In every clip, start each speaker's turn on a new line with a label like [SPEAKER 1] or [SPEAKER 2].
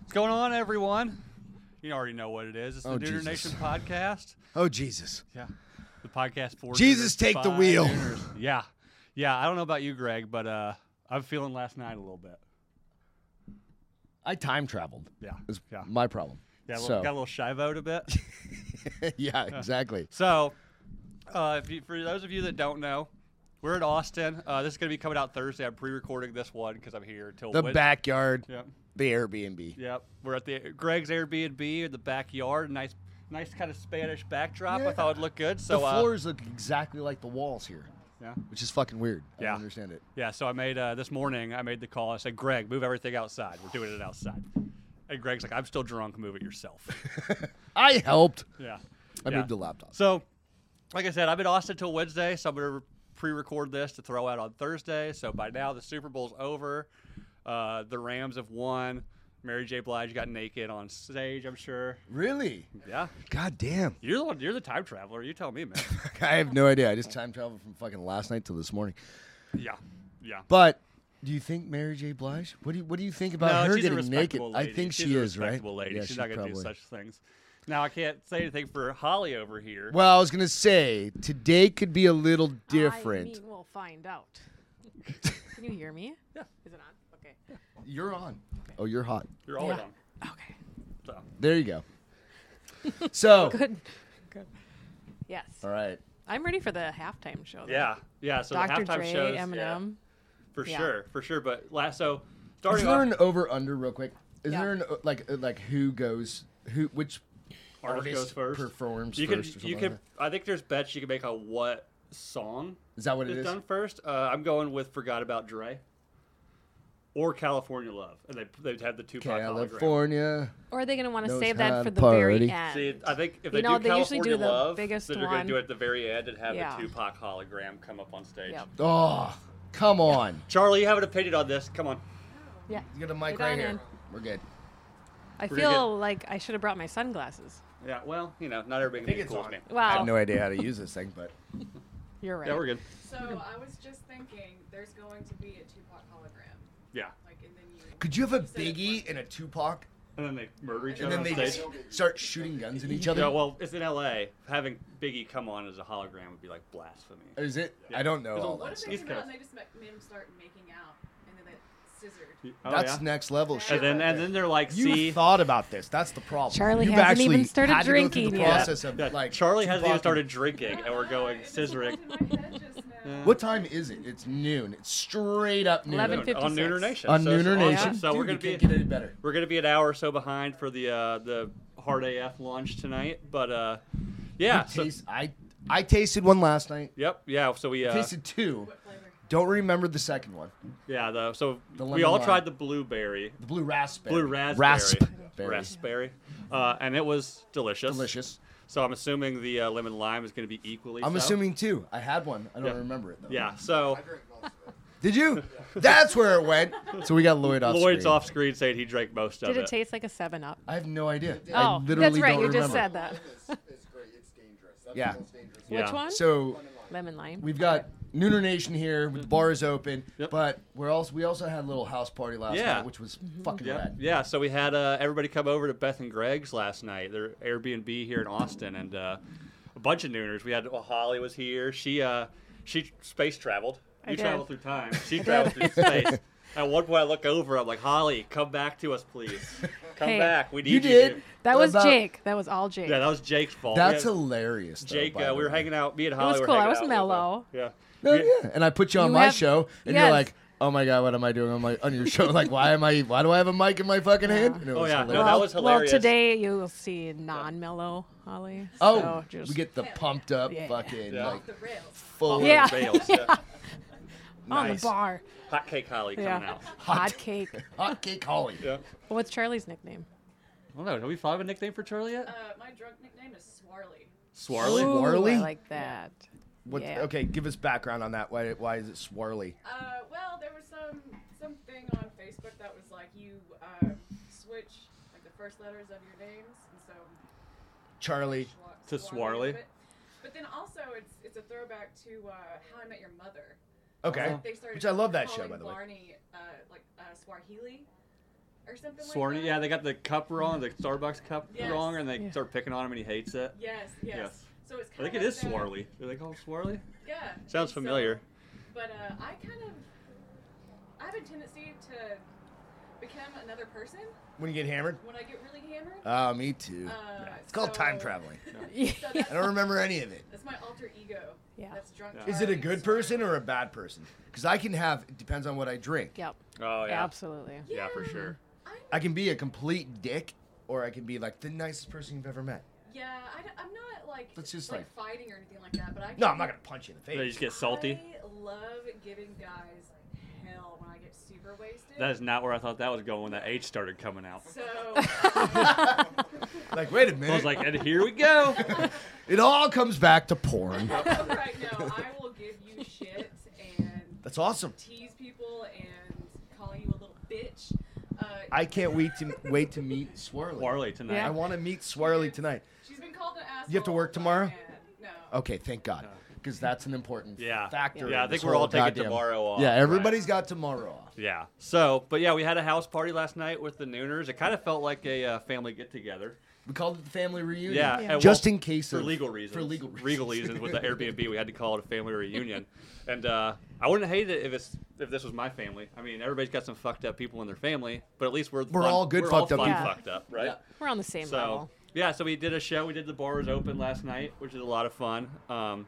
[SPEAKER 1] What's going on, everyone? You already know what it is. It's the
[SPEAKER 2] Oh,
[SPEAKER 1] Neuter
[SPEAKER 2] Jesus.
[SPEAKER 1] Nation podcast.
[SPEAKER 2] Oh Jesus.
[SPEAKER 1] Yeah, the podcast for
[SPEAKER 2] Jesus,
[SPEAKER 1] Neuters
[SPEAKER 2] take the
[SPEAKER 1] by
[SPEAKER 2] wheel.
[SPEAKER 1] Neuters. Yeah, yeah. I don't know about you, Greg, but uh, I'm feeling last night a little bit.
[SPEAKER 2] I time traveled.
[SPEAKER 1] Yeah,
[SPEAKER 2] Is
[SPEAKER 1] yeah.
[SPEAKER 2] my problem.
[SPEAKER 1] Yeah, a little-
[SPEAKER 2] so,
[SPEAKER 1] got a little shy vote a bit.
[SPEAKER 2] yeah, exactly.
[SPEAKER 1] So, uh, if you, for those of you that don't know, we're in Austin. Uh, this is going to be coming out Thursday. I'm pre-recording this one because I'm here till
[SPEAKER 2] The
[SPEAKER 1] Wed-
[SPEAKER 2] backyard,
[SPEAKER 1] Yep,
[SPEAKER 2] the Airbnb.
[SPEAKER 1] yep. We're at the Greg's Airbnb in the backyard. Nice, nice kind of Spanish backdrop. I
[SPEAKER 2] Yeah.
[SPEAKER 1] thought it'd look good. So
[SPEAKER 2] the
[SPEAKER 1] uh,
[SPEAKER 2] floors look exactly like the walls here,
[SPEAKER 1] yeah.
[SPEAKER 2] which is fucking weird. I
[SPEAKER 1] Yeah.
[SPEAKER 2] don't understand it.
[SPEAKER 1] Yeah, so I made uh, this morning. I made the call. I said, "Greg, move everything outside. We're doing it outside." And Greg's like, "I'm still drunk. Move it yourself."
[SPEAKER 2] I helped.
[SPEAKER 1] yeah,
[SPEAKER 2] I
[SPEAKER 1] Yeah.
[SPEAKER 2] moved the laptop.
[SPEAKER 1] So, like I said, I'm in Austin till Wednesday, so I'm gonna pre-record this to throw out on Thursday. So by now, the Super Bowl's over. Uh, the Rams have won. Mary J. Blige got naked on stage. I'm sure.
[SPEAKER 2] Really?
[SPEAKER 1] Yeah,
[SPEAKER 2] God damn.
[SPEAKER 1] you're the one, you're the time traveler. You tell me, man.
[SPEAKER 2] I have no idea. I just time traveled from fucking last night till this morning.
[SPEAKER 1] yeah, yeah.
[SPEAKER 2] But do you think Mary J. Blige? What do you What do you think about
[SPEAKER 1] no,
[SPEAKER 2] her
[SPEAKER 1] she's a
[SPEAKER 2] getting naked?
[SPEAKER 1] respectable
[SPEAKER 2] I
[SPEAKER 1] Lady.
[SPEAKER 2] think
[SPEAKER 1] she's
[SPEAKER 2] she
[SPEAKER 1] a
[SPEAKER 2] is, right?
[SPEAKER 1] respectable Lady.
[SPEAKER 2] Yeah,
[SPEAKER 1] she's, not gonna do
[SPEAKER 2] probably-
[SPEAKER 1] such things. Now I can't say anything for Holly over here.
[SPEAKER 2] Well, I was gonna say today could be a little different.
[SPEAKER 3] I mean, we'll find out. Can you hear me? Yeah. Is it on? Okay.
[SPEAKER 2] You're on. Oh, you're hot.
[SPEAKER 1] You're always
[SPEAKER 3] Yeah.
[SPEAKER 1] on.
[SPEAKER 3] Okay.
[SPEAKER 1] So.
[SPEAKER 2] There you go. So,
[SPEAKER 3] Good. Good. Yes.
[SPEAKER 2] all right.
[SPEAKER 3] I'm ready for the halftime show. though.
[SPEAKER 1] Yeah, yeah. So
[SPEAKER 3] Dr.
[SPEAKER 1] the halftime
[SPEAKER 3] Dre,
[SPEAKER 1] shows, yeah,
[SPEAKER 3] Eminem.
[SPEAKER 1] for
[SPEAKER 3] Yeah.
[SPEAKER 1] sure, for sure. But last, so
[SPEAKER 2] Is
[SPEAKER 1] starting
[SPEAKER 2] there
[SPEAKER 1] off,
[SPEAKER 2] an over under real quick? Is
[SPEAKER 3] Yeah.
[SPEAKER 2] there an o- like uh, like who goes who which
[SPEAKER 1] artist goes first.
[SPEAKER 2] performs
[SPEAKER 1] you
[SPEAKER 2] first? or
[SPEAKER 1] can,
[SPEAKER 2] something
[SPEAKER 1] you
[SPEAKER 2] like
[SPEAKER 1] can.
[SPEAKER 2] that?
[SPEAKER 1] I think there's bets you can make on what song
[SPEAKER 2] Is that what it
[SPEAKER 1] is
[SPEAKER 2] is?
[SPEAKER 1] done first. Uh, I'm going with "Forgot About Dre" or "California Love," and they they have the two hologram.
[SPEAKER 2] California.
[SPEAKER 3] Or are they going to want to
[SPEAKER 2] Knows
[SPEAKER 3] save
[SPEAKER 2] how
[SPEAKER 3] that for
[SPEAKER 2] to
[SPEAKER 3] the
[SPEAKER 2] party.
[SPEAKER 3] very end?
[SPEAKER 1] See, I think if they
[SPEAKER 3] You know,
[SPEAKER 1] do
[SPEAKER 3] they usually
[SPEAKER 1] California
[SPEAKER 3] do the
[SPEAKER 1] Love,
[SPEAKER 3] biggest
[SPEAKER 1] then they're going
[SPEAKER 3] one.
[SPEAKER 1] to do it at the very end and have
[SPEAKER 3] Yeah.
[SPEAKER 1] the Tupac hologram come up on stage.
[SPEAKER 3] Yep.
[SPEAKER 2] Oh, come on.
[SPEAKER 1] Charlie, you have an opinion on this? Come on.
[SPEAKER 3] Yeah.
[SPEAKER 2] You got a mic
[SPEAKER 3] Get
[SPEAKER 2] right
[SPEAKER 3] on
[SPEAKER 2] here.
[SPEAKER 3] in.
[SPEAKER 2] We're good.
[SPEAKER 3] I
[SPEAKER 1] We're
[SPEAKER 3] feel
[SPEAKER 1] gonna
[SPEAKER 3] like I should have brought my sunglasses.
[SPEAKER 1] Yeah. Well, you know, not everybody can be
[SPEAKER 2] it's
[SPEAKER 1] cool as
[SPEAKER 2] on.
[SPEAKER 1] me.
[SPEAKER 2] I
[SPEAKER 3] Wow.
[SPEAKER 2] have no idea how to use this thing, but
[SPEAKER 3] You're right.
[SPEAKER 1] Yeah, we're good.
[SPEAKER 4] So I was just thinking, there's going to be a Tupac hologram,
[SPEAKER 1] Yeah.
[SPEAKER 4] like, and then you.
[SPEAKER 2] could you have a Biggie and a Tupac,
[SPEAKER 1] And then they murder each
[SPEAKER 2] and
[SPEAKER 1] other
[SPEAKER 2] then they
[SPEAKER 1] on stage.
[SPEAKER 2] just start shooting guns at each
[SPEAKER 1] Yeah,
[SPEAKER 2] other?
[SPEAKER 1] well, it's in LA. Having Biggie come on as a hologram would be like blasphemy.
[SPEAKER 2] Is it?
[SPEAKER 1] Yeah.
[SPEAKER 2] I don't know
[SPEAKER 1] There's a
[SPEAKER 2] all
[SPEAKER 1] lot
[SPEAKER 2] that
[SPEAKER 4] What
[SPEAKER 1] of
[SPEAKER 4] if
[SPEAKER 2] stuff.
[SPEAKER 4] they
[SPEAKER 1] East
[SPEAKER 4] came out
[SPEAKER 1] Coast.
[SPEAKER 4] and they just ma- made him start making out, and then they scissored?
[SPEAKER 1] Oh,
[SPEAKER 2] That's
[SPEAKER 1] yeah.
[SPEAKER 2] next level shit.
[SPEAKER 1] And then
[SPEAKER 2] right
[SPEAKER 1] and
[SPEAKER 2] there.
[SPEAKER 1] then they're like,
[SPEAKER 2] You
[SPEAKER 1] see,
[SPEAKER 2] thought about this. That's the problem.
[SPEAKER 3] Charlie
[SPEAKER 2] You've
[SPEAKER 3] hasn't
[SPEAKER 2] actually
[SPEAKER 3] even started
[SPEAKER 2] had to go through
[SPEAKER 3] drinking
[SPEAKER 2] the
[SPEAKER 3] yet.
[SPEAKER 2] process of,
[SPEAKER 1] yeah,
[SPEAKER 2] like,
[SPEAKER 1] Charlie hasn't even
[SPEAKER 2] Tupac
[SPEAKER 1] started
[SPEAKER 2] and-
[SPEAKER 1] drinking, and we're going
[SPEAKER 4] It just
[SPEAKER 1] scissoring
[SPEAKER 4] popped in my head just now.
[SPEAKER 2] What time is it? It's noon. It's straight up noon.
[SPEAKER 3] 11
[SPEAKER 1] Dude, on
[SPEAKER 3] 56.
[SPEAKER 1] Nooner Nation.
[SPEAKER 2] on
[SPEAKER 1] so it's
[SPEAKER 2] Nooner
[SPEAKER 1] awesome.
[SPEAKER 2] Nation.
[SPEAKER 1] So
[SPEAKER 2] Dude,
[SPEAKER 1] we're
[SPEAKER 2] you
[SPEAKER 1] gonna be
[SPEAKER 2] can't get any better.
[SPEAKER 1] we're gonna be an hour or so behind for the uh, the hard AF launch tonight. But uh, yeah,
[SPEAKER 2] I
[SPEAKER 1] so,
[SPEAKER 2] taste- I I tasted one last night.
[SPEAKER 1] yep, yeah. So we uh,
[SPEAKER 2] Tasted two.
[SPEAKER 4] What flavor?
[SPEAKER 2] Don't remember the second one.
[SPEAKER 1] yeah. The, so
[SPEAKER 2] The
[SPEAKER 1] we
[SPEAKER 2] lemon
[SPEAKER 1] all
[SPEAKER 2] lime.
[SPEAKER 1] tried the blueberry,
[SPEAKER 2] The blue raspberry.
[SPEAKER 1] blue raspberry,
[SPEAKER 2] Raspberry.
[SPEAKER 1] raspberry, uh, and it was delicious.
[SPEAKER 2] Delicious.
[SPEAKER 1] So I'm assuming the uh, lemon lime is going to be equally.
[SPEAKER 2] I'm
[SPEAKER 1] so.
[SPEAKER 2] assuming two. I had one. I don't
[SPEAKER 1] Yeah.
[SPEAKER 2] remember it though.
[SPEAKER 1] Yeah. So
[SPEAKER 2] Did you? That's where it went. So we got Lloyd off.
[SPEAKER 1] Lloyd's
[SPEAKER 2] screen.
[SPEAKER 1] off screen saying he drank most of
[SPEAKER 3] Did it
[SPEAKER 1] it.
[SPEAKER 3] taste like a 7 Up?
[SPEAKER 2] I have no idea. I
[SPEAKER 3] Oh,
[SPEAKER 2] literally
[SPEAKER 3] that's right.
[SPEAKER 2] Don't
[SPEAKER 3] You
[SPEAKER 2] remember.
[SPEAKER 3] just said that.
[SPEAKER 5] It's great. It's dangerous. That's
[SPEAKER 2] Yeah.
[SPEAKER 5] the most dangerous.
[SPEAKER 1] Yeah.
[SPEAKER 3] Which one?
[SPEAKER 2] So
[SPEAKER 3] Lemon lime.
[SPEAKER 2] we've got Nooner Nation here. The bar is open,
[SPEAKER 1] Mm-hmm. Yep.
[SPEAKER 2] but we're also we also had a little house party last
[SPEAKER 1] Yeah.
[SPEAKER 2] night, which was
[SPEAKER 3] Mm-hmm.
[SPEAKER 2] fucking
[SPEAKER 1] yeah,
[SPEAKER 2] rad.
[SPEAKER 1] yeah. So we had uh, everybody come over to Beth and Greg's last night. Their Airbnb here in Austin, and uh, a bunch of nooners. We had well, Holly was here. She uh, she space traveled.
[SPEAKER 3] I
[SPEAKER 1] you
[SPEAKER 3] did.
[SPEAKER 1] traveled through time. She traveled through space. At one point, I look over. I'm like, Holly, come back to us, please. Come
[SPEAKER 3] Hey.
[SPEAKER 1] back. We need
[SPEAKER 2] You did.
[SPEAKER 3] that was
[SPEAKER 2] About-
[SPEAKER 3] Jake. That was all Jake.
[SPEAKER 1] Yeah, that was Jake's fault.
[SPEAKER 2] That's
[SPEAKER 1] yeah,
[SPEAKER 2] hilarious. Though,
[SPEAKER 1] Jake.
[SPEAKER 2] by
[SPEAKER 1] Uh,
[SPEAKER 2] the
[SPEAKER 1] we were
[SPEAKER 2] way.
[SPEAKER 1] hanging out. Me and Holly
[SPEAKER 3] was
[SPEAKER 1] were
[SPEAKER 3] cool. I
[SPEAKER 1] hanging
[SPEAKER 3] was
[SPEAKER 1] out with
[SPEAKER 3] mellow.
[SPEAKER 1] her. Yeah.
[SPEAKER 2] No,
[SPEAKER 1] We-
[SPEAKER 2] yeah. And I put you on
[SPEAKER 3] You
[SPEAKER 2] my
[SPEAKER 3] have-
[SPEAKER 2] show, and you're
[SPEAKER 3] yes.
[SPEAKER 2] like, "Oh my god, what am I doing on my on your show? Like, why am I? Why do I have a mic in my fucking hand?" And it
[SPEAKER 1] Oh,
[SPEAKER 2] was
[SPEAKER 1] yeah. No,
[SPEAKER 2] hilarious.
[SPEAKER 1] that was hilarious.
[SPEAKER 3] Well, today you will see non-mellow Holly.
[SPEAKER 2] oh,
[SPEAKER 3] so just,
[SPEAKER 2] we get the pumped up
[SPEAKER 3] Yeah.
[SPEAKER 2] fucking
[SPEAKER 1] Yeah.
[SPEAKER 2] like
[SPEAKER 4] The rails.
[SPEAKER 2] full
[SPEAKER 3] Yeah.
[SPEAKER 1] Bales, yeah.
[SPEAKER 3] on
[SPEAKER 2] nice.
[SPEAKER 3] the bar.
[SPEAKER 1] Hot cake Holly coming
[SPEAKER 3] Yeah,
[SPEAKER 1] out.
[SPEAKER 3] hot cake.
[SPEAKER 2] hot cake Holly.
[SPEAKER 1] Yeah.
[SPEAKER 3] What's Charlie's nickname?
[SPEAKER 1] Well, no, have we found a nickname for Charlie yet?
[SPEAKER 4] Uh, my drunk nickname is Swarly.
[SPEAKER 2] Charlie
[SPEAKER 1] Swarly.
[SPEAKER 3] Ooh,
[SPEAKER 2] Warley?
[SPEAKER 3] I like that.
[SPEAKER 2] What,
[SPEAKER 3] Yeah.
[SPEAKER 2] Okay, give us background on that. Why why is it swirly?
[SPEAKER 4] Uh, well, there was some something on Facebook that was like you um, switch like the first letters of your names, and so
[SPEAKER 2] Charlie.
[SPEAKER 4] Schwa-
[SPEAKER 1] To
[SPEAKER 4] Swarly.
[SPEAKER 1] Swarly?
[SPEAKER 4] is it. But then also, it's it's a throwback to uh, How I Met Your Mother.
[SPEAKER 2] Okay, Uh-huh.
[SPEAKER 1] Uh-huh.
[SPEAKER 4] Like, they started
[SPEAKER 2] which I love that show
[SPEAKER 4] calling
[SPEAKER 2] by the way.
[SPEAKER 4] Barney, uh, like uh, Swahili, or something like
[SPEAKER 1] Sworn,
[SPEAKER 4] that.
[SPEAKER 1] yeah, they got the cup wrong, the Starbucks cup
[SPEAKER 4] Yes.
[SPEAKER 1] wrong, and they
[SPEAKER 3] Yeah.
[SPEAKER 1] start picking on him, and he hates it.
[SPEAKER 4] Yes, yes. So it's
[SPEAKER 1] I
[SPEAKER 4] kind
[SPEAKER 1] think
[SPEAKER 4] of
[SPEAKER 1] it is
[SPEAKER 4] like that-
[SPEAKER 1] Swarly. Do they call it Swarly?
[SPEAKER 4] Yeah.
[SPEAKER 1] Sounds
[SPEAKER 4] so-
[SPEAKER 1] familiar.
[SPEAKER 4] but uh, I kind of, I have a tendency to become another person
[SPEAKER 2] When you get hammered?
[SPEAKER 4] when I get really hammered.
[SPEAKER 2] Oh, me too.
[SPEAKER 4] Uh,
[SPEAKER 2] It's called time
[SPEAKER 4] so-
[SPEAKER 2] traveling.
[SPEAKER 4] so that's,
[SPEAKER 2] I don't remember any of it.
[SPEAKER 4] that's my alter ego.
[SPEAKER 3] Yeah.
[SPEAKER 4] That's drunk.
[SPEAKER 1] Yeah.
[SPEAKER 2] Is it a good person or a bad person? Because I can have, it depends on what I drink.
[SPEAKER 3] Yep.
[SPEAKER 1] Oh yeah.
[SPEAKER 3] Absolutely.
[SPEAKER 1] Yeah, for sure.
[SPEAKER 4] I'm,
[SPEAKER 2] I can be a complete dick or I can be like the nicest person you've ever met.
[SPEAKER 4] yeah, I, am not like
[SPEAKER 2] Let's just,
[SPEAKER 4] like,
[SPEAKER 2] like-
[SPEAKER 4] fighting or anything like that. But I
[SPEAKER 2] No,
[SPEAKER 4] can-
[SPEAKER 2] I'm not going to punch you in the
[SPEAKER 1] They
[SPEAKER 2] face.
[SPEAKER 1] just get salty.
[SPEAKER 4] I love giving guys hell when I get super wasted.
[SPEAKER 1] That is not where I thought that was going when that H started coming out.
[SPEAKER 4] so.
[SPEAKER 2] Like, wait a
[SPEAKER 1] I was
[SPEAKER 2] minute.
[SPEAKER 1] like, and here we go.
[SPEAKER 2] it all comes back to porn.
[SPEAKER 4] right now, I will give you shit and
[SPEAKER 2] That's awesome.
[SPEAKER 4] tease people and call you a little bitch. Uh,
[SPEAKER 2] I can't wait to wait to meet Swirly.
[SPEAKER 1] Warley tonight.
[SPEAKER 2] I
[SPEAKER 3] Yeah.
[SPEAKER 2] want to meet Swirly tonight.
[SPEAKER 4] she's been called an asshole.
[SPEAKER 2] You have to work tomorrow? Oh,
[SPEAKER 4] and- No.
[SPEAKER 2] Okay, thank God, because that's an important
[SPEAKER 1] Yeah.
[SPEAKER 2] factor.
[SPEAKER 1] Yeah, I
[SPEAKER 2] in
[SPEAKER 1] think
[SPEAKER 2] this
[SPEAKER 1] we're all
[SPEAKER 2] whole
[SPEAKER 1] taking
[SPEAKER 2] goddamn-
[SPEAKER 1] tomorrow off,
[SPEAKER 2] Yeah,
[SPEAKER 1] right?
[SPEAKER 2] everybody's got tomorrow off.
[SPEAKER 1] Yeah. So, but yeah, we had a house party last night with the Nooners. It kind of felt like a uh, family get together.
[SPEAKER 2] We called it the family reunion.
[SPEAKER 1] Yeah, and
[SPEAKER 2] just
[SPEAKER 1] well,
[SPEAKER 2] in case
[SPEAKER 1] for
[SPEAKER 2] of-
[SPEAKER 1] legal reasons.
[SPEAKER 2] For legal reasons.
[SPEAKER 1] reasons with the Airbnb, we had to call it a family reunion. And uh, I wouldn't hate it if it's if this was my family. I mean, everybody's got some fucked up people in their family, but at least we're
[SPEAKER 2] We're
[SPEAKER 1] fun-
[SPEAKER 2] all good
[SPEAKER 1] we're
[SPEAKER 2] fucked up
[SPEAKER 1] fun
[SPEAKER 3] people.
[SPEAKER 1] fucked up, right?
[SPEAKER 2] Yeah.
[SPEAKER 3] We're on the same
[SPEAKER 1] so
[SPEAKER 3] level.
[SPEAKER 1] yeah, so we did a show. We did the bar was open last night, which is a lot of fun. Um,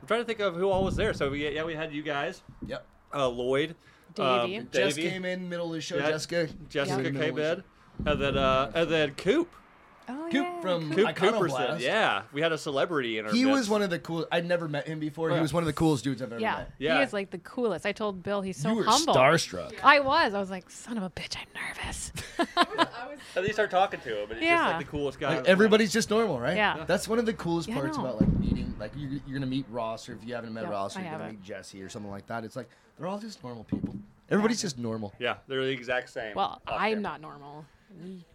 [SPEAKER 1] I'm trying to think of who all was there. So we, yeah, we had you guys,
[SPEAKER 2] Yep.
[SPEAKER 1] uh, Lloyd, um,
[SPEAKER 3] Davey.
[SPEAKER 2] Jess
[SPEAKER 1] Davey,
[SPEAKER 2] came in middle of the show.
[SPEAKER 1] Yeah,
[SPEAKER 2] Jessica.
[SPEAKER 1] Jessica
[SPEAKER 2] came in
[SPEAKER 1] K.
[SPEAKER 2] middle of
[SPEAKER 1] Bed, and then uh, and then Coop.
[SPEAKER 3] Oh,
[SPEAKER 2] the show. Coop from
[SPEAKER 1] Coop Cooperson,
[SPEAKER 2] Iconoblast.
[SPEAKER 1] yeah, we had a celebrity in our
[SPEAKER 2] He
[SPEAKER 1] midst.
[SPEAKER 2] was one of the cool. I'd never met him before. He
[SPEAKER 1] Yeah.
[SPEAKER 2] was one of the coolest dudes I've ever
[SPEAKER 3] Oh, Yeah.
[SPEAKER 2] met.
[SPEAKER 1] Yeah.
[SPEAKER 3] He is like the coolest. I told Bill he's so
[SPEAKER 2] you were
[SPEAKER 3] humble.
[SPEAKER 2] starstruck.
[SPEAKER 3] I was. I was like, son of a bitch, I'm nervous.
[SPEAKER 4] I was, I was
[SPEAKER 1] At least start talking to him, and it's just
[SPEAKER 3] Yeah.
[SPEAKER 1] like the coolest guy.
[SPEAKER 2] Like everybody's just normal, right?
[SPEAKER 3] Yeah.
[SPEAKER 2] That's one of the coolest
[SPEAKER 3] Yeah, I
[SPEAKER 2] parts
[SPEAKER 3] know.
[SPEAKER 2] about like meeting. Like you, you're gonna meet Ross, or if you haven't met
[SPEAKER 3] Yeah,
[SPEAKER 2] Ross, or
[SPEAKER 3] I
[SPEAKER 2] you're gonna
[SPEAKER 3] haven't.
[SPEAKER 2] meet Jesse or something like that. It's like they're all just normal people. Everybody's just normal.
[SPEAKER 1] Yeah, they're the exact same.
[SPEAKER 3] well,
[SPEAKER 1] off
[SPEAKER 3] I'm
[SPEAKER 1] camera.
[SPEAKER 3] not normal.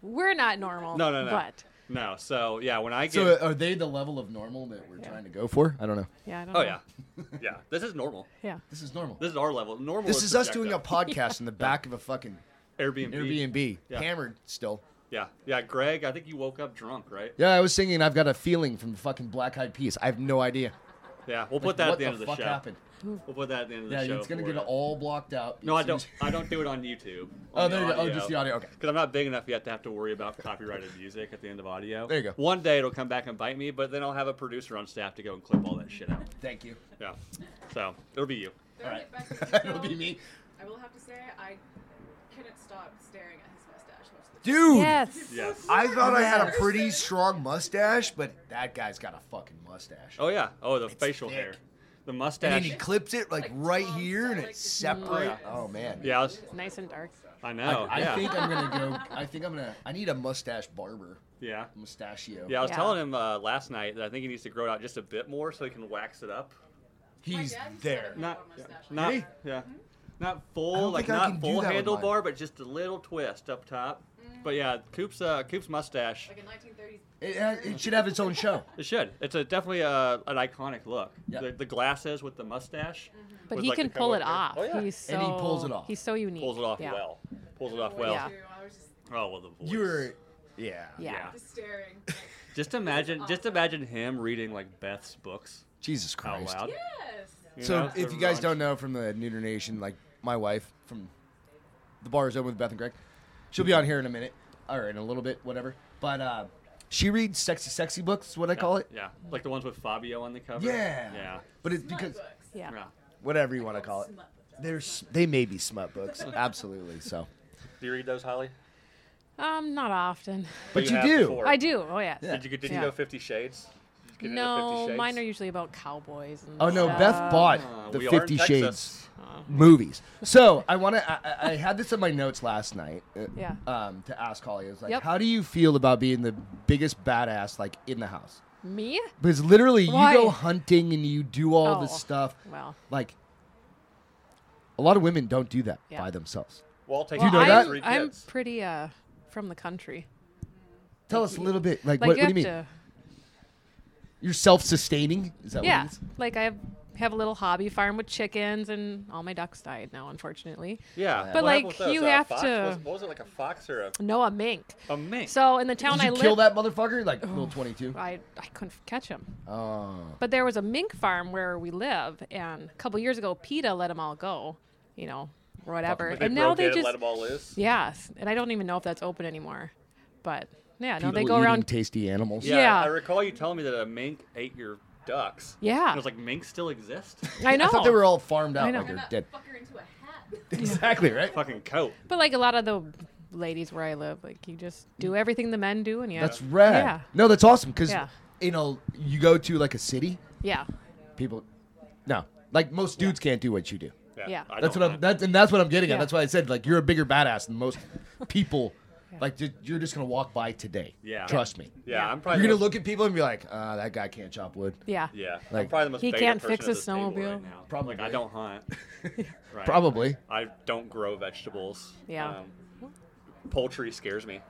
[SPEAKER 3] We're not normal.
[SPEAKER 1] No, no, no.
[SPEAKER 3] But
[SPEAKER 1] No, so yeah, when I get.
[SPEAKER 2] So uh, are they the level of normal that we're trying to go for? I don't know.
[SPEAKER 3] yeah, I don't
[SPEAKER 1] oh
[SPEAKER 3] know.
[SPEAKER 1] yeah, yeah. This is normal.
[SPEAKER 3] Yeah.
[SPEAKER 2] This is normal.
[SPEAKER 1] This is our level. Normal.
[SPEAKER 2] This is us doing a
[SPEAKER 1] subjective.
[SPEAKER 2] podcast in the back of a fucking
[SPEAKER 1] Airbnb.
[SPEAKER 2] Airbnb,
[SPEAKER 1] Yeah.
[SPEAKER 2] hammered still.
[SPEAKER 1] Yeah, yeah. Greg, I think you woke up drunk, right?
[SPEAKER 2] Yeah, I was singing. I've got a feeling from the fucking Black Eyed Peas. I have no idea.
[SPEAKER 1] Yeah, we'll
[SPEAKER 2] Like,
[SPEAKER 1] put that
[SPEAKER 2] what
[SPEAKER 1] at the end of the
[SPEAKER 2] fuck
[SPEAKER 1] show.
[SPEAKER 2] happened?
[SPEAKER 1] We'll put that at the end of the
[SPEAKER 2] Yeah,
[SPEAKER 1] show.
[SPEAKER 2] it's gonna
[SPEAKER 1] for
[SPEAKER 2] get
[SPEAKER 1] you.
[SPEAKER 2] all blocked out.
[SPEAKER 1] No, I
[SPEAKER 2] It's-
[SPEAKER 1] don't. I don't do it on YouTube.
[SPEAKER 2] Oh, there you go. Oh, just the audio. Okay.
[SPEAKER 1] Because I'm not big enough yet to have to worry about copyrighted music at the end of audio.
[SPEAKER 2] There you go.
[SPEAKER 1] One day it'll come back and bite me, but then I'll have a producer on staff to go and clip all that shit out.
[SPEAKER 2] Thank you.
[SPEAKER 1] Yeah. So it'll be you.
[SPEAKER 4] throwing
[SPEAKER 2] right.
[SPEAKER 4] it back to
[SPEAKER 2] It'll be
[SPEAKER 4] Bill.
[SPEAKER 2] me,
[SPEAKER 4] I will have to say I couldn't stop staring at his mustache most of the
[SPEAKER 2] dude.
[SPEAKER 3] Yes.
[SPEAKER 1] Yes.
[SPEAKER 2] I thought I had a
[SPEAKER 4] Yes.
[SPEAKER 2] pretty strong mustache, but that guy's got a fucking mustache.
[SPEAKER 1] Oh yeah. Oh, the facial
[SPEAKER 2] thick.
[SPEAKER 1] hair, the
[SPEAKER 2] and then
[SPEAKER 1] mustache.
[SPEAKER 2] he clips it like
[SPEAKER 4] Like
[SPEAKER 2] right
[SPEAKER 4] Tom's
[SPEAKER 2] here, and
[SPEAKER 4] style,
[SPEAKER 2] it
[SPEAKER 3] the-
[SPEAKER 4] like
[SPEAKER 2] separates. Oh man.
[SPEAKER 1] yeah. I, was-
[SPEAKER 3] It's nice and dark.
[SPEAKER 1] I
[SPEAKER 2] I,
[SPEAKER 1] know.
[SPEAKER 2] I
[SPEAKER 1] yeah.
[SPEAKER 2] think I'm gonna go. I think I'm gonna. I need a mustache barber,
[SPEAKER 1] yeah.
[SPEAKER 2] mustachio.
[SPEAKER 1] Yeah. I was
[SPEAKER 3] Yeah.
[SPEAKER 1] telling him uh, last night that I think he needs to grow it out just a bit more so he can wax it up.
[SPEAKER 4] time. My
[SPEAKER 2] He's
[SPEAKER 4] dad used to
[SPEAKER 2] there.
[SPEAKER 4] have a
[SPEAKER 1] Not.
[SPEAKER 4] handlebar mustache.
[SPEAKER 1] Not.
[SPEAKER 2] Really?
[SPEAKER 1] Yeah.
[SPEAKER 3] Mm-hmm.
[SPEAKER 1] Not
[SPEAKER 2] I
[SPEAKER 1] full,
[SPEAKER 2] don't
[SPEAKER 1] like
[SPEAKER 2] think I
[SPEAKER 1] not
[SPEAKER 2] can do
[SPEAKER 1] full
[SPEAKER 2] that with mine.
[SPEAKER 1] handlebar, but just a little twist up top.
[SPEAKER 3] Mm.
[SPEAKER 1] But yeah, Coop's uh, Coop's mustache.
[SPEAKER 4] Like a 1930s.
[SPEAKER 2] It, ha- it should have its own show.
[SPEAKER 1] It should. It's a definitely a, an iconic look.
[SPEAKER 2] Yeah.
[SPEAKER 1] The, the glasses with the mustache.
[SPEAKER 3] Mm-hmm. But
[SPEAKER 1] with,
[SPEAKER 3] he
[SPEAKER 1] like,
[SPEAKER 3] can
[SPEAKER 1] the
[SPEAKER 3] pull it
[SPEAKER 1] cover.
[SPEAKER 3] off.
[SPEAKER 1] Oh, yeah.
[SPEAKER 3] He's so
[SPEAKER 2] And he pulls it off.
[SPEAKER 3] He's so unique.
[SPEAKER 1] Pulls it off
[SPEAKER 3] yeah.
[SPEAKER 1] well. Pulls it
[SPEAKER 4] I
[SPEAKER 1] off
[SPEAKER 4] don't know
[SPEAKER 1] well.
[SPEAKER 4] what
[SPEAKER 3] Yeah.
[SPEAKER 4] to do. I was just,
[SPEAKER 1] Oh well, the voice.
[SPEAKER 2] You were, yeah.
[SPEAKER 3] Yeah.
[SPEAKER 4] just staring.
[SPEAKER 1] Just imagine, just
[SPEAKER 4] awesome.
[SPEAKER 1] imagine him reading like Beth's books
[SPEAKER 2] Jesus
[SPEAKER 1] out
[SPEAKER 2] Christ.
[SPEAKER 1] loud.
[SPEAKER 4] yes.
[SPEAKER 1] Oh, You
[SPEAKER 2] So
[SPEAKER 1] know,
[SPEAKER 2] if
[SPEAKER 1] the
[SPEAKER 2] you guys
[SPEAKER 1] raunch-
[SPEAKER 2] don't know from the Neuter Nation, like my wife from the bar is open with Beth and Greg. She'll be on here in a minute or in a little bit, whatever. But uh, she reads sexy, sexy books. Is what I call it.
[SPEAKER 1] Yeah, like the ones with Fabio on the cover.
[SPEAKER 2] Yeah.
[SPEAKER 1] Yeah.
[SPEAKER 2] But it's
[SPEAKER 4] Smut
[SPEAKER 2] because
[SPEAKER 4] books.
[SPEAKER 3] Yeah.
[SPEAKER 1] Yeah.
[SPEAKER 2] whatever you want to call it.
[SPEAKER 4] Smut books.
[SPEAKER 2] They're, s- they may be smut books, absolutely. So,
[SPEAKER 1] Do you read those, Holly?
[SPEAKER 3] Um, not often.
[SPEAKER 2] but you
[SPEAKER 1] have
[SPEAKER 2] do.
[SPEAKER 1] before.
[SPEAKER 3] I do. Oh yes.
[SPEAKER 2] Yeah.
[SPEAKER 1] Did you get- did
[SPEAKER 3] Yeah.
[SPEAKER 1] you go Fifty Shades? Did you get into
[SPEAKER 3] No,
[SPEAKER 1] 50 Shades?
[SPEAKER 3] mine are usually about cowboys. And
[SPEAKER 2] Oh no,
[SPEAKER 3] stuff.
[SPEAKER 2] Beth bought
[SPEAKER 1] Uh,
[SPEAKER 2] the
[SPEAKER 1] we are in
[SPEAKER 2] Fifty
[SPEAKER 1] Texas.
[SPEAKER 2] Shades movies. So I want to. I, I- I had this in my notes last night. uh,
[SPEAKER 3] Yeah.
[SPEAKER 2] Um, to ask Holly, it was like,
[SPEAKER 3] Yep.
[SPEAKER 2] how do you feel about being the biggest badass like in the house?
[SPEAKER 3] Me?
[SPEAKER 2] Because literally,
[SPEAKER 3] Why?
[SPEAKER 2] you go hunting and you do all this
[SPEAKER 3] Oh,
[SPEAKER 2] stuff.
[SPEAKER 3] well.
[SPEAKER 2] like a lot of women don't do that
[SPEAKER 3] Yeah.
[SPEAKER 2] by themselves.
[SPEAKER 1] Well, I'll take
[SPEAKER 2] you
[SPEAKER 3] Well,
[SPEAKER 2] know
[SPEAKER 1] my
[SPEAKER 2] that?
[SPEAKER 3] I'm,
[SPEAKER 1] Three
[SPEAKER 3] I'm
[SPEAKER 1] kids.
[SPEAKER 3] pretty uh from the country.
[SPEAKER 2] Tell us a little bit, like,
[SPEAKER 3] Like
[SPEAKER 2] what,
[SPEAKER 3] you
[SPEAKER 2] what do
[SPEAKER 3] have
[SPEAKER 2] you mean?
[SPEAKER 3] to.
[SPEAKER 2] You're self-sustaining? Is that
[SPEAKER 3] Yeah.
[SPEAKER 2] what it is?
[SPEAKER 3] Like I have have a little hobby farm with chickens, and all my ducks died now, unfortunately.
[SPEAKER 1] Yeah,
[SPEAKER 3] But,
[SPEAKER 1] What happened
[SPEAKER 3] like,
[SPEAKER 1] with those?
[SPEAKER 3] you
[SPEAKER 1] Uh,
[SPEAKER 3] have
[SPEAKER 1] fox?
[SPEAKER 3] to-
[SPEAKER 1] Was, what was it like a fox or a,
[SPEAKER 3] No, a mink.
[SPEAKER 1] a Oh, mink?
[SPEAKER 3] So in the town
[SPEAKER 2] Did you
[SPEAKER 3] I
[SPEAKER 2] kill that
[SPEAKER 3] lived,
[SPEAKER 2] motherfucker? Like little twenty-two.
[SPEAKER 3] I I couldn't f- catch him.
[SPEAKER 2] Oh.
[SPEAKER 3] But there was a mink farm where we live, and a couple years ago, PETA let them all go, you know, or whatever.
[SPEAKER 1] But they
[SPEAKER 3] and now
[SPEAKER 1] broke
[SPEAKER 3] they
[SPEAKER 1] in and
[SPEAKER 3] just
[SPEAKER 1] let them all loose.
[SPEAKER 3] yes, and I don't even know if that's open anymore. But yeah, no, they
[SPEAKER 2] People
[SPEAKER 3] go
[SPEAKER 2] eating
[SPEAKER 3] around.
[SPEAKER 2] tasty animals.
[SPEAKER 1] Yeah,
[SPEAKER 3] Yeah.
[SPEAKER 1] I recall you telling me that a mink ate your ducks.
[SPEAKER 3] Yeah.
[SPEAKER 1] I was like, minks still exist?
[SPEAKER 3] I know.
[SPEAKER 2] I thought they were all farmed
[SPEAKER 3] I
[SPEAKER 2] out
[SPEAKER 3] know.
[SPEAKER 2] like
[SPEAKER 4] Turn
[SPEAKER 2] they're
[SPEAKER 4] that
[SPEAKER 2] dead.
[SPEAKER 4] fucker into a hat.
[SPEAKER 2] exactly right.
[SPEAKER 1] Fucking coat.
[SPEAKER 3] But like a lot of the ladies where I live, like you just do everything the men do, and yeah,
[SPEAKER 2] Mm. That's rad.
[SPEAKER 3] Yeah,
[SPEAKER 2] No, that's awesome because
[SPEAKER 3] Yeah.
[SPEAKER 2] you know you go to like a city,
[SPEAKER 3] yeah,
[SPEAKER 2] people. No, like most dudes can't do what you do.
[SPEAKER 3] Yeah.
[SPEAKER 1] I
[SPEAKER 2] That's
[SPEAKER 1] don't
[SPEAKER 2] what I'm.
[SPEAKER 1] know.
[SPEAKER 2] That's and that's what I'm getting at.
[SPEAKER 3] Yeah.
[SPEAKER 2] That's why I said like you're a bigger badass than most people. Like ju- you're just gonna walk by today.
[SPEAKER 1] Yeah.
[SPEAKER 2] Trust me.
[SPEAKER 1] yeah, I'm
[SPEAKER 2] You're
[SPEAKER 1] probably.
[SPEAKER 2] gonna
[SPEAKER 1] the-
[SPEAKER 2] look at people and be like, uh, that guy can't chop wood.
[SPEAKER 3] yeah,
[SPEAKER 1] Yeah, I'm
[SPEAKER 2] Like-
[SPEAKER 1] probably the most.
[SPEAKER 3] He
[SPEAKER 1] beta
[SPEAKER 3] can't
[SPEAKER 1] person at
[SPEAKER 3] fix a
[SPEAKER 1] this table
[SPEAKER 3] snowmobile.
[SPEAKER 1] Right now.
[SPEAKER 2] Probably.
[SPEAKER 1] Like, I don't hunt. Right.
[SPEAKER 2] Probably.
[SPEAKER 1] I don't grow vegetables. Um,
[SPEAKER 3] Yeah.
[SPEAKER 1] poultry scares me.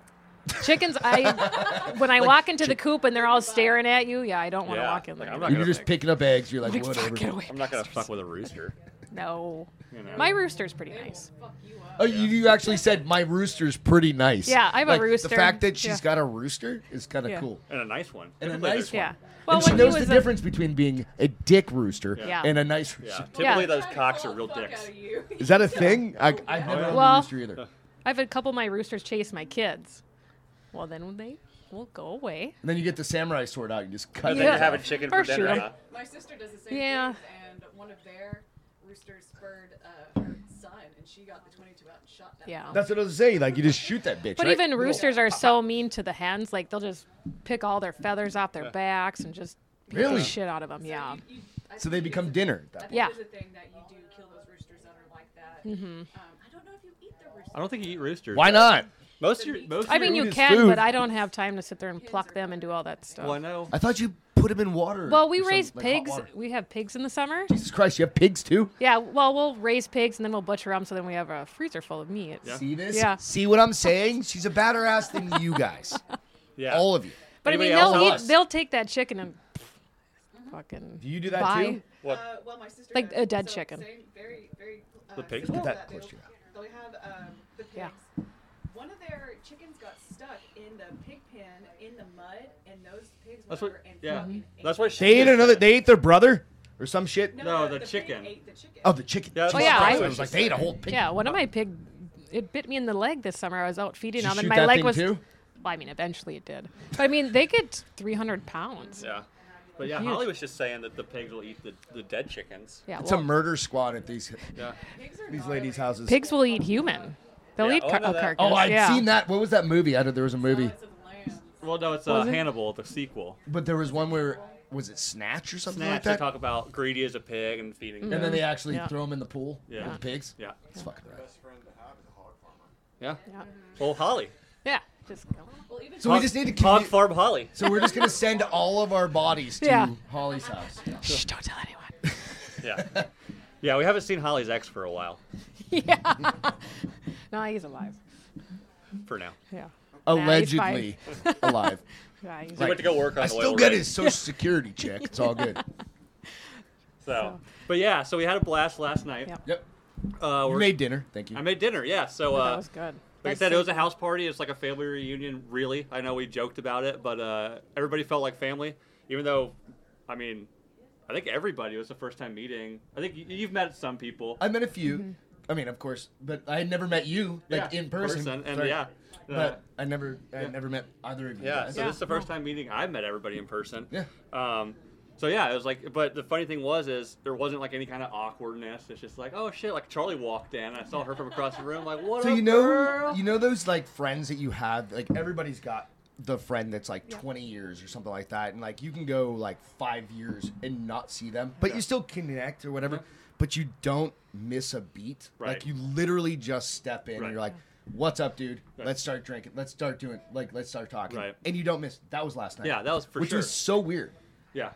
[SPEAKER 3] Chickens, I when I walk into the coop and they're all staring at you, yeah, I don't want to
[SPEAKER 1] Yeah,
[SPEAKER 3] walk in
[SPEAKER 1] like,
[SPEAKER 3] there.
[SPEAKER 1] I'm not
[SPEAKER 2] You're
[SPEAKER 1] gonna
[SPEAKER 2] just
[SPEAKER 1] pick-
[SPEAKER 2] picking up eggs. You're like,
[SPEAKER 3] Like,
[SPEAKER 2] whatever.
[SPEAKER 3] fuck, get away.
[SPEAKER 1] I'm not gonna fuck with a rooster.
[SPEAKER 3] No.
[SPEAKER 1] You know.
[SPEAKER 3] My rooster's pretty
[SPEAKER 4] They
[SPEAKER 3] nice.
[SPEAKER 4] will fuck you up.
[SPEAKER 2] Oh, you, you actually said my rooster's pretty nice.
[SPEAKER 3] Yeah, I have a
[SPEAKER 2] Like,
[SPEAKER 3] rooster.
[SPEAKER 2] The fact that she's
[SPEAKER 3] Yeah.
[SPEAKER 2] got a rooster is kind of
[SPEAKER 3] Yeah.
[SPEAKER 2] cool.
[SPEAKER 1] and a nice one.
[SPEAKER 2] And a
[SPEAKER 1] Typically there's
[SPEAKER 2] nice one.
[SPEAKER 3] Yeah.
[SPEAKER 2] Well,
[SPEAKER 3] Well,
[SPEAKER 2] and she
[SPEAKER 3] when he
[SPEAKER 2] knows
[SPEAKER 3] was
[SPEAKER 2] the
[SPEAKER 3] a,
[SPEAKER 2] difference between being a dick rooster
[SPEAKER 1] Yeah.
[SPEAKER 2] and a nice
[SPEAKER 1] Yeah.
[SPEAKER 2] rooster.
[SPEAKER 1] Typically,
[SPEAKER 3] Yeah.
[SPEAKER 1] those
[SPEAKER 4] Trying to
[SPEAKER 1] cocks
[SPEAKER 4] pull
[SPEAKER 1] are
[SPEAKER 4] the
[SPEAKER 1] real
[SPEAKER 4] fuck
[SPEAKER 1] dicks.
[SPEAKER 4] out of you.
[SPEAKER 2] Is that a thing? I, I've never
[SPEAKER 1] yeah.
[SPEAKER 2] owned a
[SPEAKER 3] Well-
[SPEAKER 2] rooster either.
[SPEAKER 3] I've had a couple of my roosters chase my kids. Well, then they will go away.
[SPEAKER 2] And then you get the samurai sword out and just cut
[SPEAKER 1] And
[SPEAKER 2] it.
[SPEAKER 1] then
[SPEAKER 3] Yeah.
[SPEAKER 1] you're having chicken for
[SPEAKER 3] Or shoot
[SPEAKER 1] dinner.
[SPEAKER 3] 'em.
[SPEAKER 1] Huh?
[SPEAKER 4] My sister does the same
[SPEAKER 3] Yeah.
[SPEAKER 4] things, and one of their roosters spurred uh, her son, and she got the 22 out and shot that.
[SPEAKER 3] Yeah.
[SPEAKER 2] That's what I was saying. Like you just shoot that bitch.
[SPEAKER 3] But
[SPEAKER 2] right?
[SPEAKER 3] even roosters are so mean to the hens. Like they'll just pick all their feathers off their
[SPEAKER 1] Yeah.
[SPEAKER 3] backs and just beat
[SPEAKER 2] Really?
[SPEAKER 3] the shit out of them.
[SPEAKER 4] So
[SPEAKER 3] Yeah.
[SPEAKER 4] you- you- I
[SPEAKER 2] So
[SPEAKER 4] think
[SPEAKER 2] they
[SPEAKER 4] it
[SPEAKER 2] become
[SPEAKER 4] is a-
[SPEAKER 2] dinner. At
[SPEAKER 4] I
[SPEAKER 2] that
[SPEAKER 4] think
[SPEAKER 2] point.
[SPEAKER 3] Yeah. Mm-hmm.
[SPEAKER 4] there's a thing that you do kill those roosters that are like that. Um, I don't know if you eat the roosters.
[SPEAKER 1] I don't think you eat roosters.
[SPEAKER 2] Why not?
[SPEAKER 1] Most of your, most of
[SPEAKER 3] I mean,
[SPEAKER 1] your-
[SPEAKER 3] you
[SPEAKER 2] Food is
[SPEAKER 3] can,
[SPEAKER 2] food.
[SPEAKER 3] but I don't have time to sit there and pluck them and do all that
[SPEAKER 1] Well, Oh, I
[SPEAKER 3] stuff.
[SPEAKER 1] know.
[SPEAKER 2] I thought you put him in water.
[SPEAKER 3] Well, we
[SPEAKER 2] or some-
[SPEAKER 3] raise
[SPEAKER 2] like hot
[SPEAKER 3] pigs.
[SPEAKER 2] water.
[SPEAKER 3] We have pigs in the summer.
[SPEAKER 2] Jesus Christ, you have pigs too?
[SPEAKER 3] Yeah. Well, we'll raise pigs and then we'll butcher them. So then we have a freezer full of meat.
[SPEAKER 1] Yeah.
[SPEAKER 2] See this?
[SPEAKER 3] Yeah.
[SPEAKER 2] See what I'm saying? She's a badder ass than you guys.
[SPEAKER 1] Yeah.
[SPEAKER 2] All of you.
[SPEAKER 3] But I mean,
[SPEAKER 1] Anybody else
[SPEAKER 3] they'll
[SPEAKER 1] tell
[SPEAKER 3] eat,
[SPEAKER 1] us?
[SPEAKER 3] they'll take that chicken and fucking.
[SPEAKER 2] Do you do that
[SPEAKER 3] Bye.
[SPEAKER 2] too?
[SPEAKER 1] What?
[SPEAKER 4] Uh, well, my sister
[SPEAKER 3] Like
[SPEAKER 4] does,
[SPEAKER 3] a dead
[SPEAKER 4] so
[SPEAKER 3] chicken.
[SPEAKER 4] Same, very, very. Uh,
[SPEAKER 1] The pigs?
[SPEAKER 4] similar
[SPEAKER 2] Get
[SPEAKER 4] to
[SPEAKER 2] that close to
[SPEAKER 4] They'll, they'll have um, the pigs.
[SPEAKER 3] Yeah.
[SPEAKER 4] One of their chickens got stuck in the pig pen in the mud, and those pigs
[SPEAKER 1] That's
[SPEAKER 4] went
[SPEAKER 1] what.
[SPEAKER 4] over and
[SPEAKER 1] Yeah.
[SPEAKER 4] fucking ate
[SPEAKER 1] That's
[SPEAKER 4] it.
[SPEAKER 1] what she
[SPEAKER 2] They ate
[SPEAKER 1] just
[SPEAKER 2] another.
[SPEAKER 1] said.
[SPEAKER 2] They ate their brother or some shit.
[SPEAKER 1] No, the
[SPEAKER 4] pig
[SPEAKER 1] chicken.
[SPEAKER 4] ate the chicken.
[SPEAKER 2] Oh, the chicken.
[SPEAKER 1] Yeah, that's
[SPEAKER 3] Oh, yeah,
[SPEAKER 2] Christ,
[SPEAKER 3] I-
[SPEAKER 2] I was like, they ate a whole pig.
[SPEAKER 3] Yeah, one of my pig, it bit me in the leg this summer. I was out feeding
[SPEAKER 2] Did you
[SPEAKER 3] them, and
[SPEAKER 2] shoot
[SPEAKER 3] my
[SPEAKER 2] that
[SPEAKER 3] leg
[SPEAKER 2] thing
[SPEAKER 3] was.
[SPEAKER 2] too?
[SPEAKER 3] Well, I mean, eventually it did. But I mean, they get 300 pounds. Yeah.
[SPEAKER 1] Yeah. But yeah,
[SPEAKER 3] Huge.
[SPEAKER 1] Holly was just saying that the pigs will eat the, the dead chickens.
[SPEAKER 2] It's
[SPEAKER 3] well,
[SPEAKER 2] a murder squad at these
[SPEAKER 1] Yeah.
[SPEAKER 4] Pigs are
[SPEAKER 2] these
[SPEAKER 4] gnarly.
[SPEAKER 2] ladies' houses.
[SPEAKER 3] pigs will eat human. They'll
[SPEAKER 1] Yeah,
[SPEAKER 3] eat
[SPEAKER 1] oh, I
[SPEAKER 3] car-
[SPEAKER 1] know
[SPEAKER 3] a
[SPEAKER 1] that.
[SPEAKER 3] carcass.
[SPEAKER 2] Oh, I've
[SPEAKER 3] yeah.
[SPEAKER 2] seen that. What was that movie? I don't, there was a movie,
[SPEAKER 4] Lots of lambs.
[SPEAKER 1] Well, no, it's uh,
[SPEAKER 3] Was it?
[SPEAKER 1] Hannibal, the sequel.
[SPEAKER 2] but there was one where was it Snatch or something
[SPEAKER 1] Snatch. They
[SPEAKER 2] like that? Mm.
[SPEAKER 1] talk about greedy as a pig and feeding.
[SPEAKER 2] And then they actually
[SPEAKER 3] Yeah.
[SPEAKER 2] throw them in the pool
[SPEAKER 1] Yeah.
[SPEAKER 2] with the pigs.
[SPEAKER 1] Yeah.
[SPEAKER 2] It's fucking right.
[SPEAKER 5] Best friend to have is a hog farmer.
[SPEAKER 1] Yeah.
[SPEAKER 3] Yeah.
[SPEAKER 1] Well, Holly.
[SPEAKER 3] Yeah, Just go.
[SPEAKER 4] Well, even
[SPEAKER 2] So we
[SPEAKER 1] Hog-
[SPEAKER 2] just need to
[SPEAKER 1] hog
[SPEAKER 2] commu-
[SPEAKER 1] farm Holly.
[SPEAKER 2] So we're just gonna send all of our bodies to
[SPEAKER 3] Yeah.
[SPEAKER 2] Holly's house.
[SPEAKER 3] Shh, don't tell anyone.
[SPEAKER 1] Yeah. yeah. We haven't seen Holly's ex for a while.
[SPEAKER 3] yeah. no, he's alive.
[SPEAKER 1] For now.
[SPEAKER 3] Yeah.
[SPEAKER 2] Allegedly alive.
[SPEAKER 3] Yeah, he's
[SPEAKER 1] He went to go work on
[SPEAKER 2] I
[SPEAKER 1] the
[SPEAKER 2] still
[SPEAKER 1] oil
[SPEAKER 2] get
[SPEAKER 1] rig,
[SPEAKER 2] his social security check. It's all good.
[SPEAKER 1] So. But yeah, so we had a blast last night.
[SPEAKER 3] Yeah.
[SPEAKER 2] Yep.
[SPEAKER 1] Uh,
[SPEAKER 2] You
[SPEAKER 1] we're,
[SPEAKER 2] made dinner. Thank you.
[SPEAKER 1] I made dinner. Yeah. So.
[SPEAKER 3] that
[SPEAKER 1] Uh,
[SPEAKER 3] was good.
[SPEAKER 1] like I said, it was a house party. It's like a family reunion, really. I know we joked about it, but uh, everybody felt like family, even though, I mean, I think everybody it was the first time meeting. I think you, you've met some people.
[SPEAKER 2] I met a few.
[SPEAKER 3] Mm-hmm.
[SPEAKER 2] I mean, of course, but I had never met you like
[SPEAKER 1] Yeah,
[SPEAKER 2] in person.
[SPEAKER 1] and
[SPEAKER 2] Sorry.
[SPEAKER 1] yeah, Uh,
[SPEAKER 2] But I never, I
[SPEAKER 1] yeah.
[SPEAKER 2] never met either of you.
[SPEAKER 1] yeah.
[SPEAKER 2] guys.
[SPEAKER 1] So this is the first time meeting I met everybody in person.
[SPEAKER 2] Yeah.
[SPEAKER 1] Um, so yeah, it was like, but the funny thing was, is there wasn't like any kind of awkwardness. It's just like, oh shit, like Charlie walked in, and I saw her from across the room, like what
[SPEAKER 2] So
[SPEAKER 1] up,
[SPEAKER 2] you know,
[SPEAKER 1] girl?
[SPEAKER 2] you know those like friends that you have. Like everybody's got the friend that's like 20 years or something like that, and like you can go like five years and not see them, but you still connect or whatever. But you don't miss a beat.
[SPEAKER 1] Right.
[SPEAKER 2] Like you literally just step in
[SPEAKER 1] Right.
[SPEAKER 2] and you're like. What's up, dude?
[SPEAKER 1] Right.
[SPEAKER 2] Let's start drinking. Let's start doing like let's start talking.
[SPEAKER 1] Right.
[SPEAKER 2] And you don't miss. That was last night.
[SPEAKER 1] Yeah, that was for
[SPEAKER 2] which
[SPEAKER 1] sure.
[SPEAKER 2] was so weird.
[SPEAKER 1] yeah.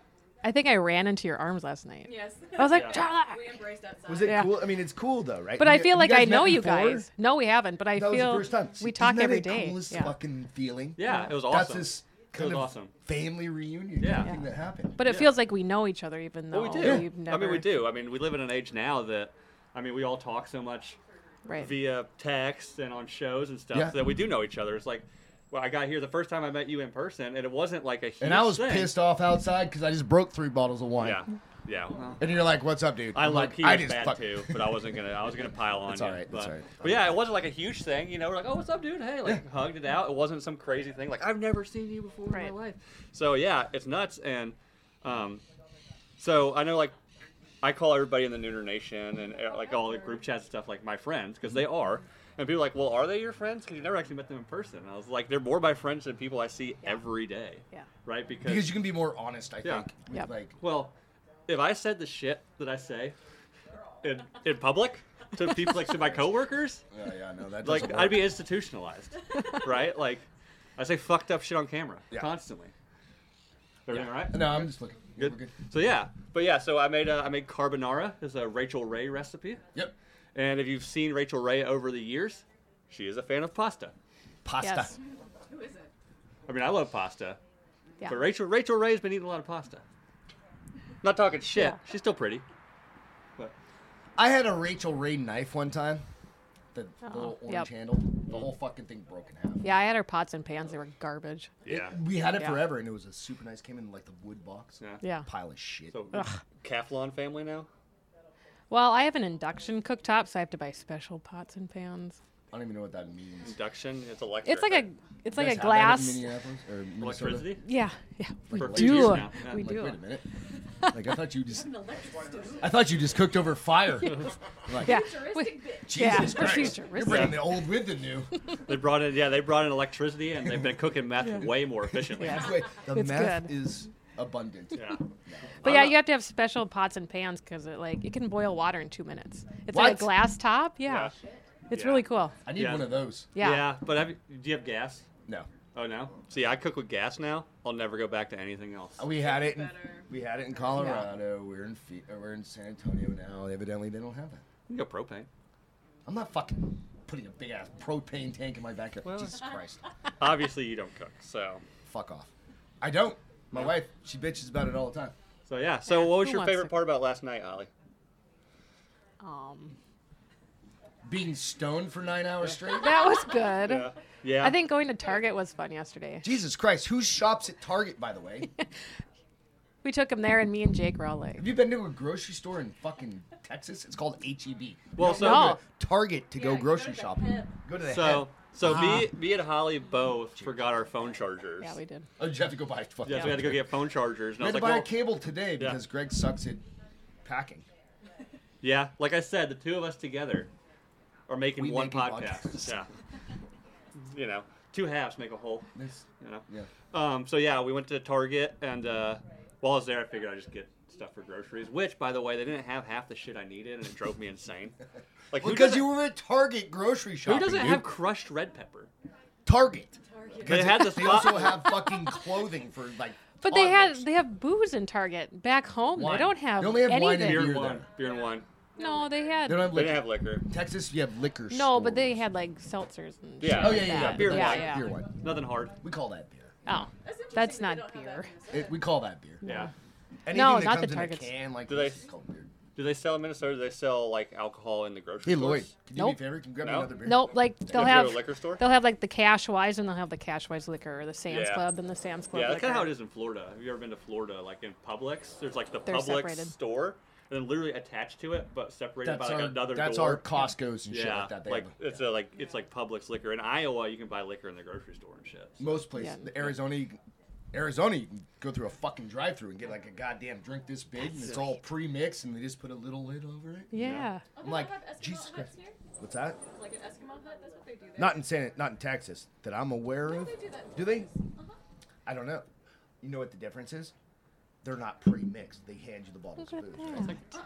[SPEAKER 3] I think I ran into your arms last night.
[SPEAKER 4] yes.
[SPEAKER 3] I was like,
[SPEAKER 1] Yeah.
[SPEAKER 3] "Charlotte."
[SPEAKER 4] we embraced outside.
[SPEAKER 2] Was it
[SPEAKER 3] Yeah.
[SPEAKER 2] cool? I mean, it's cool though, right?
[SPEAKER 3] But
[SPEAKER 2] You
[SPEAKER 3] I
[SPEAKER 2] get-
[SPEAKER 3] feel like I
[SPEAKER 2] guys met
[SPEAKER 3] know you
[SPEAKER 2] before?
[SPEAKER 3] guys. No, we haven't, but I
[SPEAKER 2] That was
[SPEAKER 3] feel
[SPEAKER 2] the first time. See,
[SPEAKER 3] we talk
[SPEAKER 2] isn't that
[SPEAKER 3] every
[SPEAKER 2] the
[SPEAKER 3] day.
[SPEAKER 2] Coolest
[SPEAKER 3] yeah.
[SPEAKER 2] fucking feeling.
[SPEAKER 1] Yeah, it was
[SPEAKER 2] That's
[SPEAKER 1] awesome.
[SPEAKER 2] this kind
[SPEAKER 1] was
[SPEAKER 2] of
[SPEAKER 1] awesome.
[SPEAKER 2] family reunion
[SPEAKER 1] Yeah.
[SPEAKER 2] kind of thing that happened.
[SPEAKER 3] But it
[SPEAKER 1] Yeah.
[SPEAKER 3] feels like we know each other, even though
[SPEAKER 2] Oh,
[SPEAKER 1] Well, we do.
[SPEAKER 3] have never.
[SPEAKER 1] I mean, we do. I mean, we live in an age now that, I mean, we all talk so much
[SPEAKER 3] Right.
[SPEAKER 1] via text and on shows and stuff
[SPEAKER 2] Yeah.
[SPEAKER 1] so that we do know each other. It's like, well, I got here the first time I met you in person, and it wasn't like a huge
[SPEAKER 2] and I was
[SPEAKER 1] thing.
[SPEAKER 2] pissed off outside because I just broke three bottles of wine.
[SPEAKER 1] Yeah, yeah.
[SPEAKER 2] And you're like, "What's up, dude?"
[SPEAKER 1] I
[SPEAKER 2] I'm
[SPEAKER 1] like
[SPEAKER 2] like,
[SPEAKER 1] he
[SPEAKER 2] I
[SPEAKER 1] was
[SPEAKER 2] just
[SPEAKER 1] bad
[SPEAKER 2] fuck-
[SPEAKER 1] too, but I wasn't gonna. I was gonna pile on.
[SPEAKER 2] It's
[SPEAKER 1] you,
[SPEAKER 2] alright, it's
[SPEAKER 1] But,
[SPEAKER 2] alright.
[SPEAKER 1] but yeah, it wasn't like a huge thing. You know, we're like, oh, what's up, dude? Hey, like hugged it out. It wasn't some crazy thing. Like I've never seen you before
[SPEAKER 3] Right.
[SPEAKER 1] in my life. So yeah, it's nuts. And um, so I know like I call everybody in the Nooner Nation and uh, like all the group chats and stuff like my friends because they are. And people are like, well, are they your friends? Because you never actually met them in person. And I was like, they're more my friends than people I see every day.
[SPEAKER 3] Yeah.
[SPEAKER 1] Right? Because,
[SPEAKER 2] because you can be more honest. I
[SPEAKER 1] Yeah.
[SPEAKER 2] think. with,
[SPEAKER 3] Yep.
[SPEAKER 2] Like,
[SPEAKER 1] well, if I said the shit that I say in, in public to people, like to my coworkers,
[SPEAKER 2] yeah, "Oh, yeah, no, that
[SPEAKER 1] like
[SPEAKER 2] doesn't
[SPEAKER 1] I'd be
[SPEAKER 2] work.
[SPEAKER 1] institutionalized, right? Like I say fucked up shit on camera
[SPEAKER 2] Yeah.
[SPEAKER 1] constantly. Everything all right?
[SPEAKER 2] No, I'm just looking. Yeah,
[SPEAKER 1] Good.
[SPEAKER 2] we're
[SPEAKER 1] So yeah, but yeah, so I made a, I made carbonara. It's a Rachel Ray recipe,
[SPEAKER 2] Yep.
[SPEAKER 1] and if you've seen Rachel Ray over the years, she is a fan of pasta.
[SPEAKER 2] Pasta.
[SPEAKER 3] Yes.
[SPEAKER 4] Who is it?
[SPEAKER 1] I mean, I love pasta,
[SPEAKER 3] Yeah.
[SPEAKER 1] but Rachel Rachel Ray's been eating a lot of pasta. Not talking shit.
[SPEAKER 3] Yeah.
[SPEAKER 1] She's still pretty. But
[SPEAKER 2] I had a Rachel Ray knife one time. The little
[SPEAKER 3] Oh,
[SPEAKER 2] orange
[SPEAKER 3] yep.
[SPEAKER 2] handle. The whole fucking thing broke in half.
[SPEAKER 3] Yeah, I had our pots and pans. They were garbage.
[SPEAKER 1] yeah,
[SPEAKER 2] It- we had it
[SPEAKER 3] Yeah.
[SPEAKER 2] forever, and it was a super nice. Came in like the wood box.
[SPEAKER 1] yeah.
[SPEAKER 3] Yeah.
[SPEAKER 2] Pile of shit.
[SPEAKER 1] So
[SPEAKER 3] Ugh.
[SPEAKER 1] Kaflon family now.
[SPEAKER 3] Well, I have an induction cooktop, so I have to buy special pots and pans.
[SPEAKER 2] I don't even know what that means.
[SPEAKER 1] Induction. It's electric.
[SPEAKER 3] It's like a, it's
[SPEAKER 2] You
[SPEAKER 3] like
[SPEAKER 2] guys
[SPEAKER 3] a
[SPEAKER 2] have that in
[SPEAKER 3] glass.
[SPEAKER 2] Minneapolis or Minnesota?
[SPEAKER 1] electricity.
[SPEAKER 3] Yeah, yeah. We
[SPEAKER 1] For a few years
[SPEAKER 3] do.
[SPEAKER 1] now, yeah.
[SPEAKER 3] We
[SPEAKER 2] Like,
[SPEAKER 3] do.
[SPEAKER 2] wait a minute. Like I thought you just,
[SPEAKER 4] An electric stove.
[SPEAKER 2] I thought you just cooked over fire. like,
[SPEAKER 3] Yeah.
[SPEAKER 4] Futuristic bitch.
[SPEAKER 2] Jesus
[SPEAKER 3] Yeah,
[SPEAKER 2] Christ.
[SPEAKER 3] we're
[SPEAKER 2] You're
[SPEAKER 3] futuristic.
[SPEAKER 2] bringing the old with the new.
[SPEAKER 1] They brought in, yeah, they brought in electricity, and they've been cooking meth way more efficiently.
[SPEAKER 3] Yeah.
[SPEAKER 2] Wait, the
[SPEAKER 3] It's
[SPEAKER 2] meth
[SPEAKER 3] good.
[SPEAKER 2] is abundant.
[SPEAKER 1] Yeah.
[SPEAKER 3] But
[SPEAKER 1] I'm
[SPEAKER 3] yeah,
[SPEAKER 1] not-
[SPEAKER 3] you have to have special pots and pans because it like it can boil water in two minutes. It's like
[SPEAKER 2] What?
[SPEAKER 3] a glass top. Yeah,
[SPEAKER 1] Yeah.
[SPEAKER 3] it's
[SPEAKER 1] Yeah.
[SPEAKER 3] really cool.
[SPEAKER 2] I need
[SPEAKER 1] Yeah.
[SPEAKER 2] one of those.
[SPEAKER 3] Yeah.
[SPEAKER 1] but have, you- do you have gas?
[SPEAKER 2] No,
[SPEAKER 1] Oh no. See, I cook with gas now. I'll never go back to anything else.
[SPEAKER 2] we had it. In,
[SPEAKER 4] Better.
[SPEAKER 2] we had it in Colorado. We're in Fe- or we're in San Antonio now. Evidently, they don't have that.
[SPEAKER 1] You can go propane.
[SPEAKER 2] I'm not fucking putting a big ass propane tank in my backyard. Jesus Christ.
[SPEAKER 1] Obviously, you don't cook. So,
[SPEAKER 2] Fuck off. I don't. My wife, she bitches about it all the time.
[SPEAKER 1] so yeah. So, what was
[SPEAKER 3] Who
[SPEAKER 1] your
[SPEAKER 3] wants
[SPEAKER 1] favorite
[SPEAKER 3] to-
[SPEAKER 1] part about last night, Ollie?
[SPEAKER 3] Um,
[SPEAKER 2] Being stoned for nine hours straight.
[SPEAKER 3] that was good.
[SPEAKER 1] Yeah. Yeah.
[SPEAKER 3] I think going to Target was fun yesterday.
[SPEAKER 2] Jesus Christ, who shops at Target, by the way?
[SPEAKER 3] We took him there, and me and Jake were all like,
[SPEAKER 2] Have you been to a grocery store in fucking Texas? It's called HEB.
[SPEAKER 1] Well,
[SPEAKER 2] You
[SPEAKER 1] so-
[SPEAKER 2] don't go
[SPEAKER 3] No.
[SPEAKER 2] to Target to
[SPEAKER 4] Yeah,
[SPEAKER 2] go
[SPEAKER 4] you
[SPEAKER 2] grocery
[SPEAKER 4] go to
[SPEAKER 2] shopping.
[SPEAKER 4] the hip.
[SPEAKER 2] Go to the head.
[SPEAKER 1] so. So me, me and Holly both forgot our phone chargers.
[SPEAKER 3] Uh-huh. "Yeah, we did."
[SPEAKER 2] Oh, did you have to go buy fucking.
[SPEAKER 1] Yeah, so we had to go get phone chargers, and
[SPEAKER 2] We
[SPEAKER 1] I
[SPEAKER 2] had
[SPEAKER 1] was
[SPEAKER 2] to
[SPEAKER 1] like,
[SPEAKER 2] buy
[SPEAKER 1] well,
[SPEAKER 2] a cable today
[SPEAKER 1] Yeah.
[SPEAKER 2] because Greg sucks at packing.
[SPEAKER 1] yeah, like I said, the two of us together are making
[SPEAKER 2] We
[SPEAKER 1] one
[SPEAKER 2] make a
[SPEAKER 1] podcast.
[SPEAKER 2] podcast.
[SPEAKER 1] Yeah. You know, two halves make a whole.
[SPEAKER 2] This-
[SPEAKER 1] You know.
[SPEAKER 2] yeah.
[SPEAKER 1] Um, so yeah, we went to Target, and uh, while I was there, I figured I'd just get stuff for groceries. Which, by the way, they didn't have half the shit I needed, and it drove me insane. Like who
[SPEAKER 2] Because
[SPEAKER 1] doesn't-
[SPEAKER 2] you were at Target grocery
[SPEAKER 1] who
[SPEAKER 2] shopping.
[SPEAKER 1] doesn't
[SPEAKER 2] dude.
[SPEAKER 1] have crushed red pepper?
[SPEAKER 2] Target?
[SPEAKER 4] Target.
[SPEAKER 1] They had this.
[SPEAKER 2] They also have fucking clothing for like.
[SPEAKER 3] But they had
[SPEAKER 2] toddlers.
[SPEAKER 3] they have booze in Target. Back home,
[SPEAKER 2] Wine.
[SPEAKER 3] they don't have
[SPEAKER 2] They only have wine and
[SPEAKER 3] anything.
[SPEAKER 1] beer and
[SPEAKER 2] beer
[SPEAKER 1] wine.
[SPEAKER 2] there.
[SPEAKER 1] Beer and wine.
[SPEAKER 3] No, they had
[SPEAKER 2] They don't have
[SPEAKER 1] They didn't
[SPEAKER 2] liquor.
[SPEAKER 1] have liquor.
[SPEAKER 2] Texas, you have liquor.
[SPEAKER 3] no, but they
[SPEAKER 2] stores.
[SPEAKER 3] had like seltzers and
[SPEAKER 1] Yeah.
[SPEAKER 3] shit
[SPEAKER 2] Oh
[SPEAKER 3] like
[SPEAKER 2] yeah, yeah, yeah.
[SPEAKER 3] that.
[SPEAKER 1] Beer wine.
[SPEAKER 2] Beer,
[SPEAKER 3] yeah,
[SPEAKER 2] wine.
[SPEAKER 3] yeah.
[SPEAKER 2] beer wine.
[SPEAKER 1] Nothing hard.
[SPEAKER 2] We call that beer.
[SPEAKER 3] Oh,
[SPEAKER 4] interesting
[SPEAKER 3] That's
[SPEAKER 4] that they
[SPEAKER 3] not
[SPEAKER 4] don't have
[SPEAKER 3] beer.
[SPEAKER 4] that in Minnesota.
[SPEAKER 2] It, we call that beer.
[SPEAKER 1] Yeah.
[SPEAKER 2] Anything
[SPEAKER 3] No,
[SPEAKER 2] that
[SPEAKER 3] not the
[SPEAKER 2] comes in a
[SPEAKER 3] Targets.
[SPEAKER 2] can like
[SPEAKER 1] Do they-
[SPEAKER 2] this is called beer.
[SPEAKER 1] Do they sell in Minnesota? Do they sell like alcohol in the grocery
[SPEAKER 2] Hey
[SPEAKER 1] stores?
[SPEAKER 2] Lloyd, can you do me a
[SPEAKER 3] Nope.
[SPEAKER 2] favor? Can you grab me
[SPEAKER 1] No.
[SPEAKER 2] another beer?
[SPEAKER 3] nope. Like
[SPEAKER 1] You
[SPEAKER 3] they'll
[SPEAKER 1] have to go to
[SPEAKER 3] have
[SPEAKER 1] a liquor store?
[SPEAKER 3] they'll have like the cash wise and they'll have the cash wise liquor or the Sam's
[SPEAKER 1] Yeah.
[SPEAKER 3] Club and the Sam's Club.
[SPEAKER 1] Yeah, that's
[SPEAKER 3] liquor.
[SPEAKER 1] kind of how it is in Florida. Have you ever been to Florida? Like in Publix, there's like the
[SPEAKER 3] They're
[SPEAKER 1] Publix
[SPEAKER 3] separated.
[SPEAKER 1] store, and then literally attached to it, but separated
[SPEAKER 2] That's
[SPEAKER 1] by like
[SPEAKER 2] our
[SPEAKER 1] another
[SPEAKER 2] that's
[SPEAKER 1] door.
[SPEAKER 2] our Costco's and shit
[SPEAKER 1] yeah,
[SPEAKER 2] like that. They have
[SPEAKER 1] it's a, like it's like Publix liquor. In Iowa, you can buy liquor in the grocery store and shit. So-
[SPEAKER 2] most places.
[SPEAKER 3] Yeah.
[SPEAKER 2] The Arizona, you can, Arizona, you can go through a fucking drive-through and get like a goddamn drink this big, and it's all pre-mixed, and they just put a little lid over it.
[SPEAKER 3] Yeah.
[SPEAKER 4] Oh,
[SPEAKER 2] I'm
[SPEAKER 4] they
[SPEAKER 2] like,
[SPEAKER 4] have Eskimo
[SPEAKER 2] Jesus
[SPEAKER 4] huts
[SPEAKER 2] Christ.
[SPEAKER 4] here?
[SPEAKER 2] What's that?
[SPEAKER 4] Like an Eskimo hut? That's what they do there.
[SPEAKER 2] Not in San, not in Texas that I'm aware
[SPEAKER 4] No,
[SPEAKER 2] of.
[SPEAKER 4] they do that in
[SPEAKER 2] Do they?
[SPEAKER 4] Texas. Uh-huh.
[SPEAKER 2] I don't know. You know what the difference is? They're not pre-mixed. They hand you the bottles of
[SPEAKER 3] Look at
[SPEAKER 2] booze.
[SPEAKER 3] that.
[SPEAKER 2] right?
[SPEAKER 4] Uh-uh.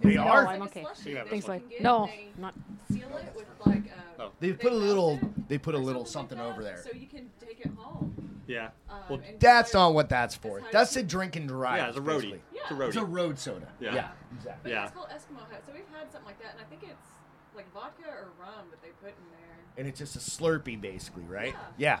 [SPEAKER 2] They
[SPEAKER 3] No,
[SPEAKER 2] are.
[SPEAKER 3] I'm
[SPEAKER 4] Like a
[SPEAKER 3] okay.
[SPEAKER 4] slushie
[SPEAKER 1] You can have
[SPEAKER 4] that
[SPEAKER 1] this
[SPEAKER 3] Things
[SPEAKER 4] you
[SPEAKER 1] one.
[SPEAKER 3] like
[SPEAKER 4] can get
[SPEAKER 3] no,
[SPEAKER 4] and they
[SPEAKER 3] not
[SPEAKER 4] Seal it with like uh, a.
[SPEAKER 1] Oh.
[SPEAKER 2] They put a little. They put a little something
[SPEAKER 4] like
[SPEAKER 2] over
[SPEAKER 4] that,
[SPEAKER 2] there.
[SPEAKER 4] So you can take it home.
[SPEAKER 1] Yeah.
[SPEAKER 4] Um,
[SPEAKER 1] Well,
[SPEAKER 4] and
[SPEAKER 2] That's
[SPEAKER 4] go-
[SPEAKER 2] not what that's for.
[SPEAKER 4] That's how
[SPEAKER 2] That's
[SPEAKER 4] you-
[SPEAKER 2] a drink and drive.
[SPEAKER 1] yeah, it's a roadie.
[SPEAKER 2] basically.
[SPEAKER 1] It's a
[SPEAKER 4] Yeah.
[SPEAKER 1] roadie.
[SPEAKER 2] It's a road soda.
[SPEAKER 1] Yeah.
[SPEAKER 2] exactly.
[SPEAKER 4] But
[SPEAKER 1] Yeah.
[SPEAKER 4] it's called Eskimo hut. So we've had something like that, and I think it's like vodka or rum that they put in there.
[SPEAKER 2] And it's just a Slurpee, basically, right?
[SPEAKER 4] Yeah.
[SPEAKER 2] Yeah.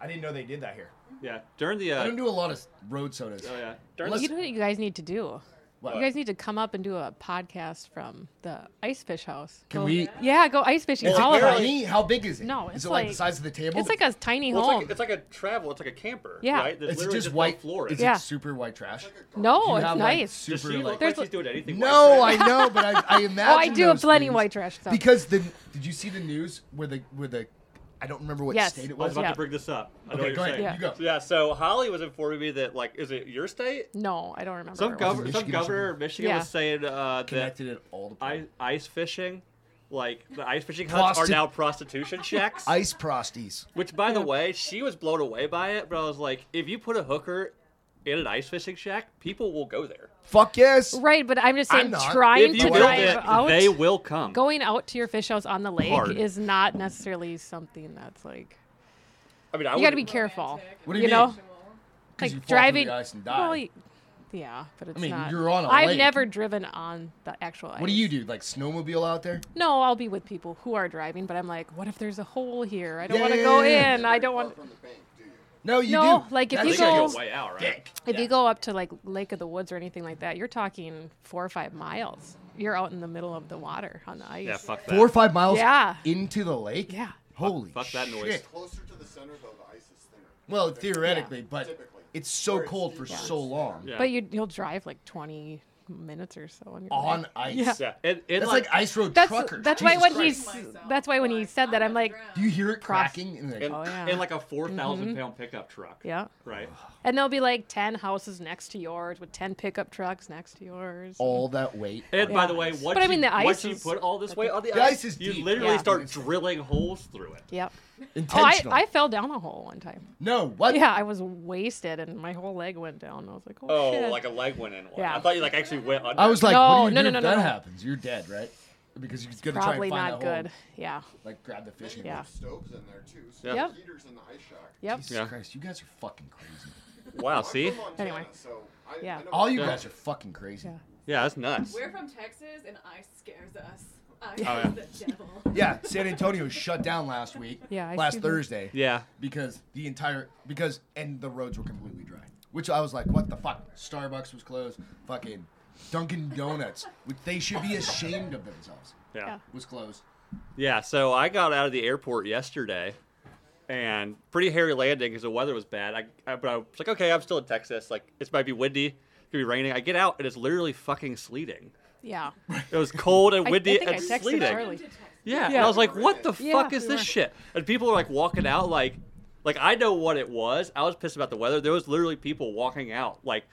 [SPEAKER 2] I didn't know they did that here.
[SPEAKER 1] Yeah. During the.
[SPEAKER 2] I
[SPEAKER 1] Uh,
[SPEAKER 2] don't do a lot of road sodas.
[SPEAKER 1] oh yeah. During
[SPEAKER 2] Let's-
[SPEAKER 1] the,
[SPEAKER 3] You know what you guys need to do?
[SPEAKER 2] What?
[SPEAKER 3] You guys need to come up and do a podcast from the Ice Fish House.
[SPEAKER 2] Can
[SPEAKER 3] Go-
[SPEAKER 2] we-
[SPEAKER 3] Yeah, go ice fishing.
[SPEAKER 2] Is it
[SPEAKER 3] all of us.
[SPEAKER 2] tiny? How big is it?
[SPEAKER 3] No,
[SPEAKER 2] is
[SPEAKER 3] it's
[SPEAKER 2] it like, the
[SPEAKER 3] like-
[SPEAKER 2] size of the table?
[SPEAKER 3] It's like a tiny
[SPEAKER 1] well, it's,
[SPEAKER 3] home.
[SPEAKER 1] like, it's like a travel. It's like a camper.
[SPEAKER 3] Yeah.
[SPEAKER 1] Right. There's
[SPEAKER 2] It's
[SPEAKER 1] literally
[SPEAKER 2] just
[SPEAKER 1] no
[SPEAKER 2] white.
[SPEAKER 1] floor. in
[SPEAKER 2] Is
[SPEAKER 1] it.
[SPEAKER 3] Yeah.
[SPEAKER 2] it super white trash?
[SPEAKER 3] no,
[SPEAKER 2] you
[SPEAKER 3] it's
[SPEAKER 2] have, like,
[SPEAKER 3] nice.
[SPEAKER 1] Does she
[SPEAKER 2] super,
[SPEAKER 1] look
[SPEAKER 2] like-
[SPEAKER 1] like,
[SPEAKER 3] There's
[SPEAKER 1] she's
[SPEAKER 3] like-
[SPEAKER 1] doing anything?
[SPEAKER 2] No,
[SPEAKER 1] like
[SPEAKER 2] I know, but I, I imagine.
[SPEAKER 3] Oh, do have
[SPEAKER 2] those
[SPEAKER 3] plenty
[SPEAKER 2] things.
[SPEAKER 3] white trash stuff.
[SPEAKER 2] Because the did you see the news where the where the I don't remember what
[SPEAKER 3] Yes.
[SPEAKER 2] state
[SPEAKER 1] I
[SPEAKER 2] it
[SPEAKER 1] was
[SPEAKER 2] was.
[SPEAKER 1] about
[SPEAKER 3] Yeah.
[SPEAKER 1] to bring this up. I know
[SPEAKER 2] Okay,
[SPEAKER 1] what
[SPEAKER 2] go
[SPEAKER 1] you're
[SPEAKER 2] ahead.
[SPEAKER 1] saying.
[SPEAKER 2] You go.
[SPEAKER 1] Yeah. So Holly was informing me that like, is it your state?
[SPEAKER 3] no, I don't remember.
[SPEAKER 1] Some,
[SPEAKER 3] where it was.
[SPEAKER 1] gov- some
[SPEAKER 2] Michigan or
[SPEAKER 1] governor
[SPEAKER 2] something?
[SPEAKER 1] of Michigan
[SPEAKER 3] Yeah.
[SPEAKER 1] was saying uh, that
[SPEAKER 2] Connected at all the
[SPEAKER 1] I-
[SPEAKER 2] places.
[SPEAKER 1] ice fishing, like the ice fishing huts,
[SPEAKER 2] Prosti-
[SPEAKER 1] are now prostitution shacks.
[SPEAKER 2] Ice prosties.
[SPEAKER 1] Which, by the way, she was blown away by it. But I was like, if you put a hooker in an ice fishing shack, people will go there.
[SPEAKER 2] Fuck yes.
[SPEAKER 3] Right, but I'm just
[SPEAKER 2] I'm
[SPEAKER 3] saying,
[SPEAKER 2] not.
[SPEAKER 3] trying
[SPEAKER 1] if
[SPEAKER 3] to
[SPEAKER 1] you build
[SPEAKER 3] drive
[SPEAKER 1] it,
[SPEAKER 3] out,
[SPEAKER 1] they will come.
[SPEAKER 3] going out to your fish house on the lake
[SPEAKER 1] Hard.
[SPEAKER 3] is not necessarily something that's like
[SPEAKER 1] I mean, I
[SPEAKER 3] you
[SPEAKER 1] would,
[SPEAKER 3] got to be careful.
[SPEAKER 2] What do you
[SPEAKER 3] know,
[SPEAKER 2] mean?
[SPEAKER 3] like
[SPEAKER 2] you fall through
[SPEAKER 3] driving.
[SPEAKER 2] the ice and die.
[SPEAKER 3] Well, y- yeah, but it's
[SPEAKER 2] mean,
[SPEAKER 3] not.
[SPEAKER 2] you're on a
[SPEAKER 3] I've
[SPEAKER 2] lake.
[SPEAKER 3] never driven on the actual ice.
[SPEAKER 2] What do you do? Like snowmobile out there?
[SPEAKER 3] No, I'll be with people who are driving, but I'm like, what if there's a hole here? I don't
[SPEAKER 2] Yeah,
[SPEAKER 3] want to
[SPEAKER 2] yeah,
[SPEAKER 3] go
[SPEAKER 2] yeah, yeah.
[SPEAKER 3] in. I don't want.
[SPEAKER 5] From the bank, do you?
[SPEAKER 2] No, you
[SPEAKER 3] No,
[SPEAKER 2] do.
[SPEAKER 3] like, if
[SPEAKER 1] I
[SPEAKER 2] That's
[SPEAKER 1] think
[SPEAKER 3] you
[SPEAKER 2] like
[SPEAKER 1] I
[SPEAKER 3] go-
[SPEAKER 2] a
[SPEAKER 1] go way out, right?
[SPEAKER 2] dick.
[SPEAKER 3] If you go up to like Lake of the Woods or anything like that, you're talking four or five miles. You're out in the middle of the water on the ice.
[SPEAKER 1] Yeah, fuck that.
[SPEAKER 2] Four or five miles
[SPEAKER 3] Yeah.
[SPEAKER 2] into the lake?
[SPEAKER 3] Yeah.
[SPEAKER 2] Holy
[SPEAKER 1] Fuck that noise.
[SPEAKER 2] shit.
[SPEAKER 5] Closer to the center, though, the ice is thinner.
[SPEAKER 2] Well, theoretically, but
[SPEAKER 5] Typically.
[SPEAKER 2] it's so
[SPEAKER 5] Where it's
[SPEAKER 2] cold for
[SPEAKER 5] deeper,
[SPEAKER 2] so
[SPEAKER 5] it's
[SPEAKER 2] long.
[SPEAKER 1] Yeah.
[SPEAKER 3] But you, you'll drive like 20 minutes or so. And you're
[SPEAKER 2] On
[SPEAKER 3] like,
[SPEAKER 2] ice.
[SPEAKER 3] Yeah.
[SPEAKER 1] Yeah, and, and
[SPEAKER 2] That's
[SPEAKER 1] like,
[SPEAKER 2] like, ice road
[SPEAKER 3] That's
[SPEAKER 2] truckers.
[SPEAKER 3] that's
[SPEAKER 2] Jesus
[SPEAKER 3] why when
[SPEAKER 2] Christ.
[SPEAKER 3] he's
[SPEAKER 4] Myself,
[SPEAKER 3] that's why when he
[SPEAKER 4] like,
[SPEAKER 3] said that
[SPEAKER 4] I'm
[SPEAKER 3] I'm like,
[SPEAKER 4] gonna drown.
[SPEAKER 2] Do you hear it
[SPEAKER 3] Cross-
[SPEAKER 2] cracking? And like,
[SPEAKER 1] and,
[SPEAKER 3] Oh, yeah. Mm-hmm.
[SPEAKER 1] and like a four thousand pound pickup truck.
[SPEAKER 3] yeah.
[SPEAKER 1] Right.
[SPEAKER 3] And there'll be like 10 houses next to yours with 10 pickup trucks next to yours.
[SPEAKER 2] all that weight.
[SPEAKER 1] And by
[SPEAKER 3] Yeah.
[SPEAKER 1] the way,
[SPEAKER 3] But
[SPEAKER 1] once,
[SPEAKER 3] I mean,
[SPEAKER 1] you,
[SPEAKER 3] the ice
[SPEAKER 1] once you
[SPEAKER 3] is-
[SPEAKER 1] put all this weight on Oh, the,
[SPEAKER 2] The ice is
[SPEAKER 1] you
[SPEAKER 2] deep.
[SPEAKER 1] literally
[SPEAKER 3] Yeah.
[SPEAKER 1] start drilling holes through it.
[SPEAKER 3] Yep. Oh, I,
[SPEAKER 2] Intentional.
[SPEAKER 3] I fell down a hole one time.
[SPEAKER 2] no, what?
[SPEAKER 3] Yeah, I was wasted and my whole leg went down. I was like, oh,
[SPEAKER 1] Oh,
[SPEAKER 3] shit.
[SPEAKER 1] like a leg went in one.
[SPEAKER 3] Yeah.
[SPEAKER 1] I thought you like actually went under.
[SPEAKER 2] I was like,
[SPEAKER 3] No,
[SPEAKER 2] what do you
[SPEAKER 3] no,
[SPEAKER 2] do
[SPEAKER 3] no,
[SPEAKER 2] if
[SPEAKER 3] no, no,
[SPEAKER 2] that
[SPEAKER 3] no.
[SPEAKER 2] happens? You're dead, right? Because you're gonna
[SPEAKER 3] probably
[SPEAKER 2] try and
[SPEAKER 3] not
[SPEAKER 2] find
[SPEAKER 3] good.
[SPEAKER 2] that hole,
[SPEAKER 3] Yeah.
[SPEAKER 2] like grab the fishing.
[SPEAKER 3] Yeah.
[SPEAKER 5] There's Stoves in there too. So
[SPEAKER 1] Yeah.
[SPEAKER 3] Yep.
[SPEAKER 5] Heaters in the ice shack.
[SPEAKER 3] Yep.
[SPEAKER 2] Jesus
[SPEAKER 1] Yeah.
[SPEAKER 2] Christ, you guys are fucking crazy.
[SPEAKER 1] wow,
[SPEAKER 5] I'm
[SPEAKER 1] see?
[SPEAKER 5] from Montana,
[SPEAKER 3] Anyway.
[SPEAKER 5] so I-
[SPEAKER 3] Yeah.
[SPEAKER 5] I know
[SPEAKER 2] All you
[SPEAKER 1] Yeah.
[SPEAKER 2] guys are fucking crazy.
[SPEAKER 3] Yeah.
[SPEAKER 1] Yeah, that's nuts.
[SPEAKER 4] We're from Texas, and ice scares us. Ice
[SPEAKER 1] Oh, yeah.
[SPEAKER 4] is the devil.
[SPEAKER 2] Yeah, San Antonio was shut down last week.
[SPEAKER 3] Yeah, I
[SPEAKER 2] last
[SPEAKER 3] see that.
[SPEAKER 2] Thursday.
[SPEAKER 1] Yeah.
[SPEAKER 2] because the entire because and the roads were completely dry. Which I was like, what the fuck? Starbucks was closed. Fucking Dunkin' Donuts, which they should be ashamed of themselves,
[SPEAKER 1] Yeah.
[SPEAKER 3] Yeah.
[SPEAKER 2] was closed.
[SPEAKER 1] Yeah, so I got out of the airport yesterday and pretty hairy landing because the weather was bad. I, I, but I was like, okay, I'm still in Texas. Like, it might be windy, it could be raining. I get out and it's literally fucking sleeting.
[SPEAKER 3] Yeah.
[SPEAKER 1] It was cold and
[SPEAKER 3] I
[SPEAKER 1] windy
[SPEAKER 3] think I
[SPEAKER 1] and
[SPEAKER 3] texted
[SPEAKER 1] sleeting.
[SPEAKER 3] Charlie.
[SPEAKER 4] Texas.
[SPEAKER 1] Yeah, and
[SPEAKER 3] Yeah.
[SPEAKER 1] I was like, what the
[SPEAKER 3] Yeah,
[SPEAKER 1] fuck is
[SPEAKER 3] we
[SPEAKER 1] this
[SPEAKER 3] were.
[SPEAKER 1] shit? And people were like walking out like, like I know what it was. I was pissed about the weather. There was literally people walking out like,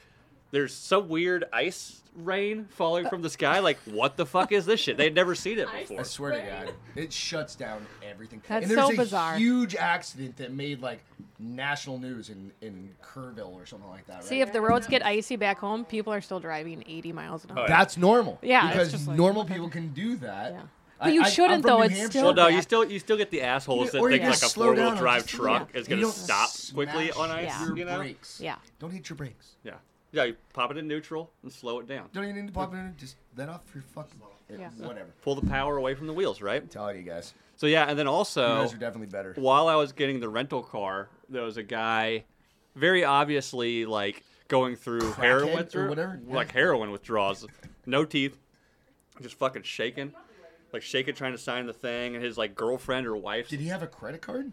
[SPEAKER 1] there's some weird ice rain falling from the sky. Like, what the fuck is this shit? They'd never seen it
[SPEAKER 4] Ice.
[SPEAKER 1] before.
[SPEAKER 2] I swear to
[SPEAKER 4] Right?
[SPEAKER 2] God, it shuts down everything.
[SPEAKER 3] That's
[SPEAKER 2] and there's
[SPEAKER 3] so
[SPEAKER 2] a
[SPEAKER 3] bizarre.
[SPEAKER 2] Huge accident that made like national news in in Kerrville or something like that. Right?
[SPEAKER 3] See, if the roads get icy back home, people are still driving 80 miles an hour.
[SPEAKER 1] Oh, yeah.
[SPEAKER 2] that's normal.
[SPEAKER 3] Oh, Yeah, it's
[SPEAKER 2] because
[SPEAKER 3] just like-
[SPEAKER 2] normal people can do that.
[SPEAKER 3] Yeah.
[SPEAKER 2] I-
[SPEAKER 3] But you
[SPEAKER 2] I- I'm
[SPEAKER 3] shouldn't,
[SPEAKER 2] from
[SPEAKER 3] though.
[SPEAKER 2] New
[SPEAKER 3] It's
[SPEAKER 2] Hampshire.
[SPEAKER 3] still
[SPEAKER 1] Well, no,
[SPEAKER 3] Yeah.
[SPEAKER 1] you still you still get the assholes that
[SPEAKER 2] Or you
[SPEAKER 1] think like
[SPEAKER 2] just
[SPEAKER 1] a
[SPEAKER 2] slow
[SPEAKER 1] four wheel
[SPEAKER 2] down or
[SPEAKER 1] drive
[SPEAKER 2] just-
[SPEAKER 1] truck
[SPEAKER 3] yeah.
[SPEAKER 1] is
[SPEAKER 2] You
[SPEAKER 1] gonna
[SPEAKER 2] don't
[SPEAKER 1] stop
[SPEAKER 2] smash
[SPEAKER 1] quickly on ice.
[SPEAKER 3] Yeah.
[SPEAKER 2] Your
[SPEAKER 1] You know?
[SPEAKER 2] brakes.
[SPEAKER 3] Yeah.
[SPEAKER 2] Don't hit your brakes.
[SPEAKER 1] Yeah, yeah. You pop it in neutral and slow it down.
[SPEAKER 2] Don't even need to pop it in. Just let off your fucking it-
[SPEAKER 3] Yeah.
[SPEAKER 2] whatever.
[SPEAKER 1] Pull the power away from the wheels, right?
[SPEAKER 2] Telling you guys,
[SPEAKER 1] So yeah, and then
[SPEAKER 2] you
[SPEAKER 1] also
[SPEAKER 2] guys are definitely better.
[SPEAKER 1] while I was getting the rental car, there was a guy, very obviously like going through heroin
[SPEAKER 2] or
[SPEAKER 1] withdra-
[SPEAKER 2] whatever?
[SPEAKER 1] like heroin withdrawals, no teeth, just fucking shaking, like shaking trying to sign the thing, and his like girlfriend or wife.
[SPEAKER 2] Did he have a credit card?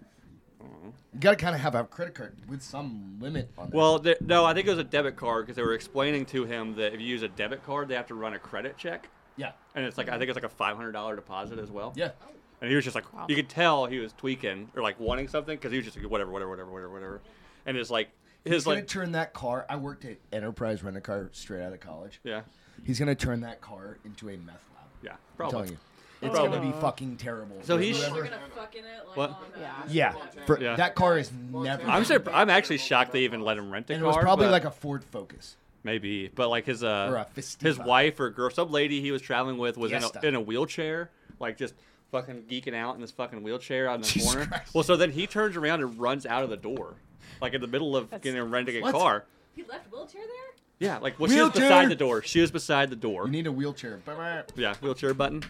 [SPEAKER 1] Mm-hmm.
[SPEAKER 2] You gotta kind of have a credit card with some limit on. that.
[SPEAKER 1] Well, th no, I think it was a debit card because they were explaining to him that if you use a debit card, they have to run a credit check,
[SPEAKER 2] yeah,
[SPEAKER 1] and it's
[SPEAKER 2] Mm-hmm.
[SPEAKER 1] like I think it's like a five hundred dollar deposit as well.
[SPEAKER 2] yeah.
[SPEAKER 1] And he was just like,
[SPEAKER 3] Wow.
[SPEAKER 1] you could tell he was tweaking or like wanting something because he was just like whatever, whatever, whatever, whatever, whatever, and it's like
[SPEAKER 2] He's
[SPEAKER 1] his
[SPEAKER 2] gonna
[SPEAKER 1] like
[SPEAKER 2] turn that car. I worked at Enterprise Rent a Car straight out of college.
[SPEAKER 1] yeah,
[SPEAKER 2] He's gonna turn that car into a meth lab.
[SPEAKER 1] yeah,
[SPEAKER 2] I'm
[SPEAKER 1] probably.
[SPEAKER 2] telling you, it's
[SPEAKER 1] Probably.
[SPEAKER 2] gonna be fucking terrible.
[SPEAKER 1] So
[SPEAKER 2] for
[SPEAKER 1] he's-
[SPEAKER 4] People are
[SPEAKER 2] whoever-
[SPEAKER 4] gonna fuck in it, like,
[SPEAKER 1] What?
[SPEAKER 4] on, uh,
[SPEAKER 3] Yeah.
[SPEAKER 2] yeah, for-
[SPEAKER 1] Yeah.
[SPEAKER 2] That car is never.
[SPEAKER 1] I'm
[SPEAKER 5] sur-
[SPEAKER 1] surp- I'm actually shocked they even let him rent a
[SPEAKER 2] and it
[SPEAKER 1] car.
[SPEAKER 2] was probably
[SPEAKER 1] but-
[SPEAKER 2] like a Ford Focus.
[SPEAKER 1] maybe, but like his
[SPEAKER 2] Or
[SPEAKER 1] uh
[SPEAKER 2] a Festiva.
[SPEAKER 1] his wife or girl, some lady he was traveling with was in
[SPEAKER 2] Fiesta.
[SPEAKER 1] a, in a wheelchair, like just fucking geeking out in this fucking wheelchair out in the
[SPEAKER 2] Jesus
[SPEAKER 1] corner.
[SPEAKER 2] Christ.
[SPEAKER 1] Well, so then he turns around and runs out of the door, like in the middle of
[SPEAKER 3] That's-
[SPEAKER 1] getting renting a
[SPEAKER 2] What?
[SPEAKER 1] car.
[SPEAKER 4] He left wheelchair there.
[SPEAKER 1] Yeah, like well, she was
[SPEAKER 2] Wheelchair!
[SPEAKER 1] beside the door. She was beside the door.
[SPEAKER 2] You need a wheelchair. uh,
[SPEAKER 1] Yeah, wheelchair button.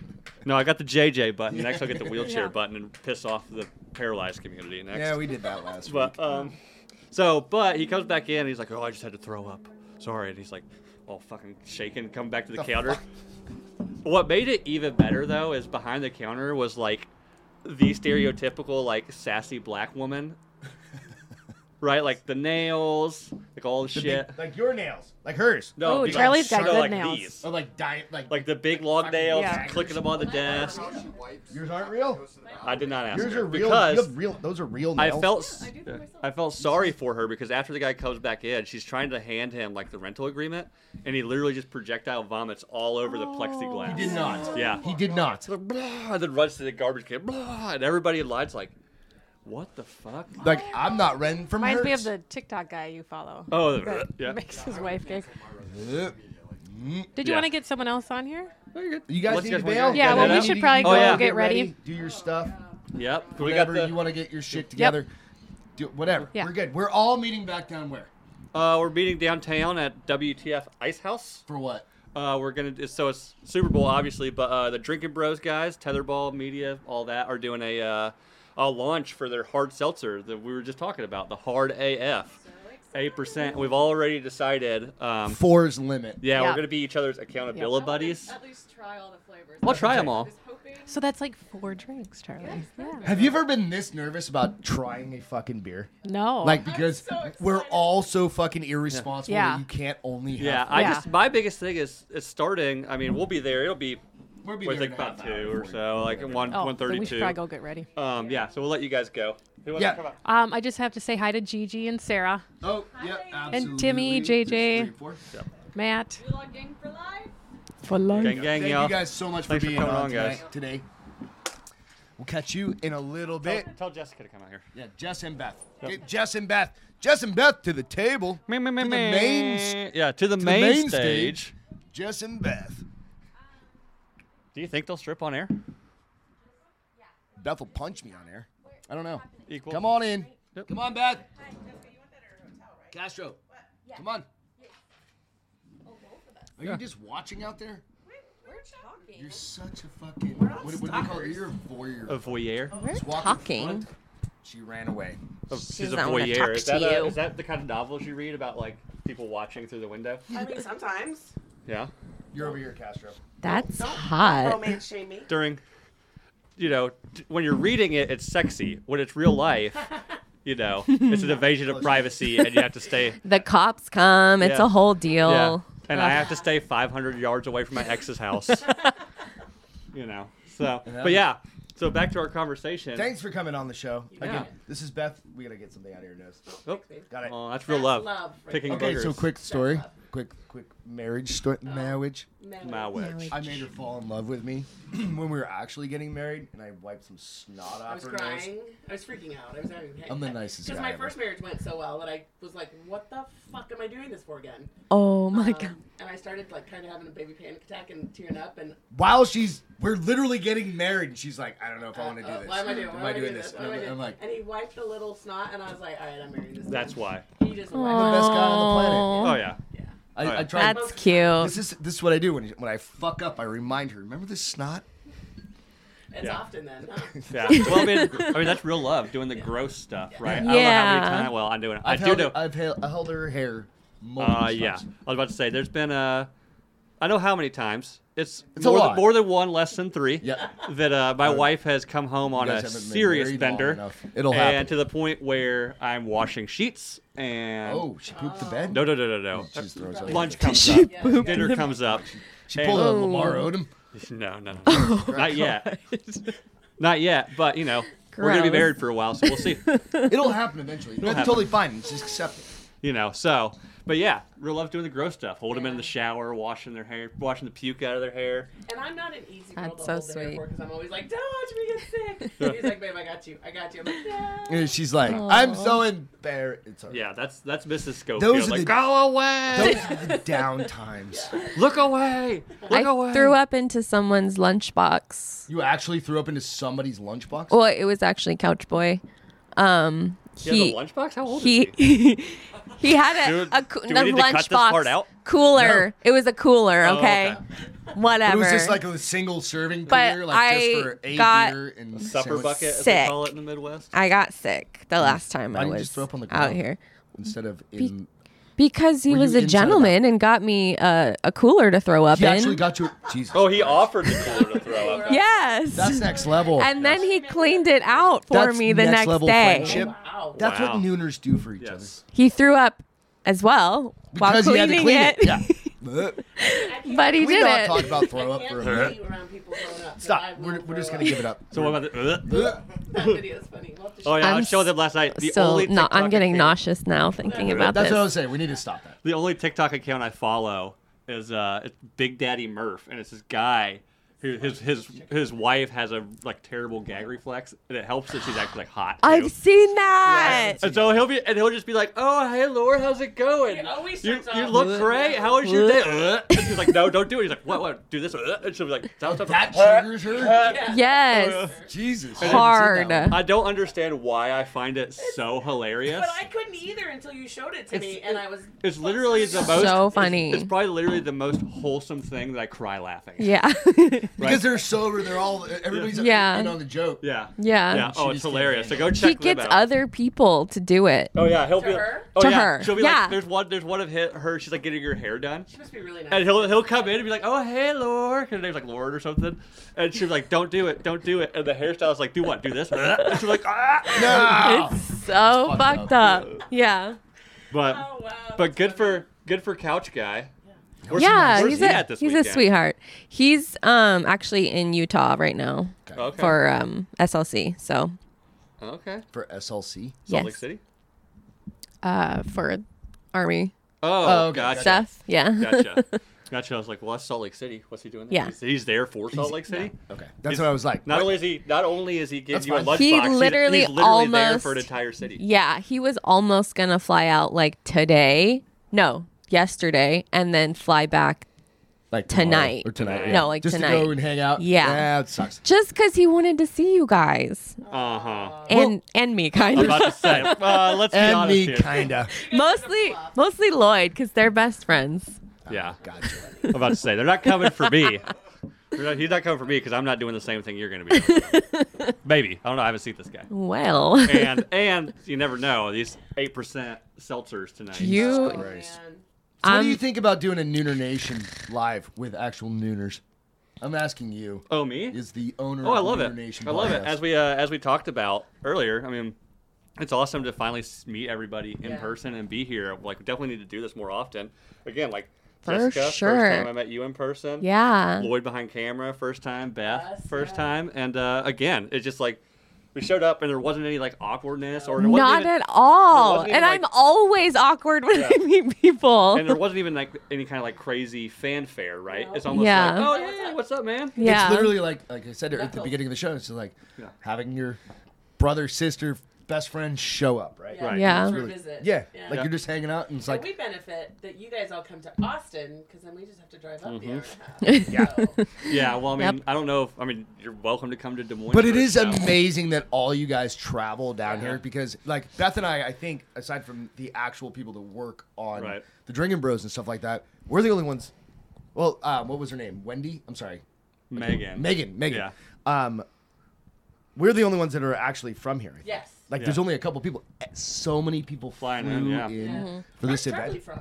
[SPEAKER 1] No, I got the JJ button. Next, I'll get the wheelchair
[SPEAKER 3] Yeah.
[SPEAKER 1] button and piss off the paralyzed community. Next.
[SPEAKER 2] Yeah, we did that last week.
[SPEAKER 1] But um, so but he comes back in and he's like, "Oh, I just had to throw up. Sorry." And he's like, all fucking shaking, coming back to the,
[SPEAKER 2] The
[SPEAKER 1] counter.
[SPEAKER 2] fuck?
[SPEAKER 1] What made it even better though is behind the counter was like the stereotypical like sassy black woman, right? Like the nails, like all the,
[SPEAKER 2] The big-
[SPEAKER 1] shit.
[SPEAKER 2] like your nails, like hers.
[SPEAKER 1] no,
[SPEAKER 3] Ooh,
[SPEAKER 1] because-
[SPEAKER 3] Charlie's got
[SPEAKER 1] no,
[SPEAKER 3] good
[SPEAKER 1] like
[SPEAKER 3] nails.
[SPEAKER 1] These.
[SPEAKER 2] Or like di- like
[SPEAKER 1] Like the big long
[SPEAKER 2] Fucking
[SPEAKER 1] nails,
[SPEAKER 3] yeah.
[SPEAKER 1] clicking them on the desk.
[SPEAKER 5] How she wipes
[SPEAKER 2] Yours aren't real?
[SPEAKER 5] goes to the
[SPEAKER 1] I did not ask
[SPEAKER 2] yours
[SPEAKER 1] her
[SPEAKER 2] are real. you
[SPEAKER 1] because
[SPEAKER 2] have real. Those are real
[SPEAKER 1] I
[SPEAKER 2] nails.
[SPEAKER 1] felt s-
[SPEAKER 4] Yeah, I do that myself.
[SPEAKER 1] I felt sorry for her because after the guy comes back in, she's trying to hand him like the rental agreement, and he literally just projectile vomits all over the plexiglass.
[SPEAKER 2] He did not.
[SPEAKER 1] Yeah.
[SPEAKER 2] He did not.
[SPEAKER 1] So, blah, and then runs to the garbage can, blah, and everybody in line's like, "What the fuck?"
[SPEAKER 2] Like I'm not renting from
[SPEAKER 3] Reminds me of
[SPEAKER 2] Hertz.
[SPEAKER 3] the TikTok guy you follow.
[SPEAKER 1] Oh,
[SPEAKER 3] that
[SPEAKER 1] yeah.
[SPEAKER 3] Makes his wife gig.
[SPEAKER 2] Yep.
[SPEAKER 3] Did you
[SPEAKER 1] Yeah.
[SPEAKER 3] want to get someone else on here?
[SPEAKER 2] You guys
[SPEAKER 1] Unless
[SPEAKER 2] need
[SPEAKER 1] you
[SPEAKER 2] to
[SPEAKER 1] guys wanna
[SPEAKER 2] bail.
[SPEAKER 1] go Yeah, get well, it we out?
[SPEAKER 3] should probably
[SPEAKER 1] go yeah.
[SPEAKER 3] get ready.
[SPEAKER 2] Do your stuff.
[SPEAKER 1] Yep. We got
[SPEAKER 2] Whatever
[SPEAKER 1] the,
[SPEAKER 2] you want to get your shit together. Do whatever.
[SPEAKER 3] Yeah.
[SPEAKER 2] We're good. We're all meeting back down where
[SPEAKER 1] uh, we're meeting downtown at WTF Ice House.
[SPEAKER 2] for what?
[SPEAKER 1] Uh, we're gonna it's- so it's Super Bowl obviously, but uh, the Drinking Bros guys, Tetherball Media, all that are doing a uh, a launch for their hard seltzer that we were just talking about, the Hard AF, eight percent. We've already decided. Um,
[SPEAKER 2] Four's limit.
[SPEAKER 1] yeah,
[SPEAKER 3] Yeah.
[SPEAKER 1] we're gonna be each other's accountability buddies.
[SPEAKER 4] At least try all the flavors.
[SPEAKER 1] I'll try them all.
[SPEAKER 4] Just hoping-
[SPEAKER 3] So that's like four drinks, Charlie. Yeah.
[SPEAKER 2] Have you ever been this nervous about trying a fucking beer?
[SPEAKER 3] No.
[SPEAKER 1] Oh,
[SPEAKER 2] Like because
[SPEAKER 4] so excited.
[SPEAKER 2] we're all so fucking irresponsible
[SPEAKER 3] Yeah.
[SPEAKER 2] that you can't only have.
[SPEAKER 1] Yeah, I
[SPEAKER 3] Yeah.
[SPEAKER 1] just my biggest thing is is starting. I mean, we'll be there. It'll be
[SPEAKER 2] We're
[SPEAKER 1] we think about two or so, like one
[SPEAKER 3] oh,
[SPEAKER 1] one
[SPEAKER 3] then
[SPEAKER 1] thirty
[SPEAKER 3] we should
[SPEAKER 1] two.
[SPEAKER 3] probably go get ready.
[SPEAKER 1] Um, yeah, so we'll let you guys go. Who wants
[SPEAKER 2] Yeah.
[SPEAKER 1] to come up?
[SPEAKER 3] Um, I just have to say hi to Gigi and Sarah,
[SPEAKER 2] Oh, yep, absolutely.
[SPEAKER 3] And Timmy,
[SPEAKER 2] There's
[SPEAKER 3] JJ.
[SPEAKER 2] three, four.
[SPEAKER 3] Matt.
[SPEAKER 4] We log gang for life.
[SPEAKER 3] For life.
[SPEAKER 1] Gang, gang,
[SPEAKER 2] Thank
[SPEAKER 1] y'all.
[SPEAKER 2] you guys so much for
[SPEAKER 1] Thanks for
[SPEAKER 2] being
[SPEAKER 1] coming
[SPEAKER 2] on,
[SPEAKER 1] on,
[SPEAKER 2] tonight-
[SPEAKER 1] guys.
[SPEAKER 2] today. We'll catch you in a little
[SPEAKER 1] Tell,
[SPEAKER 2] bit.
[SPEAKER 1] tell Jessica to come out here.
[SPEAKER 2] Yeah, Jess and Beth. Get Jess and Beth. Jess and Beth to the table.
[SPEAKER 1] Me, me, me,
[SPEAKER 2] To the
[SPEAKER 1] me.
[SPEAKER 2] main s-
[SPEAKER 1] yeah, to the,
[SPEAKER 2] the
[SPEAKER 1] main,
[SPEAKER 2] main
[SPEAKER 1] stage.
[SPEAKER 2] stage. Jess and Beth.
[SPEAKER 1] Do you think they'll strip on air?
[SPEAKER 2] Beth will punch me on air. I don't know.
[SPEAKER 1] Equal.
[SPEAKER 2] Come on in.
[SPEAKER 1] Yep.
[SPEAKER 2] Come on, Beth. Castro. Come on.
[SPEAKER 4] Oh,
[SPEAKER 2] Are you just watching out there?
[SPEAKER 4] We're talking.
[SPEAKER 2] You're such a fucking. What, what do they call it? You're a voyeur.
[SPEAKER 1] A voyeur.
[SPEAKER 6] We're
[SPEAKER 2] Just walk in
[SPEAKER 6] talking.
[SPEAKER 2] front. She ran away.
[SPEAKER 1] She's, a
[SPEAKER 6] not wanna
[SPEAKER 1] voyeur.
[SPEAKER 6] talk
[SPEAKER 1] Is
[SPEAKER 6] to
[SPEAKER 1] that, a-
[SPEAKER 6] you.
[SPEAKER 1] is that the kind of novels you read about like people watching through the window?
[SPEAKER 7] I mean, sometimes.
[SPEAKER 1] Yeah.
[SPEAKER 2] You're over here, Castro.
[SPEAKER 6] That's
[SPEAKER 7] Oh,
[SPEAKER 6] hot.
[SPEAKER 7] man, shame me.
[SPEAKER 1] During, you know, t- when you're reading it, it's sexy. When it's real life, you know, it's an invasion of privacy, and you have to stay.
[SPEAKER 6] The cops come. It's
[SPEAKER 1] Yeah.
[SPEAKER 6] a whole deal.
[SPEAKER 1] Yeah. And I have to stay 500 yards away from my ex's house. you know. So, but yeah. So back to our conversation.
[SPEAKER 2] Thanks for coming on the show. Again,
[SPEAKER 1] Yeah.
[SPEAKER 2] this is Beth. We gotta get something out of your nose.
[SPEAKER 1] Oh,
[SPEAKER 2] Got it.
[SPEAKER 1] oh, that's real
[SPEAKER 7] That's
[SPEAKER 1] love.
[SPEAKER 7] love right
[SPEAKER 1] Picking
[SPEAKER 2] Okay, so
[SPEAKER 1] boogers.
[SPEAKER 2] quick story. Quick, quick marriage
[SPEAKER 7] Oh.
[SPEAKER 2] story. Marriage.
[SPEAKER 1] My wedge.
[SPEAKER 2] I made her fall in love with me when we were actually getting married, and I wiped some snot
[SPEAKER 7] I
[SPEAKER 2] off
[SPEAKER 7] was
[SPEAKER 2] her nose.
[SPEAKER 7] crying. I was freaking out. I was having.
[SPEAKER 2] I'm the nicest
[SPEAKER 7] Because
[SPEAKER 2] guy
[SPEAKER 7] my
[SPEAKER 2] ever.
[SPEAKER 7] first marriage went so well that I was like, "What the fuck am I doing this for again?"
[SPEAKER 6] Oh my
[SPEAKER 7] Um,
[SPEAKER 6] god.
[SPEAKER 7] And I started like kind of having a baby panic attack and tearing up and
[SPEAKER 2] While she's, we're literally getting married, and she's like, I don't know if I want to do
[SPEAKER 7] uh,
[SPEAKER 2] this.
[SPEAKER 7] Why am I doing? Why
[SPEAKER 2] am I doing this?
[SPEAKER 7] Why am I
[SPEAKER 2] And
[SPEAKER 7] doing?
[SPEAKER 2] I'm, I'm like,
[SPEAKER 7] and he wiped the little snot, and I was like, "All right, I'm marrying this."
[SPEAKER 1] That's
[SPEAKER 7] guy."
[SPEAKER 1] why.
[SPEAKER 7] He just
[SPEAKER 2] the
[SPEAKER 7] wiped.
[SPEAKER 2] best guy on the
[SPEAKER 1] Oh
[SPEAKER 2] planet.
[SPEAKER 1] yeah.
[SPEAKER 7] Yeah.
[SPEAKER 1] Oh,
[SPEAKER 2] I,
[SPEAKER 1] yeah.
[SPEAKER 2] I tried.
[SPEAKER 6] That's cute.
[SPEAKER 2] this is this is what I do when when I fuck up. I remind her. Remember this snot?
[SPEAKER 7] It's
[SPEAKER 1] Yeah.
[SPEAKER 7] often then. huh?
[SPEAKER 1] Yeah. Well, I mean, I mean that's real love, doing the gross stuff, right? I don't know how many
[SPEAKER 6] Yeah.
[SPEAKER 1] times. Well, I do. I
[SPEAKER 2] I've
[SPEAKER 1] do
[SPEAKER 2] held,
[SPEAKER 1] know.
[SPEAKER 2] I've held, I held her hair. multiple
[SPEAKER 1] Uh, yeah.
[SPEAKER 2] times.
[SPEAKER 1] I was about to say, there's been a. I know how many times. It's,
[SPEAKER 2] It's a
[SPEAKER 1] more,
[SPEAKER 2] lot.
[SPEAKER 1] Than, more than one, less than three.
[SPEAKER 2] Yep.
[SPEAKER 1] That uh, my wife has come home on
[SPEAKER 2] guys
[SPEAKER 1] a
[SPEAKER 2] haven't been
[SPEAKER 1] serious
[SPEAKER 2] married long
[SPEAKER 1] bender,
[SPEAKER 2] enough. It'll
[SPEAKER 1] and
[SPEAKER 2] happen.
[SPEAKER 1] to the point where I'm washing sheets and
[SPEAKER 2] Oh, she pooped the bed.
[SPEAKER 1] no, no, no, no, no.
[SPEAKER 2] She just throws it.
[SPEAKER 1] Lunch comes
[SPEAKER 6] She
[SPEAKER 1] up, dinner comes up.
[SPEAKER 2] She pulled a
[SPEAKER 1] and-
[SPEAKER 2] Lamar Odom.
[SPEAKER 1] No, no, no.
[SPEAKER 6] Oh,
[SPEAKER 1] not yet. Not yet, but you know, we're gonna be
[SPEAKER 6] Gross.
[SPEAKER 1] married for a while, so we'll see.
[SPEAKER 2] It'll happen eventually. That's
[SPEAKER 1] happen.
[SPEAKER 2] totally fine. Just accept it.
[SPEAKER 1] you know, so but yeah, real love doing the gross stuff. Hold them in the shower, washing their hair, washing the puke out of their hair.
[SPEAKER 7] And I'm not an easy
[SPEAKER 6] That's
[SPEAKER 7] girl to
[SPEAKER 6] so
[SPEAKER 7] hold the hair
[SPEAKER 6] sweet.
[SPEAKER 7] for because I'm always like, "Don't let me get sick." He's like, "Babe, I got you. I got you." I'm like, "No."
[SPEAKER 2] And she's like, I'm so embarrassed. It's all right.
[SPEAKER 1] Yeah, that's that's Mrs. Schofield.
[SPEAKER 2] Those are
[SPEAKER 1] like,
[SPEAKER 2] the-
[SPEAKER 1] go away,
[SPEAKER 2] Those are the down times.
[SPEAKER 1] look away, look away.
[SPEAKER 6] I threw up into someone's lunchbox.
[SPEAKER 2] You actually threw up into somebody's lunchbox?
[SPEAKER 6] Well, it was actually Couch Boy. Um,
[SPEAKER 1] He has a lunchbox? How old
[SPEAKER 6] he
[SPEAKER 1] is he?
[SPEAKER 6] he, had
[SPEAKER 1] Do-
[SPEAKER 6] a, a, coo-
[SPEAKER 1] do we
[SPEAKER 6] a
[SPEAKER 1] need to cut this
[SPEAKER 6] lunchbox
[SPEAKER 1] part out?
[SPEAKER 6] cooler. It was a cooler.
[SPEAKER 1] Oh,
[SPEAKER 6] Okay, whatever.
[SPEAKER 2] It was just like a single serving
[SPEAKER 6] But
[SPEAKER 2] beer, like
[SPEAKER 6] I
[SPEAKER 2] just for a
[SPEAKER 6] got
[SPEAKER 2] beer and
[SPEAKER 1] Supper
[SPEAKER 2] sandwich
[SPEAKER 1] bucket, as they call it
[SPEAKER 6] sick.
[SPEAKER 1] in the Midwest.
[SPEAKER 6] I got sick the last time
[SPEAKER 2] I
[SPEAKER 6] I
[SPEAKER 2] didn't
[SPEAKER 6] was
[SPEAKER 2] just throw up on the
[SPEAKER 6] out
[SPEAKER 2] ground.
[SPEAKER 6] here
[SPEAKER 2] instead of in.
[SPEAKER 6] because he
[SPEAKER 2] Were
[SPEAKER 6] was
[SPEAKER 2] you
[SPEAKER 6] a
[SPEAKER 2] inside of
[SPEAKER 6] gentleman and got me uh, a, a cooler to throw up
[SPEAKER 2] He
[SPEAKER 6] in.
[SPEAKER 2] actually got you. Jesus.
[SPEAKER 1] Oh, he offered the cooler to throw up.
[SPEAKER 6] yes,
[SPEAKER 2] That's next level.
[SPEAKER 6] and then he cleaned it out for
[SPEAKER 2] That's
[SPEAKER 6] me the
[SPEAKER 2] next
[SPEAKER 6] next,
[SPEAKER 2] level
[SPEAKER 6] day.
[SPEAKER 2] friendship.
[SPEAKER 7] Wow.
[SPEAKER 2] That's
[SPEAKER 1] Wow.
[SPEAKER 2] what nooners do for each
[SPEAKER 1] Yes.
[SPEAKER 6] He threw up as well
[SPEAKER 2] other.
[SPEAKER 6] while
[SPEAKER 2] Because you had
[SPEAKER 6] cleaning
[SPEAKER 2] to clean it.
[SPEAKER 6] it,
[SPEAKER 2] Yeah.
[SPEAKER 6] but he
[SPEAKER 2] we
[SPEAKER 6] did
[SPEAKER 2] not
[SPEAKER 6] it.
[SPEAKER 2] talk about throw up
[SPEAKER 7] I
[SPEAKER 2] for
[SPEAKER 7] can't
[SPEAKER 2] a
[SPEAKER 7] be
[SPEAKER 2] minute.
[SPEAKER 7] around people growing up. I
[SPEAKER 2] Stop.
[SPEAKER 7] will
[SPEAKER 2] We're, we're just
[SPEAKER 7] grow
[SPEAKER 2] gonna give it up.
[SPEAKER 1] So what about the, uh,
[SPEAKER 2] Ugh.
[SPEAKER 7] up. That video's funny. We'll have to
[SPEAKER 1] Oh yeah, I
[SPEAKER 6] I'm
[SPEAKER 1] showed them last night. The
[SPEAKER 6] Still,
[SPEAKER 1] only
[SPEAKER 6] no, I'm
[SPEAKER 1] TikTok
[SPEAKER 6] getting
[SPEAKER 1] account-
[SPEAKER 6] nauseous now thinking about
[SPEAKER 2] That's
[SPEAKER 6] this.
[SPEAKER 2] what I was saying. We need to stop that.
[SPEAKER 1] The only TikTok account I follow is uh, it's Big Daddy Murph, and it's this guy who his his his wife has a like terrible gag reflex, and it helps that she's actually like hot. too.
[SPEAKER 6] I've seen that.
[SPEAKER 1] And so he'll be, and he'll just be like, "Oh, hey, Laura, how's it going?
[SPEAKER 7] He always
[SPEAKER 1] You,
[SPEAKER 7] starts
[SPEAKER 1] you
[SPEAKER 7] off,
[SPEAKER 1] look
[SPEAKER 7] "Uh,
[SPEAKER 1] great. How was your day?" Uh, And she's like, "No, don't do it." He's like, "What? What? Do this?" uh," And she'll be like, "Stop, stop,
[SPEAKER 2] That
[SPEAKER 1] stop." Uh,
[SPEAKER 2] triggers her.
[SPEAKER 7] Yeah.
[SPEAKER 6] Yes.
[SPEAKER 2] Jesus.
[SPEAKER 6] Hard.
[SPEAKER 1] I don't understand why I find it so hilarious.
[SPEAKER 7] But I couldn't either until you showed it to
[SPEAKER 1] It's-
[SPEAKER 7] me, and I was.
[SPEAKER 1] It's literally the
[SPEAKER 6] So
[SPEAKER 1] most
[SPEAKER 6] funny.
[SPEAKER 1] It's, it's probably literally the most wholesome thing that I cry laughing. at.
[SPEAKER 6] Yeah.
[SPEAKER 2] Because they're sober, they're all everybody's
[SPEAKER 6] Yeah.
[SPEAKER 2] in on the joke.
[SPEAKER 1] Yeah.
[SPEAKER 6] yeah.
[SPEAKER 1] Yeah.
[SPEAKER 2] She
[SPEAKER 1] Oh,
[SPEAKER 2] just
[SPEAKER 1] it's
[SPEAKER 2] can't
[SPEAKER 1] hilarious. So
[SPEAKER 2] hang
[SPEAKER 1] go check
[SPEAKER 6] He
[SPEAKER 1] them
[SPEAKER 6] gets
[SPEAKER 1] out.
[SPEAKER 6] other people to do it.
[SPEAKER 1] Oh yeah, he'll
[SPEAKER 7] To
[SPEAKER 1] be.
[SPEAKER 7] her?
[SPEAKER 1] Oh
[SPEAKER 6] To
[SPEAKER 1] yeah.
[SPEAKER 6] her,
[SPEAKER 1] She'll be
[SPEAKER 6] yeah.
[SPEAKER 1] like, "There's one. There's one of hit, her. She's like getting her hair done."
[SPEAKER 7] She must be really nice.
[SPEAKER 1] And he'll he'll come in and be like, "Oh hey, Lord," her name's like Lord or something, and she's like, "Don't do it, don't do it." And the hairstylist like, "Do what? Do this?" And she's like, "Ah!"
[SPEAKER 2] No.
[SPEAKER 6] It's so
[SPEAKER 2] fucked
[SPEAKER 6] fucked up. Yeah.
[SPEAKER 1] But
[SPEAKER 7] Oh wow.
[SPEAKER 1] but good for good for Couch Guy. Where's he-
[SPEAKER 6] yeah,
[SPEAKER 1] where's
[SPEAKER 6] he's
[SPEAKER 1] he
[SPEAKER 6] a
[SPEAKER 1] at this
[SPEAKER 6] he's
[SPEAKER 1] weekend?
[SPEAKER 6] a sweetheart. He's um actually in Utah right now
[SPEAKER 1] Okay.
[SPEAKER 6] for um SLC. So
[SPEAKER 1] okay.
[SPEAKER 2] For SLC.
[SPEAKER 1] Salt
[SPEAKER 6] yes.
[SPEAKER 1] Lake City.
[SPEAKER 6] Uh for army
[SPEAKER 1] Oh,
[SPEAKER 2] okay,
[SPEAKER 1] gotcha.
[SPEAKER 6] stuff. Yeah.
[SPEAKER 1] Gotcha. Gotcha. I was like, well, that's Salt Lake City. What's he doing there?
[SPEAKER 6] Yeah.
[SPEAKER 1] He's, he's there for Salt Lake City.
[SPEAKER 2] Okay. That's
[SPEAKER 1] He's-
[SPEAKER 2] what I was like.
[SPEAKER 1] Not
[SPEAKER 2] What?
[SPEAKER 1] only is he not only is he giving
[SPEAKER 2] That's
[SPEAKER 1] you a lunchbox,
[SPEAKER 2] fine.
[SPEAKER 6] He
[SPEAKER 1] he's- he's,
[SPEAKER 6] literally
[SPEAKER 1] literally there for an
[SPEAKER 6] almost-
[SPEAKER 1] entire city.
[SPEAKER 6] yeah, he was almost going to fly out like today. No, yesterday and then fly back
[SPEAKER 2] like tomorrow
[SPEAKER 6] Tonight.
[SPEAKER 2] or tonight.
[SPEAKER 6] No,
[SPEAKER 2] yeah.
[SPEAKER 6] like
[SPEAKER 2] just to go
[SPEAKER 6] tonight.
[SPEAKER 2] and hang out.
[SPEAKER 6] Yeah.
[SPEAKER 2] that sucks.
[SPEAKER 6] just cuz he wanted to see you guys
[SPEAKER 1] Uh huh.
[SPEAKER 6] and and me kind
[SPEAKER 1] I'm
[SPEAKER 6] of.
[SPEAKER 1] about to say. Uh, let's be
[SPEAKER 2] Uh-huh. And
[SPEAKER 1] honest
[SPEAKER 2] me,
[SPEAKER 1] here.
[SPEAKER 2] kinda.
[SPEAKER 6] mostly mostly Lloyd because they're best friends.
[SPEAKER 1] Yeah.
[SPEAKER 2] Gotcha.
[SPEAKER 1] I'm about to say they're not coming for me. They're not- he's not coming for me because I'm not doing the same thing you're going to be. doing. Maybe I don't know. I haven't seen this guy.
[SPEAKER 6] Well,
[SPEAKER 1] And and you never know these eight percent seltzers tonight.
[SPEAKER 6] you,
[SPEAKER 7] Oh, man.
[SPEAKER 2] Christ. So what do
[SPEAKER 6] I'm,
[SPEAKER 2] you think about doing a Nooner Nation live with actual Nooners? I'm asking you,
[SPEAKER 1] oh me.
[SPEAKER 2] is the owner
[SPEAKER 1] Oh,
[SPEAKER 2] of
[SPEAKER 1] I love
[SPEAKER 2] Nooner
[SPEAKER 1] it.
[SPEAKER 2] Nation
[SPEAKER 1] I love it.
[SPEAKER 2] podcast.
[SPEAKER 1] As we uh, as we talked about earlier, I mean, it's awesome to finally s- meet everybody in
[SPEAKER 7] Yeah.
[SPEAKER 1] person and be here. Like, we definitely need to do this more often. Again, like
[SPEAKER 6] For
[SPEAKER 1] Jessica,
[SPEAKER 6] sure.
[SPEAKER 1] first time I met you in person.
[SPEAKER 6] yeah,
[SPEAKER 1] Lloyd behind camera, first time. Beth,
[SPEAKER 7] Us,
[SPEAKER 1] first
[SPEAKER 7] yeah.
[SPEAKER 1] time. And uh, again, it's just like we showed up and there wasn't any like awkwardness or it wasn't
[SPEAKER 6] not
[SPEAKER 1] even-
[SPEAKER 6] at all.
[SPEAKER 1] wasn't
[SPEAKER 6] And
[SPEAKER 1] even,
[SPEAKER 6] I'm
[SPEAKER 1] like-
[SPEAKER 6] always awkward when
[SPEAKER 1] Yeah.
[SPEAKER 6] I meet people.
[SPEAKER 1] And there wasn't even like any kind of like crazy fanfare, right?
[SPEAKER 7] No.
[SPEAKER 1] It's almost
[SPEAKER 6] Yeah.
[SPEAKER 1] like, oh hey, what's up, man?
[SPEAKER 6] yeah,
[SPEAKER 2] It's literally like like I said at the
[SPEAKER 7] Knuckles.
[SPEAKER 2] beginning of the show. It's just like
[SPEAKER 1] Yeah.
[SPEAKER 2] having your brother, sister, best friend show up, right?
[SPEAKER 1] Right.
[SPEAKER 6] yeah.
[SPEAKER 7] For a visit.
[SPEAKER 2] Yeah,
[SPEAKER 7] Yeah.
[SPEAKER 2] like
[SPEAKER 1] Yeah.
[SPEAKER 2] you're just hanging out, and it's
[SPEAKER 7] But
[SPEAKER 2] like
[SPEAKER 7] we benefit that you guys all come to Austin because then we just have to drive up
[SPEAKER 1] Mm-hmm.
[SPEAKER 7] the hour and a
[SPEAKER 6] Mhm.
[SPEAKER 7] half. So,
[SPEAKER 1] Yeah. Well, I mean,
[SPEAKER 6] Yep.
[SPEAKER 1] I don't know. if I mean, you're welcome to come to Des Moines.
[SPEAKER 2] But it
[SPEAKER 1] for
[SPEAKER 2] is
[SPEAKER 1] so-
[SPEAKER 2] amazing that all you guys travel down
[SPEAKER 1] Yeah.
[SPEAKER 2] here because, like, Beth and I, I think, aside from the actual people that work on
[SPEAKER 1] Right.
[SPEAKER 2] the Drinking Bros and stuff like that, we're the only ones. Well, um, what was her name? Wendy? I'm sorry.
[SPEAKER 1] Megan.
[SPEAKER 2] Megan. Megan.
[SPEAKER 1] Yeah.
[SPEAKER 2] Um, we're the only ones that are actually from here. I think.
[SPEAKER 7] yes.
[SPEAKER 2] Like, there's
[SPEAKER 1] Yeah.
[SPEAKER 2] only a couple people. Eh, So many people
[SPEAKER 1] Flying in,
[SPEAKER 2] flew in,
[SPEAKER 1] yeah.
[SPEAKER 7] Yeah.
[SPEAKER 2] for this
[SPEAKER 7] Where's Charlie
[SPEAKER 2] event.
[SPEAKER 7] from?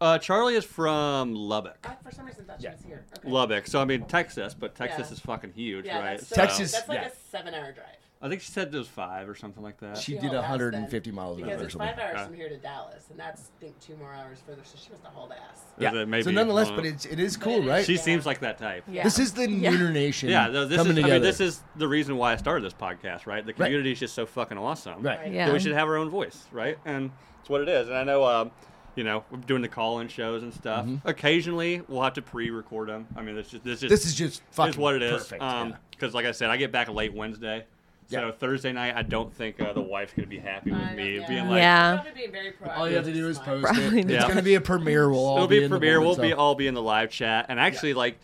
[SPEAKER 1] Uh, Charlie is from Lubbock.
[SPEAKER 7] I, for some reason, thought she was here. Okay.
[SPEAKER 1] Lubbock. So I mean Texas, but Texas
[SPEAKER 7] Yeah.
[SPEAKER 1] is fucking huge,
[SPEAKER 7] Yeah,
[SPEAKER 1] right?
[SPEAKER 7] that's so-
[SPEAKER 1] So,
[SPEAKER 2] Texas-
[SPEAKER 7] That's like
[SPEAKER 2] yeah.
[SPEAKER 7] a seven-hour drive.
[SPEAKER 1] I think she said it was five or something like that.
[SPEAKER 2] She
[SPEAKER 7] Yeah,
[SPEAKER 2] did
[SPEAKER 7] well, that's
[SPEAKER 2] 150
[SPEAKER 7] then.
[SPEAKER 2] miles an hour
[SPEAKER 7] Because
[SPEAKER 2] or
[SPEAKER 7] it's five
[SPEAKER 2] something.
[SPEAKER 7] hours
[SPEAKER 1] Yeah.
[SPEAKER 7] from here to Dallas, and that's I think two more hours further. So she must have hauled ass.
[SPEAKER 1] Is it maybe-
[SPEAKER 2] so nonetheless,
[SPEAKER 1] I don't
[SPEAKER 2] but
[SPEAKER 1] know.
[SPEAKER 2] it's it is
[SPEAKER 7] it
[SPEAKER 2] cool,
[SPEAKER 7] is-
[SPEAKER 2] right?
[SPEAKER 1] she
[SPEAKER 7] Yeah.
[SPEAKER 1] seems like that type.
[SPEAKER 7] Yeah.
[SPEAKER 2] This is the Nooner Nation.
[SPEAKER 1] Yeah, no, this is.
[SPEAKER 2] coming
[SPEAKER 1] I
[SPEAKER 2] together.
[SPEAKER 1] mean, this is the reason why I started this podcast, right? The community is just so fucking awesome.
[SPEAKER 2] Right.
[SPEAKER 7] Right.
[SPEAKER 1] that
[SPEAKER 6] Yeah.
[SPEAKER 1] we should have our own voice, right? And it's what it is. And I know, um, you know, we're doing the call-in shows and stuff. Occasionally, we'll have to pre-record them. I mean, it's just this is
[SPEAKER 2] Mm-hmm. This is just fucking
[SPEAKER 1] is what it is.
[SPEAKER 2] perfect.
[SPEAKER 1] Um,
[SPEAKER 2] yeah.
[SPEAKER 1] because like I said, I get back late Wednesday. So
[SPEAKER 2] Yeah.
[SPEAKER 1] Thursday night, I don't think uh, the wife's gonna be happy with
[SPEAKER 7] I know,
[SPEAKER 1] me
[SPEAKER 7] yeah.
[SPEAKER 1] being like,
[SPEAKER 6] yeah.
[SPEAKER 7] Probably being very proactive.
[SPEAKER 2] All you have to do is
[SPEAKER 7] Smart.
[SPEAKER 2] post
[SPEAKER 6] Probably
[SPEAKER 2] it.
[SPEAKER 6] not.
[SPEAKER 2] It's gonna be a premiere. We'll all
[SPEAKER 1] it'll be
[SPEAKER 2] be
[SPEAKER 1] a
[SPEAKER 2] in the
[SPEAKER 1] premiere. We'll
[SPEAKER 2] moment,
[SPEAKER 1] be
[SPEAKER 2] so-
[SPEAKER 1] all be in the live chat, and actually, like,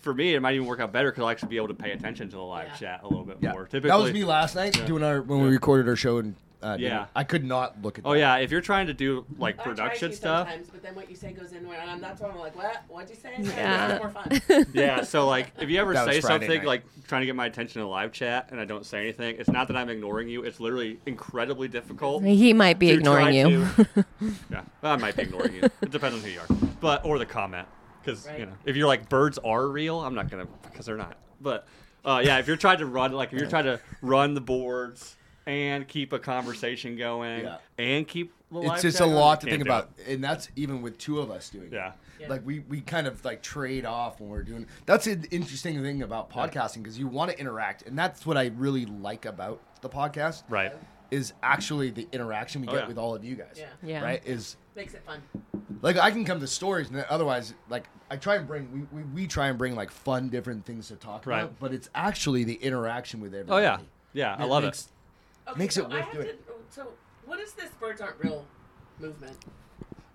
[SPEAKER 1] for me, it might even work out better because I'll actually be able to pay attention to the live
[SPEAKER 7] Yeah.
[SPEAKER 1] chat a little bit
[SPEAKER 2] Yeah.
[SPEAKER 1] more. Typically,
[SPEAKER 2] That was me last night doing our when we recorded our show in Uh, didn't-
[SPEAKER 1] Yeah.
[SPEAKER 2] I could not look at.
[SPEAKER 1] Oh
[SPEAKER 2] that.
[SPEAKER 1] yeah, if you're trying to do like
[SPEAKER 7] I try
[SPEAKER 1] production
[SPEAKER 7] to
[SPEAKER 1] stuff,
[SPEAKER 7] Sometimes, but then what you say goes in, and I'm not I'm like, what? What'd you say?
[SPEAKER 6] Yeah.
[SPEAKER 7] It's more fun.
[SPEAKER 1] yeah. So like, if you ever
[SPEAKER 2] That was
[SPEAKER 1] say
[SPEAKER 2] Friday
[SPEAKER 1] something
[SPEAKER 2] night.
[SPEAKER 1] like trying to get my attention in a live chat and I don't say anything, it's not that I'm ignoring you. It's literally incredibly difficult.
[SPEAKER 6] He might be
[SPEAKER 1] to
[SPEAKER 6] ignoring
[SPEAKER 1] try
[SPEAKER 6] you.
[SPEAKER 1] to- yeah, I might be ignoring you. It depends on who you are, but or the comment, because you
[SPEAKER 7] Right.
[SPEAKER 1] know if you're like birds are real, I'm not gonna because they're not. But uh, yeah, if you're trying to run like if you're trying to run the boards and keep a conversation going
[SPEAKER 2] Yeah.
[SPEAKER 1] and keep the live
[SPEAKER 2] It's just a
[SPEAKER 1] chat going,
[SPEAKER 2] lot to
[SPEAKER 1] can't
[SPEAKER 2] think
[SPEAKER 1] do it.
[SPEAKER 2] about, and that's even with two of us doing. it.
[SPEAKER 1] Yeah.
[SPEAKER 7] Yeah.
[SPEAKER 2] Like we, we kind of like trade off when we're doing. That's an interesting thing about podcasting because you want to interact, and that's what I really like about the podcast.
[SPEAKER 1] Right.
[SPEAKER 2] Is actually the interaction we
[SPEAKER 1] Oh,
[SPEAKER 2] get
[SPEAKER 1] yeah.
[SPEAKER 2] with all of you guys.
[SPEAKER 7] Yeah.
[SPEAKER 6] Yeah.
[SPEAKER 2] Right. Is
[SPEAKER 7] Makes it fun.
[SPEAKER 2] like I can come to stories, and then otherwise, like I try and bring we, we, we try and bring like fun different things to talk
[SPEAKER 1] Right.
[SPEAKER 2] about, but it's actually the interaction with
[SPEAKER 1] Oh
[SPEAKER 2] everybody.
[SPEAKER 1] yeah, yeah, I love
[SPEAKER 2] makes-
[SPEAKER 1] it.
[SPEAKER 7] Okay,
[SPEAKER 2] Makes
[SPEAKER 7] so
[SPEAKER 2] it
[SPEAKER 7] I
[SPEAKER 2] worth
[SPEAKER 7] have
[SPEAKER 2] doing.
[SPEAKER 7] To, so what is this birds aren't real movement?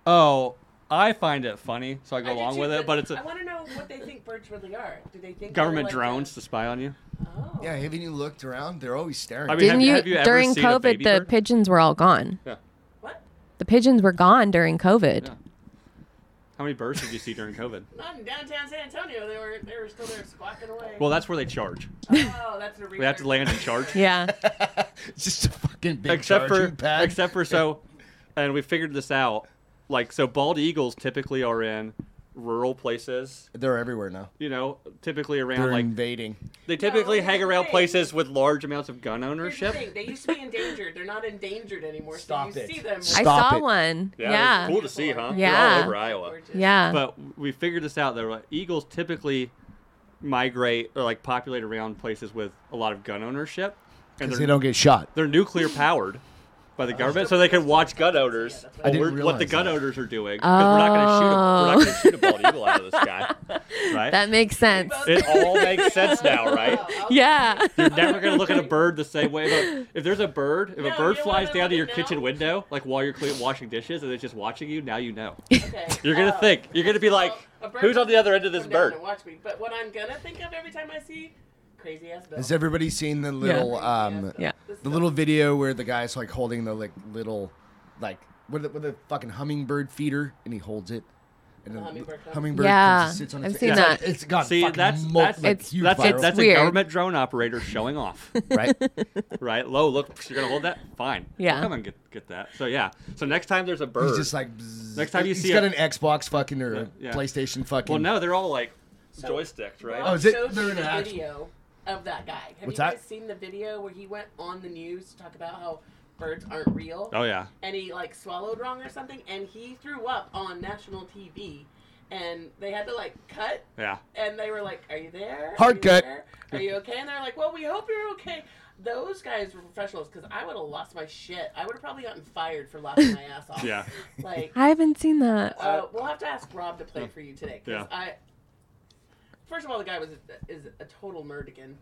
[SPEAKER 1] Oh, I find it funny, so I go
[SPEAKER 7] I do
[SPEAKER 1] along
[SPEAKER 7] too,
[SPEAKER 1] with it. But it's
[SPEAKER 7] I
[SPEAKER 1] a
[SPEAKER 7] want to know what they think birds really are. Do they think they're
[SPEAKER 1] government
[SPEAKER 7] like
[SPEAKER 1] drones
[SPEAKER 7] The,
[SPEAKER 1] to spy on you.
[SPEAKER 7] oh.
[SPEAKER 2] Yeah, haven't you looked around? They're always staring.
[SPEAKER 1] I mean,
[SPEAKER 6] Didn't
[SPEAKER 1] have you-
[SPEAKER 6] you,
[SPEAKER 1] have you ever
[SPEAKER 6] during
[SPEAKER 1] seen a
[SPEAKER 6] COVID
[SPEAKER 1] baby
[SPEAKER 6] the
[SPEAKER 1] bird?
[SPEAKER 6] pigeons were all gone.
[SPEAKER 1] Yeah,
[SPEAKER 7] What?
[SPEAKER 6] The pigeons were gone during COVID.
[SPEAKER 1] yeah. How many birds did you see during COVID?
[SPEAKER 7] Not in downtown San Antonio. They were they were still there squawking away.
[SPEAKER 1] Well, that's where they charge.
[SPEAKER 7] oh, that's a
[SPEAKER 1] They have to land and charge.
[SPEAKER 6] Yeah.
[SPEAKER 2] it's just a fucking big
[SPEAKER 1] except for
[SPEAKER 2] charging pad.
[SPEAKER 1] except for so and we figured this out like so bald eagles typically are in rural places
[SPEAKER 2] they're everywhere now.
[SPEAKER 1] you know typically around
[SPEAKER 2] They're
[SPEAKER 1] like
[SPEAKER 2] invading.
[SPEAKER 1] they typically
[SPEAKER 7] No,
[SPEAKER 1] hang around
[SPEAKER 7] hey.
[SPEAKER 1] places with large amounts of gun
[SPEAKER 7] Here's the
[SPEAKER 1] ownership
[SPEAKER 7] thing. They used to be endangered. They're not endangered anymore.
[SPEAKER 2] Stop
[SPEAKER 7] so you
[SPEAKER 2] it.
[SPEAKER 7] see them.
[SPEAKER 6] I
[SPEAKER 2] Stop
[SPEAKER 6] saw
[SPEAKER 2] it.
[SPEAKER 6] one.
[SPEAKER 1] Yeah,
[SPEAKER 6] Yeah.
[SPEAKER 1] it's cool to see huh They're
[SPEAKER 6] Yeah.
[SPEAKER 1] all over iowa
[SPEAKER 6] Yeah.
[SPEAKER 1] but we figured this out though like, eagles typically migrate or like populate around places with a lot of gun ownership and
[SPEAKER 2] Because
[SPEAKER 1] they're
[SPEAKER 2] they don't get shot.
[SPEAKER 1] they're nuclear powered by the government, so they can watch gun owners.
[SPEAKER 7] that's what
[SPEAKER 2] I didn't
[SPEAKER 1] or what the
[SPEAKER 2] realize
[SPEAKER 1] gun
[SPEAKER 2] that.
[SPEAKER 1] owners are doing. 'cause We're not going to shoot a we're not going to shoot a bald eagle out of the sky, right?
[SPEAKER 6] that makes sense.
[SPEAKER 7] both-
[SPEAKER 1] it all makes sense
[SPEAKER 7] Oh,
[SPEAKER 1] now, right?
[SPEAKER 6] Yeah.
[SPEAKER 1] You're never going to look at a bird the same way. But if there's a bird, if
[SPEAKER 7] No,
[SPEAKER 1] a bird
[SPEAKER 7] you
[SPEAKER 1] flies down
[SPEAKER 7] wanna look
[SPEAKER 1] to
[SPEAKER 7] at
[SPEAKER 1] your
[SPEAKER 7] now?
[SPEAKER 1] kitchen window, like while you're clean, washing dishes, and it's just watching you, now you know.
[SPEAKER 7] Okay.
[SPEAKER 1] You're going to
[SPEAKER 7] Oh.
[SPEAKER 1] think. You're going to be like,
[SPEAKER 7] Well, a bird
[SPEAKER 1] who's on the other end of
[SPEAKER 7] come
[SPEAKER 1] this
[SPEAKER 7] down
[SPEAKER 1] bird?
[SPEAKER 7] and watch me. But what I'm gonna think of every time I see crazy ass Bill.
[SPEAKER 2] Has everybody seen the little um
[SPEAKER 6] Yeah.
[SPEAKER 2] the little video where the guy's like holding the like little like with a, with a fucking hummingbird feader and he holds it and the
[SPEAKER 7] hummingbird comes.
[SPEAKER 2] hummingbird
[SPEAKER 6] Yeah,
[SPEAKER 2] comes and sits on
[SPEAKER 6] I've
[SPEAKER 2] his
[SPEAKER 6] seen
[SPEAKER 2] face.
[SPEAKER 6] that.
[SPEAKER 2] It's like- it's got
[SPEAKER 1] See,
[SPEAKER 2] fucking
[SPEAKER 1] that's-
[SPEAKER 2] mul-
[SPEAKER 1] that's-
[SPEAKER 2] like,
[SPEAKER 6] it's-
[SPEAKER 2] huge
[SPEAKER 1] That's a,
[SPEAKER 2] viral,
[SPEAKER 1] that's a
[SPEAKER 6] weird.
[SPEAKER 1] government drone operator showing off.
[SPEAKER 2] right?
[SPEAKER 1] Right, low. Look, you're gonna hold that. Fine.
[SPEAKER 6] Yeah.
[SPEAKER 1] I'll come and get, get that. So yeah. So next time there's a bird.
[SPEAKER 2] He's just like bzzz.
[SPEAKER 1] Next time you
[SPEAKER 2] He's
[SPEAKER 1] see
[SPEAKER 2] got
[SPEAKER 1] a-
[SPEAKER 2] an Xbox fucking or a
[SPEAKER 1] Yeah, yeah.
[SPEAKER 2] PlayStation fucking.
[SPEAKER 1] well, no, they're all like joysticks, right?
[SPEAKER 2] Oh,
[SPEAKER 7] Oh,
[SPEAKER 2] is
[SPEAKER 7] is
[SPEAKER 2] it-
[SPEAKER 7] Showed
[SPEAKER 2] they're
[SPEAKER 7] me
[SPEAKER 2] in
[SPEAKER 7] the
[SPEAKER 2] an actual-
[SPEAKER 7] video of that guy. Have
[SPEAKER 2] What's
[SPEAKER 7] you
[SPEAKER 2] that?
[SPEAKER 7] guys seen the video where he went on the news to talk about how birds aren't real?
[SPEAKER 1] Oh, yeah.
[SPEAKER 7] And he like swallowed wrong or something, and he threw up on national TV, and they had to like cut.
[SPEAKER 1] Yeah.
[SPEAKER 7] And they were like, "Are you there? Are
[SPEAKER 2] Hard
[SPEAKER 7] you
[SPEAKER 2] cut.
[SPEAKER 7] there? Are you okay?" And they're like, "Well, we hope you're okay." Those guys were professionals because I would have lost my shit. I would have probably gotten fired for laughing my ass off.
[SPEAKER 1] Yeah.
[SPEAKER 7] Like
[SPEAKER 6] I haven't seen that.
[SPEAKER 7] uh, we'll have to ask Rob to play for you today. 'cause
[SPEAKER 1] uh, Yeah.
[SPEAKER 7] I, first of all, the guy was a, is a total nerdigan.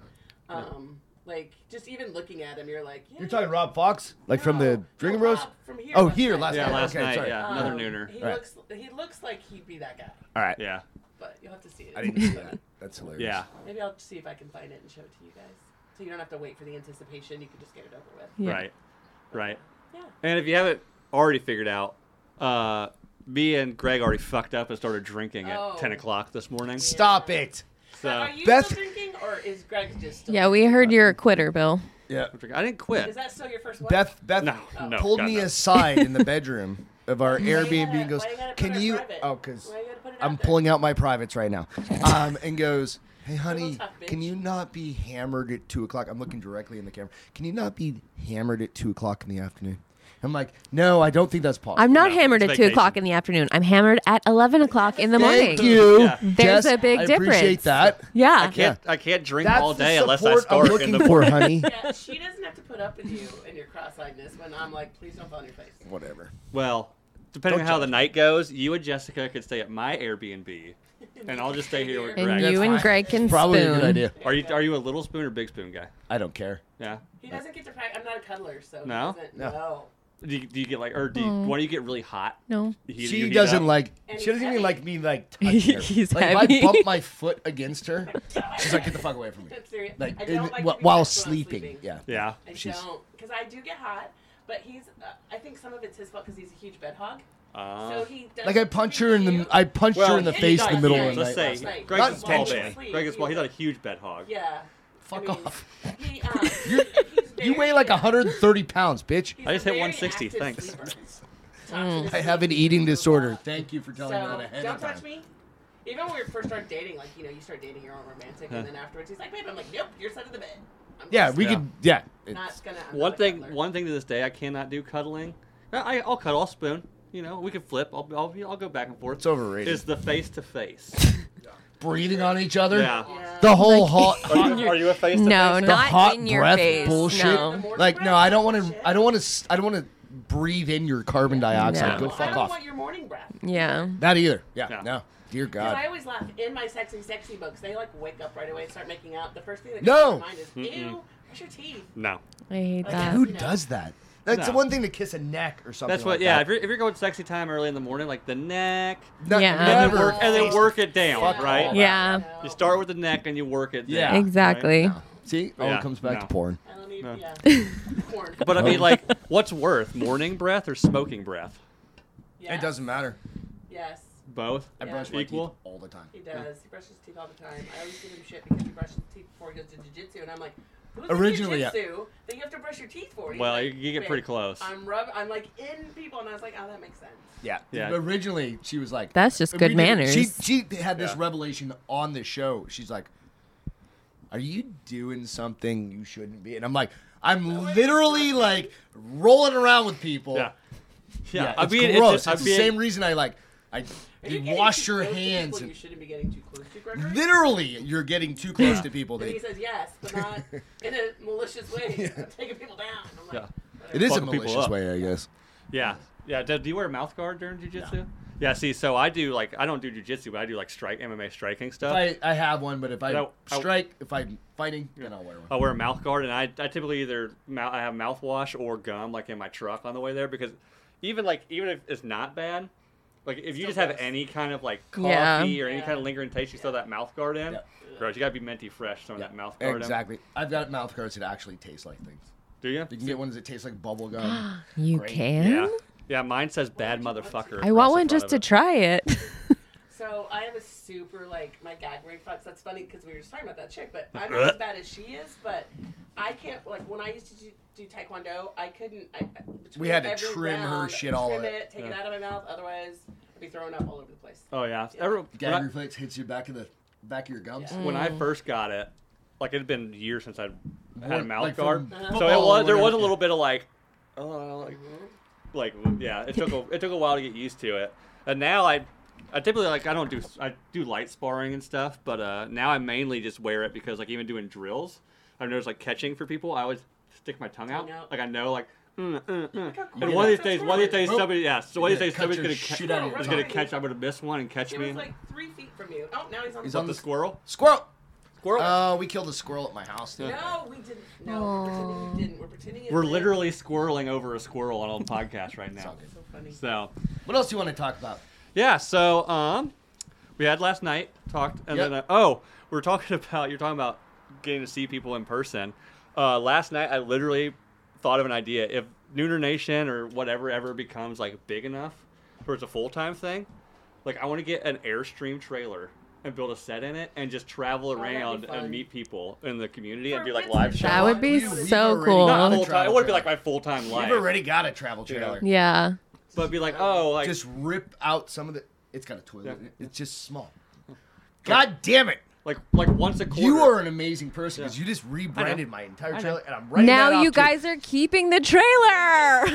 [SPEAKER 7] Um, Like just even looking at him, you're like, yeah,
[SPEAKER 2] You're talking Rob Fox, like from
[SPEAKER 7] no,
[SPEAKER 2] the
[SPEAKER 7] no,
[SPEAKER 2] Drinking Bros.
[SPEAKER 7] Rob from here.
[SPEAKER 2] Oh,
[SPEAKER 7] last
[SPEAKER 2] here,
[SPEAKER 7] night.
[SPEAKER 2] last
[SPEAKER 1] Yeah,
[SPEAKER 2] night.
[SPEAKER 1] last
[SPEAKER 2] okay,
[SPEAKER 1] night.
[SPEAKER 2] sorry.
[SPEAKER 1] Yeah,
[SPEAKER 7] Um,
[SPEAKER 1] another nooner.
[SPEAKER 7] He
[SPEAKER 2] Right.
[SPEAKER 7] looks he looks like he'd be that guy,
[SPEAKER 2] All right.
[SPEAKER 1] Yeah.
[SPEAKER 7] but you'll have to see it.
[SPEAKER 2] I didn't see that. That's hilarious.
[SPEAKER 1] Yeah.
[SPEAKER 7] Maybe I'll see if I can find it and show it to you guys, so you don't have to wait for the anticipation. You can just get it over with.
[SPEAKER 6] Yeah.
[SPEAKER 1] Right. Right.
[SPEAKER 2] Hmm.
[SPEAKER 7] Yeah.
[SPEAKER 1] And if you haven't already figured out, uh, me and Greg already fucked up and started drinking at
[SPEAKER 7] Oh.
[SPEAKER 1] 10 o'clock this morning.
[SPEAKER 2] Stop it.
[SPEAKER 1] So
[SPEAKER 7] Are you
[SPEAKER 2] That's-
[SPEAKER 7] still drinking, or is Greg just? Still
[SPEAKER 6] Yeah, we heard you're a quitter, Bill.
[SPEAKER 2] Yeah.
[SPEAKER 1] I didn't quit.
[SPEAKER 7] Is that still your first one?
[SPEAKER 2] Beth Beth
[SPEAKER 1] No, no,
[SPEAKER 2] pulled
[SPEAKER 1] God,
[SPEAKER 2] me
[SPEAKER 1] no.
[SPEAKER 2] aside in the bedroom of our
[SPEAKER 7] Why you
[SPEAKER 2] Airbnb
[SPEAKER 7] gotta-
[SPEAKER 2] and goes,
[SPEAKER 7] why you gotta put
[SPEAKER 2] "Can
[SPEAKER 7] it
[SPEAKER 2] you?"
[SPEAKER 7] private?
[SPEAKER 2] Oh, because
[SPEAKER 7] Why you gotta put it
[SPEAKER 2] I'm
[SPEAKER 7] out there?
[SPEAKER 2] pulling out my privates right now, um, and goes, "Hey, honey,
[SPEAKER 7] tough bitch.
[SPEAKER 2] can you not be hammered at two o'clock?" I'm looking directly in the camera. Can you not be hammered at two o'clock in the afternoon? I'm like, "No, I don't think that's possible."
[SPEAKER 6] I'm not
[SPEAKER 1] No,
[SPEAKER 6] hammered
[SPEAKER 1] it's
[SPEAKER 6] at two o'clock
[SPEAKER 1] vacation.
[SPEAKER 6] in the afternoon. I'm hammered at eleven o'clock in the morning.
[SPEAKER 2] Thank you.
[SPEAKER 1] Yeah.
[SPEAKER 6] There's
[SPEAKER 2] Jess,
[SPEAKER 6] a big
[SPEAKER 2] I Appreciate
[SPEAKER 6] difference.
[SPEAKER 2] that.
[SPEAKER 6] Yeah.
[SPEAKER 1] can't, I can't drink
[SPEAKER 2] That's
[SPEAKER 1] all
[SPEAKER 2] the
[SPEAKER 1] day unless I
[SPEAKER 2] support I'm
[SPEAKER 1] start in
[SPEAKER 2] looking
[SPEAKER 1] the
[SPEAKER 2] for, honey.
[SPEAKER 7] Yeah, she doesn't have to put up with you and your cross-eyedness when I'm like, please don't fall on your face.
[SPEAKER 2] Whatever.
[SPEAKER 1] Well, depending
[SPEAKER 2] Don't
[SPEAKER 1] on how the
[SPEAKER 2] judge.
[SPEAKER 1] night goes, you and Jessica could stay at my Airbnb, and I'll just stay here with
[SPEAKER 6] And
[SPEAKER 1] Greg.
[SPEAKER 6] you and
[SPEAKER 2] fine.
[SPEAKER 6] Greg can
[SPEAKER 2] Probably
[SPEAKER 6] spoon.
[SPEAKER 2] a good idea.
[SPEAKER 1] Are you are you a little spoon or big spoon guy?
[SPEAKER 2] I don't care.
[SPEAKER 1] Yeah.
[SPEAKER 7] He doesn't get to practice. I'm not a cuddler, so he
[SPEAKER 1] No?
[SPEAKER 7] doesn't
[SPEAKER 2] No.
[SPEAKER 7] know.
[SPEAKER 1] Do you, do you get like, or do you, why do you get really hot?
[SPEAKER 6] No.
[SPEAKER 1] Heat- you
[SPEAKER 2] She
[SPEAKER 1] heat
[SPEAKER 2] doesn't
[SPEAKER 1] up?
[SPEAKER 2] like.
[SPEAKER 7] And
[SPEAKER 2] She
[SPEAKER 7] he's
[SPEAKER 2] doesn't even
[SPEAKER 7] heavy.
[SPEAKER 2] like me like touching her.
[SPEAKER 6] He's
[SPEAKER 2] like
[SPEAKER 6] heavy.
[SPEAKER 2] if I bump my foot against her, she's like, "Get the fuck away from me!"
[SPEAKER 7] That's serious.
[SPEAKER 2] Like,
[SPEAKER 7] I don't
[SPEAKER 2] in-
[SPEAKER 7] like to
[SPEAKER 2] wh-
[SPEAKER 7] be touched when
[SPEAKER 2] while
[SPEAKER 7] I'm
[SPEAKER 2] sleeping. Yeah.
[SPEAKER 1] Yeah.
[SPEAKER 7] I
[SPEAKER 2] She's-
[SPEAKER 7] don't, because I do get hot. But he's, uh, I think some of it's his fault because he's a huge bed hog.
[SPEAKER 1] Uh,
[SPEAKER 7] so he does
[SPEAKER 2] Like I punch her in the I punched her in the
[SPEAKER 7] he
[SPEAKER 2] face in
[SPEAKER 7] died
[SPEAKER 2] the middle
[SPEAKER 7] here,
[SPEAKER 2] of the
[SPEAKER 1] let's
[SPEAKER 2] night.
[SPEAKER 7] last
[SPEAKER 1] say
[SPEAKER 7] night.
[SPEAKER 1] Greg is
[SPEAKER 2] Not
[SPEAKER 1] tall man.
[SPEAKER 7] intentionally.
[SPEAKER 1] Greg is small. He's not a huge bed hog.
[SPEAKER 7] Yeah.
[SPEAKER 2] Fuck
[SPEAKER 7] I mean,
[SPEAKER 2] off.
[SPEAKER 7] He, um, he's
[SPEAKER 2] You
[SPEAKER 7] very-
[SPEAKER 2] weigh like 130 pounds, bitch.
[SPEAKER 7] he's
[SPEAKER 1] I just
[SPEAKER 7] a
[SPEAKER 1] hit
[SPEAKER 7] very
[SPEAKER 1] 160,
[SPEAKER 7] active
[SPEAKER 1] thanks.
[SPEAKER 7] sleeper. Talks to
[SPEAKER 2] I
[SPEAKER 7] his
[SPEAKER 2] have an
[SPEAKER 7] sleep.
[SPEAKER 2] eating disorder. Thank you for
[SPEAKER 7] So
[SPEAKER 2] telling me that ahead
[SPEAKER 7] don't
[SPEAKER 2] of time.
[SPEAKER 7] touch me. Even when we first started dating, like you know, you start dating your own romantic,
[SPEAKER 1] Huh.
[SPEAKER 7] and then afterwards he's like, "Babe," I'm like, "Nope, your side of the bed." I'm
[SPEAKER 2] Yeah,
[SPEAKER 7] just
[SPEAKER 2] we
[SPEAKER 1] Yeah.
[SPEAKER 2] could. Yeah.
[SPEAKER 7] not
[SPEAKER 2] It's-
[SPEAKER 7] gonna. I'm
[SPEAKER 1] One
[SPEAKER 7] not a
[SPEAKER 1] thing,
[SPEAKER 7] cuddler.
[SPEAKER 1] one thing to this day, I cannot do cuddling. I, I- I'll cuddle, I'll spoon. You know, we can flip. I'll, I'll, I'll go back and forth.
[SPEAKER 2] It's overrated.
[SPEAKER 1] Is the face to face?
[SPEAKER 2] breathing on each other.
[SPEAKER 1] Yeah.
[SPEAKER 7] Yeah.
[SPEAKER 2] The whole hot,
[SPEAKER 1] Are you a face?
[SPEAKER 6] No,
[SPEAKER 2] the
[SPEAKER 6] not
[SPEAKER 2] hot
[SPEAKER 6] in your
[SPEAKER 2] breath
[SPEAKER 6] face.
[SPEAKER 2] bullshit.
[SPEAKER 6] No.
[SPEAKER 2] Like no, I don't want to. I don't want to. I don't want to breathe in your carbon dioxide.
[SPEAKER 6] No.
[SPEAKER 2] Go
[SPEAKER 7] I
[SPEAKER 2] fuck
[SPEAKER 7] don't
[SPEAKER 2] off.
[SPEAKER 7] want your morning breath.
[SPEAKER 6] Yeah.
[SPEAKER 2] That either. Yeah.
[SPEAKER 1] Yeah.
[SPEAKER 2] No. Dear
[SPEAKER 7] Because I
[SPEAKER 2] God.
[SPEAKER 7] always laugh in my sexy, sexy books. They like wake up right away and start making out. The first thing that comes
[SPEAKER 2] No.
[SPEAKER 7] to mind is, "Ew, brush your teeth."
[SPEAKER 1] No.
[SPEAKER 6] I hate
[SPEAKER 7] Like,
[SPEAKER 6] that.
[SPEAKER 2] Who
[SPEAKER 7] you know.
[SPEAKER 2] does that? That's the
[SPEAKER 1] No.
[SPEAKER 2] one thing to kiss a neck or something.
[SPEAKER 1] That's what.
[SPEAKER 2] like
[SPEAKER 1] yeah. If
[SPEAKER 2] That.
[SPEAKER 1] you're, if you're going sexy time early in the morning, like the neck,
[SPEAKER 2] No,
[SPEAKER 6] Yeah.
[SPEAKER 1] and then
[SPEAKER 2] never.
[SPEAKER 1] work and then
[SPEAKER 2] Face-
[SPEAKER 1] work it down,
[SPEAKER 2] Fuck
[SPEAKER 1] right?
[SPEAKER 2] all
[SPEAKER 6] that. Yeah.
[SPEAKER 7] No.
[SPEAKER 1] You start with the neck and you work it.
[SPEAKER 2] Yeah.
[SPEAKER 1] Down, right?
[SPEAKER 6] Exactly.
[SPEAKER 2] See, oh,
[SPEAKER 1] Yeah.
[SPEAKER 2] it comes back
[SPEAKER 1] No.
[SPEAKER 2] to porn.
[SPEAKER 7] I don't need,
[SPEAKER 1] No.
[SPEAKER 7] yeah. Corn.
[SPEAKER 1] But uh, I mean,
[SPEAKER 2] Oh.
[SPEAKER 1] like, what's worth, morning breath or smoking breath?
[SPEAKER 7] Yeah.
[SPEAKER 2] It doesn't matter.
[SPEAKER 7] Yes,
[SPEAKER 1] Both.
[SPEAKER 2] I
[SPEAKER 7] Yeah.
[SPEAKER 2] brush my
[SPEAKER 1] Equal?
[SPEAKER 2] teeth all the time.
[SPEAKER 7] he does. He brushes his teeth all the time. I always give him shit because he brushes his teeth before he goes to jujitsu, and I'm like, who's
[SPEAKER 2] Originally,
[SPEAKER 7] originally
[SPEAKER 2] yeah.
[SPEAKER 7] jujitsu that you have to brush your teeth for? He's
[SPEAKER 1] Well,
[SPEAKER 7] like,
[SPEAKER 1] you, you get
[SPEAKER 7] "Babe,
[SPEAKER 1] pretty close.
[SPEAKER 7] I'm rub. I'm like in people, and I was like, oh, that makes sense.
[SPEAKER 2] Yeah.
[SPEAKER 1] Yeah.
[SPEAKER 2] Originally, she was like,
[SPEAKER 6] That's just good
[SPEAKER 2] immediately-
[SPEAKER 6] manners.
[SPEAKER 2] She she had this
[SPEAKER 1] Yeah.
[SPEAKER 2] revelation on the show. She's like, "Are you doing something you shouldn't be?" And I'm like, "I'm literally like rolling around with people."
[SPEAKER 1] Yeah.
[SPEAKER 2] Yeah,
[SPEAKER 1] Yeah. I
[SPEAKER 2] it's
[SPEAKER 1] mean, it's
[SPEAKER 2] gross.
[SPEAKER 1] just-
[SPEAKER 2] It's,
[SPEAKER 1] I
[SPEAKER 2] the
[SPEAKER 1] mean-
[SPEAKER 2] same reason I like I
[SPEAKER 7] Are you
[SPEAKER 2] you
[SPEAKER 7] getting
[SPEAKER 2] wash
[SPEAKER 7] too
[SPEAKER 2] your
[SPEAKER 7] close to people
[SPEAKER 2] hands.
[SPEAKER 7] You
[SPEAKER 2] And,
[SPEAKER 7] shouldn't be getting too close to Gregory.
[SPEAKER 2] literally, you're getting too close to people.
[SPEAKER 7] And
[SPEAKER 2] They,
[SPEAKER 7] he says yes, but not in a malicious way, taking people down. I'm like,
[SPEAKER 1] Yeah.
[SPEAKER 2] it is a
[SPEAKER 1] Fucking people
[SPEAKER 2] malicious
[SPEAKER 1] up.
[SPEAKER 2] way, I guess.
[SPEAKER 1] Yeah. Yeah. Do, do you wear a mouth guard during jujitsu? Yeah. See, so I do like I don't do jujitsu, but I do like strike MMA striking
[SPEAKER 2] If
[SPEAKER 1] stuff.
[SPEAKER 2] I, I have one, but if I
[SPEAKER 1] No, I-
[SPEAKER 2] strike, if I'm fighting, then I'll wear one.
[SPEAKER 1] I wear a mouth guard, and I, I typically either mouth, I have mouthwash or gum like in my truck on the way there because even like even if it's not bad, like if you
[SPEAKER 7] Still
[SPEAKER 1] just have
[SPEAKER 7] gross.
[SPEAKER 1] any kind of like coffee
[SPEAKER 6] Yeah.
[SPEAKER 1] or any kind of lingering taste, you throw that mouth guard in.
[SPEAKER 2] Yeah.
[SPEAKER 1] Gross. You gotta be minty fresh throwing
[SPEAKER 2] Yeah,
[SPEAKER 1] that mouth guard in.
[SPEAKER 2] exactly. I've got mouth guards that actually taste like things.
[SPEAKER 1] Do you?
[SPEAKER 2] You can get ones that taste like bubble gum.
[SPEAKER 6] You
[SPEAKER 2] Great.
[SPEAKER 6] can?
[SPEAKER 1] Yeah. Yeah. Mine says bad motherfucker. across the
[SPEAKER 6] I want one
[SPEAKER 1] front
[SPEAKER 6] just
[SPEAKER 1] of
[SPEAKER 6] to
[SPEAKER 1] it.
[SPEAKER 6] try it.
[SPEAKER 7] So I have a super like my gag reflex. That's funny because we were just talking about that chick, but I'm not as bad as she is. But I can't like when I used to do, do taekwondo, I couldn't. I, I- between
[SPEAKER 2] had to
[SPEAKER 7] every
[SPEAKER 2] trim her
[SPEAKER 7] round,
[SPEAKER 2] shit all
[SPEAKER 7] trim
[SPEAKER 2] up.
[SPEAKER 7] it, take it out of my mouth. Otherwise, I'd be throwing up all over the place.
[SPEAKER 1] Oh yeah. Every- when,
[SPEAKER 2] Gag
[SPEAKER 1] I,
[SPEAKER 2] reflex hits you back of the back of your gums.
[SPEAKER 1] when
[SPEAKER 7] Mm.
[SPEAKER 1] I first got it, like it had been years since I had a
[SPEAKER 2] Like
[SPEAKER 1] mouth
[SPEAKER 2] from
[SPEAKER 1] guard,
[SPEAKER 7] Uh-huh.
[SPEAKER 1] so it
[SPEAKER 2] football or
[SPEAKER 1] was there was a
[SPEAKER 2] whatever.
[SPEAKER 1] little bit of like, oh, like
[SPEAKER 7] Mm-hmm.
[SPEAKER 1] like yeah it took a it took a while to get used to it and now i i typically like i don't do i do light sparring and stuff but uh now i mainly just wear it because like even doing drills i've noticed like catching for people i always stick my tongue out
[SPEAKER 7] Tongue out.
[SPEAKER 1] like i know like mm, mm, mm.
[SPEAKER 7] how cool
[SPEAKER 1] and one of these
[SPEAKER 7] that
[SPEAKER 1] days
[SPEAKER 7] is.
[SPEAKER 1] one of these days
[SPEAKER 2] Nope.
[SPEAKER 1] somebody yeah so
[SPEAKER 2] You're
[SPEAKER 1] one of
[SPEAKER 2] gonna
[SPEAKER 1] these days
[SPEAKER 2] cut
[SPEAKER 1] somebody's
[SPEAKER 2] your
[SPEAKER 1] gonna,
[SPEAKER 2] shit out of your
[SPEAKER 1] ca- is gonna
[SPEAKER 7] tongue.
[SPEAKER 1] catch i'm gonna miss one and catch
[SPEAKER 7] He
[SPEAKER 1] me
[SPEAKER 7] was like three feet from you. Oh, now he's on.
[SPEAKER 2] He's
[SPEAKER 7] the
[SPEAKER 1] What,
[SPEAKER 2] on
[SPEAKER 1] the
[SPEAKER 2] the-
[SPEAKER 1] squirrel
[SPEAKER 2] Squirrel.
[SPEAKER 1] squirrel
[SPEAKER 2] Uh, we killed a squirrel at my house. Dude.
[SPEAKER 7] No, we didn't. No, we're pretending we didn't. We're pretending. it
[SPEAKER 1] we're
[SPEAKER 7] did.
[SPEAKER 1] literally squirreling over a squirrel on a podcast right now
[SPEAKER 2] all good.
[SPEAKER 7] So funny.
[SPEAKER 1] so
[SPEAKER 2] What else do you want to talk about?
[SPEAKER 1] Yeah, so um, we had last night talked, and
[SPEAKER 2] Yep.
[SPEAKER 1] then uh, oh, we were talking about you're talking about getting to see people in person. Uh, last night, I literally thought of an idea. If Nooner Nation or whatever ever becomes like big enough where it's a full time thing, like I want to get an Airstream trailer and build a set in it and just travel
[SPEAKER 2] Oh,
[SPEAKER 7] that'd be
[SPEAKER 1] around and
[SPEAKER 7] fun.
[SPEAKER 1] meet people in the community and
[SPEAKER 7] For
[SPEAKER 1] do like
[SPEAKER 7] Wednesday.
[SPEAKER 1] live shows.
[SPEAKER 6] That would be
[SPEAKER 2] We've- we've
[SPEAKER 6] so
[SPEAKER 2] already
[SPEAKER 6] cool.
[SPEAKER 1] Not
[SPEAKER 2] got
[SPEAKER 1] full
[SPEAKER 2] a
[SPEAKER 1] time. It
[SPEAKER 2] travel
[SPEAKER 1] wouldn't be like
[SPEAKER 2] trailer.
[SPEAKER 1] my full time life,
[SPEAKER 2] We've already got a travel trailer.
[SPEAKER 6] yeah.
[SPEAKER 1] but be like, oh, like
[SPEAKER 2] Just rip out some of the. It's got a toilet.
[SPEAKER 1] Yeah.
[SPEAKER 2] in it. It's just small. God damn it!
[SPEAKER 1] like like once a quarter.
[SPEAKER 2] You are an amazing person because
[SPEAKER 1] Yeah.
[SPEAKER 2] you just rebranded my entire trailer, and I'm right
[SPEAKER 6] Now you guys are keeping the trailer.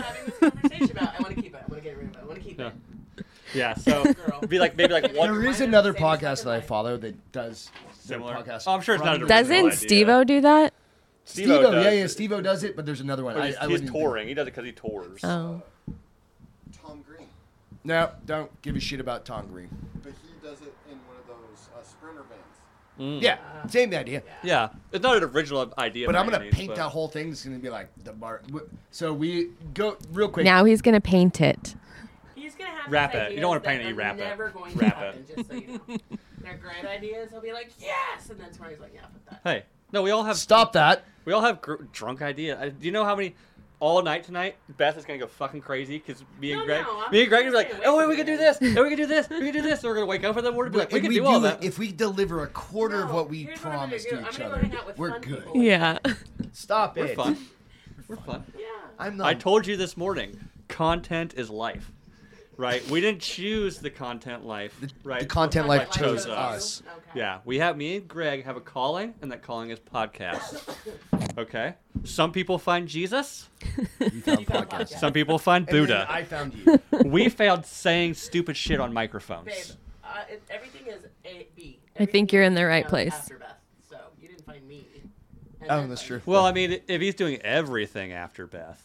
[SPEAKER 7] Having this conversation about. I want to keep it. I want to get rid of it. I want to keep
[SPEAKER 1] Yeah.
[SPEAKER 7] it.
[SPEAKER 1] yeah. So
[SPEAKER 7] Girl.
[SPEAKER 1] be like maybe like one.
[SPEAKER 2] There is
[SPEAKER 7] Mine are
[SPEAKER 2] another
[SPEAKER 7] the same as
[SPEAKER 2] podcast that I
[SPEAKER 7] mine.
[SPEAKER 2] follow that does their
[SPEAKER 1] Similar.
[SPEAKER 2] podcast.
[SPEAKER 1] Oh, I'm sure it's not
[SPEAKER 2] from-
[SPEAKER 1] a direct-
[SPEAKER 6] Doesn't
[SPEAKER 1] idea.
[SPEAKER 6] Stevo do that?
[SPEAKER 1] Steve-O
[SPEAKER 2] Steve-O,
[SPEAKER 1] does
[SPEAKER 2] yeah, yeah,
[SPEAKER 1] it.
[SPEAKER 2] Steve-O does Uh, it, but there's another one.
[SPEAKER 1] But
[SPEAKER 2] I,
[SPEAKER 1] he's,
[SPEAKER 2] I
[SPEAKER 1] he's
[SPEAKER 2] wouldn't even-
[SPEAKER 1] touring. He does it because he tours.
[SPEAKER 6] Oh.
[SPEAKER 5] uh, Tom Green,
[SPEAKER 2] No, don't give a shit about Tom Green.
[SPEAKER 5] but he does it in one of those uh, sprinter vans.
[SPEAKER 2] Yeah, same idea.
[SPEAKER 1] Hmm. Yeah, it's not an original idea.
[SPEAKER 2] But
[SPEAKER 1] by
[SPEAKER 2] I'm gonna
[SPEAKER 1] any means,
[SPEAKER 2] paint
[SPEAKER 1] but-
[SPEAKER 2] that whole thing. It's gonna be like the bar. w- So we go real quick.
[SPEAKER 6] Now he's going to paint it.
[SPEAKER 7] He's gonna have
[SPEAKER 1] Wrap
[SPEAKER 7] these
[SPEAKER 1] it. You don't wanna
[SPEAKER 7] ideas
[SPEAKER 1] paint it, you
[SPEAKER 7] that
[SPEAKER 1] wrap
[SPEAKER 7] are
[SPEAKER 1] it.
[SPEAKER 7] Never going
[SPEAKER 1] Wrap
[SPEAKER 7] to happen,
[SPEAKER 1] it.
[SPEAKER 7] Just so you know. They're great ideas. He'll be like, yes, and then tomorrow he's like, yeah, but that.
[SPEAKER 1] Hey, no, we all have
[SPEAKER 2] stop that.
[SPEAKER 1] We all have gr- drunk idea. I, do you know how many? all night tonight, Beth is gonna go fucking crazy because me and
[SPEAKER 7] No,
[SPEAKER 1] Greg,
[SPEAKER 7] no, I'm
[SPEAKER 1] me and Greg are
[SPEAKER 7] gonna
[SPEAKER 1] like,
[SPEAKER 7] stay
[SPEAKER 1] oh wait,
[SPEAKER 7] awake
[SPEAKER 1] we can do
[SPEAKER 7] tonight."
[SPEAKER 1] this, and we can do this, we can do this. And we're gonna wake up in the morning and be like, we
[SPEAKER 2] if
[SPEAKER 1] can
[SPEAKER 2] we
[SPEAKER 1] do all
[SPEAKER 2] do it-
[SPEAKER 1] that.
[SPEAKER 2] if we deliver a quarter of
[SPEAKER 7] No,
[SPEAKER 2] what we
[SPEAKER 7] here's what I'm gonna
[SPEAKER 2] promised
[SPEAKER 7] do.
[SPEAKER 2] to
[SPEAKER 7] I'm
[SPEAKER 2] each
[SPEAKER 7] gonna go
[SPEAKER 2] other,
[SPEAKER 7] hang out with
[SPEAKER 2] we're
[SPEAKER 7] fun
[SPEAKER 2] good.
[SPEAKER 7] people.
[SPEAKER 6] Yeah.
[SPEAKER 2] Stop
[SPEAKER 1] We're
[SPEAKER 2] it.
[SPEAKER 1] fun. We're fun.
[SPEAKER 7] Yeah.
[SPEAKER 2] I'm not.
[SPEAKER 1] I told you this morning, content is life, right? We didn't choose the content life, right?
[SPEAKER 2] The content
[SPEAKER 7] Sometimes
[SPEAKER 2] life
[SPEAKER 7] I like
[SPEAKER 2] chose
[SPEAKER 7] those
[SPEAKER 2] us.
[SPEAKER 7] too. Okay.
[SPEAKER 1] Yeah, we have me and Greg have a calling, and that calling is podcast. Okay, some people find Jesus,
[SPEAKER 2] You found
[SPEAKER 7] found
[SPEAKER 2] podcasts.
[SPEAKER 7] podcasts.
[SPEAKER 1] some people find
[SPEAKER 2] And then
[SPEAKER 1] Buddha.
[SPEAKER 2] I found you.
[SPEAKER 1] we found saying stupid shit on microphones.
[SPEAKER 7] Babe, uh, it, everything is A B.
[SPEAKER 6] I think you're in the right
[SPEAKER 7] Everything
[SPEAKER 6] place.
[SPEAKER 7] comes After Beth, so you didn't find me. And
[SPEAKER 2] Oh,
[SPEAKER 7] then
[SPEAKER 2] that's
[SPEAKER 7] find
[SPEAKER 2] true.
[SPEAKER 7] me.
[SPEAKER 1] Well, I mean, if he's doing everything after Beth,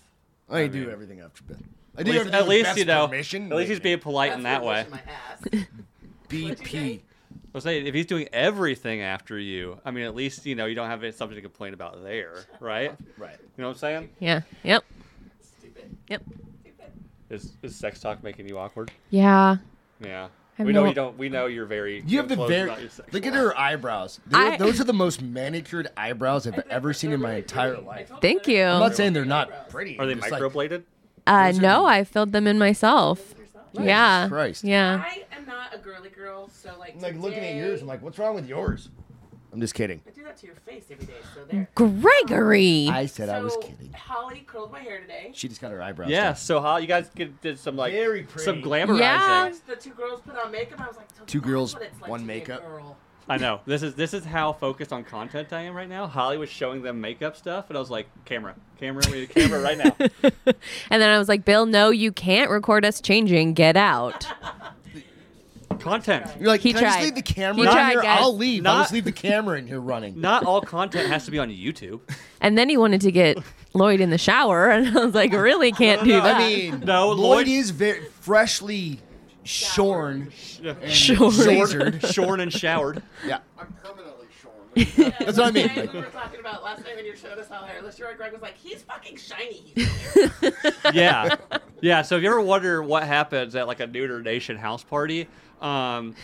[SPEAKER 2] I,
[SPEAKER 1] I
[SPEAKER 2] do
[SPEAKER 1] mean-
[SPEAKER 2] everything after Beth. I
[SPEAKER 1] at
[SPEAKER 2] do
[SPEAKER 1] least,
[SPEAKER 2] everything
[SPEAKER 1] at
[SPEAKER 2] with
[SPEAKER 1] least
[SPEAKER 2] Beth's
[SPEAKER 1] you know,
[SPEAKER 2] permission.
[SPEAKER 1] at least he's being polite
[SPEAKER 7] That's
[SPEAKER 1] in that
[SPEAKER 7] what
[SPEAKER 1] way.
[SPEAKER 7] I'm wishing My ass.
[SPEAKER 2] BP.
[SPEAKER 1] I was saying, if he's doing everything after you, I mean, at least you know you don't have something to complain about there, right? You
[SPEAKER 2] Right.
[SPEAKER 1] know what I'm saying?
[SPEAKER 6] Yeah. Yep.
[SPEAKER 7] Stupid.
[SPEAKER 6] Yep.
[SPEAKER 1] Is, is sex talk making you awkward?
[SPEAKER 6] Yeah.
[SPEAKER 1] Yeah.
[SPEAKER 6] I
[SPEAKER 1] We know
[SPEAKER 6] know-
[SPEAKER 1] you don't. We know you're very.
[SPEAKER 2] You have the
[SPEAKER 1] close
[SPEAKER 2] very
[SPEAKER 1] about your sex
[SPEAKER 2] look at
[SPEAKER 1] life.
[SPEAKER 2] her eyebrows. They're-
[SPEAKER 6] I-
[SPEAKER 2] those are the most manicured eyebrows I've
[SPEAKER 7] They're-
[SPEAKER 2] ever seen
[SPEAKER 7] they're
[SPEAKER 2] in my
[SPEAKER 7] really
[SPEAKER 2] entire
[SPEAKER 7] pretty. I
[SPEAKER 2] life.
[SPEAKER 7] told
[SPEAKER 6] Thank
[SPEAKER 7] that.
[SPEAKER 6] you.
[SPEAKER 2] I'm not saying they're
[SPEAKER 7] Eyebrows.
[SPEAKER 2] not pretty.
[SPEAKER 1] Are they
[SPEAKER 2] I'm just like,
[SPEAKER 1] microbladed?
[SPEAKER 6] Uh,
[SPEAKER 2] Those are
[SPEAKER 6] no,
[SPEAKER 2] the-
[SPEAKER 6] I filled them in myself.
[SPEAKER 2] Jesus
[SPEAKER 6] yeah.
[SPEAKER 2] Christ.
[SPEAKER 6] Yeah.
[SPEAKER 7] I am not a girly girl, so like.
[SPEAKER 2] I'm, like looking at
[SPEAKER 7] today-
[SPEAKER 2] yours, I'm like, what's wrong with yours? I'm just kidding.
[SPEAKER 7] I do that to your face every day, so there.
[SPEAKER 6] Gregory.
[SPEAKER 2] I said I was
[SPEAKER 7] So,
[SPEAKER 2] kidding.
[SPEAKER 7] Holly curled my hair today.
[SPEAKER 2] She just got her eyebrows.
[SPEAKER 1] Yeah.
[SPEAKER 2] done.
[SPEAKER 1] So how you guys get, did some like
[SPEAKER 2] Very pretty.
[SPEAKER 1] some glamorizing?
[SPEAKER 6] Yeah.
[SPEAKER 7] The two girls put on makeup. I was like,
[SPEAKER 2] Two
[SPEAKER 7] that's
[SPEAKER 2] girls,
[SPEAKER 7] what it's like
[SPEAKER 2] one
[SPEAKER 7] to be a
[SPEAKER 2] makeup.
[SPEAKER 7] girl.
[SPEAKER 1] I know. This is this is how focused on content I am right now. Holly was showing them makeup stuff, and I was like, camera, camera, we need a camera right now.
[SPEAKER 6] and then I was like, Bill, no, you can't record us changing. Get out.
[SPEAKER 1] Content.
[SPEAKER 2] You're like,
[SPEAKER 6] He
[SPEAKER 2] can I
[SPEAKER 6] tried.
[SPEAKER 2] just leave the camera
[SPEAKER 6] He
[SPEAKER 2] in
[SPEAKER 6] tried,
[SPEAKER 2] here?
[SPEAKER 6] guys.
[SPEAKER 2] I'll leave. I'll
[SPEAKER 1] Not-
[SPEAKER 2] just leave the camera in here running.
[SPEAKER 1] Not all content has to be on YouTube.
[SPEAKER 6] And then he wanted to get Lloyd in the shower, and I was like, really can't do
[SPEAKER 1] no,
[SPEAKER 6] that.
[SPEAKER 2] I mean,
[SPEAKER 1] No, Lloyd-
[SPEAKER 2] Lloyd is very freshly shorn. and
[SPEAKER 6] Shorn.
[SPEAKER 2] lasered.
[SPEAKER 1] Shorn and showered.
[SPEAKER 2] Yeah.
[SPEAKER 5] I'm permanently shorn.
[SPEAKER 2] That's what I mean.
[SPEAKER 7] Guys,
[SPEAKER 2] Like,
[SPEAKER 7] we were talking about last night when you showed us how hairless you were. Greg was like, he's fucking shiny. He's
[SPEAKER 1] yeah, yeah. So if you ever wonder what happens at like a neuter nation house party, um,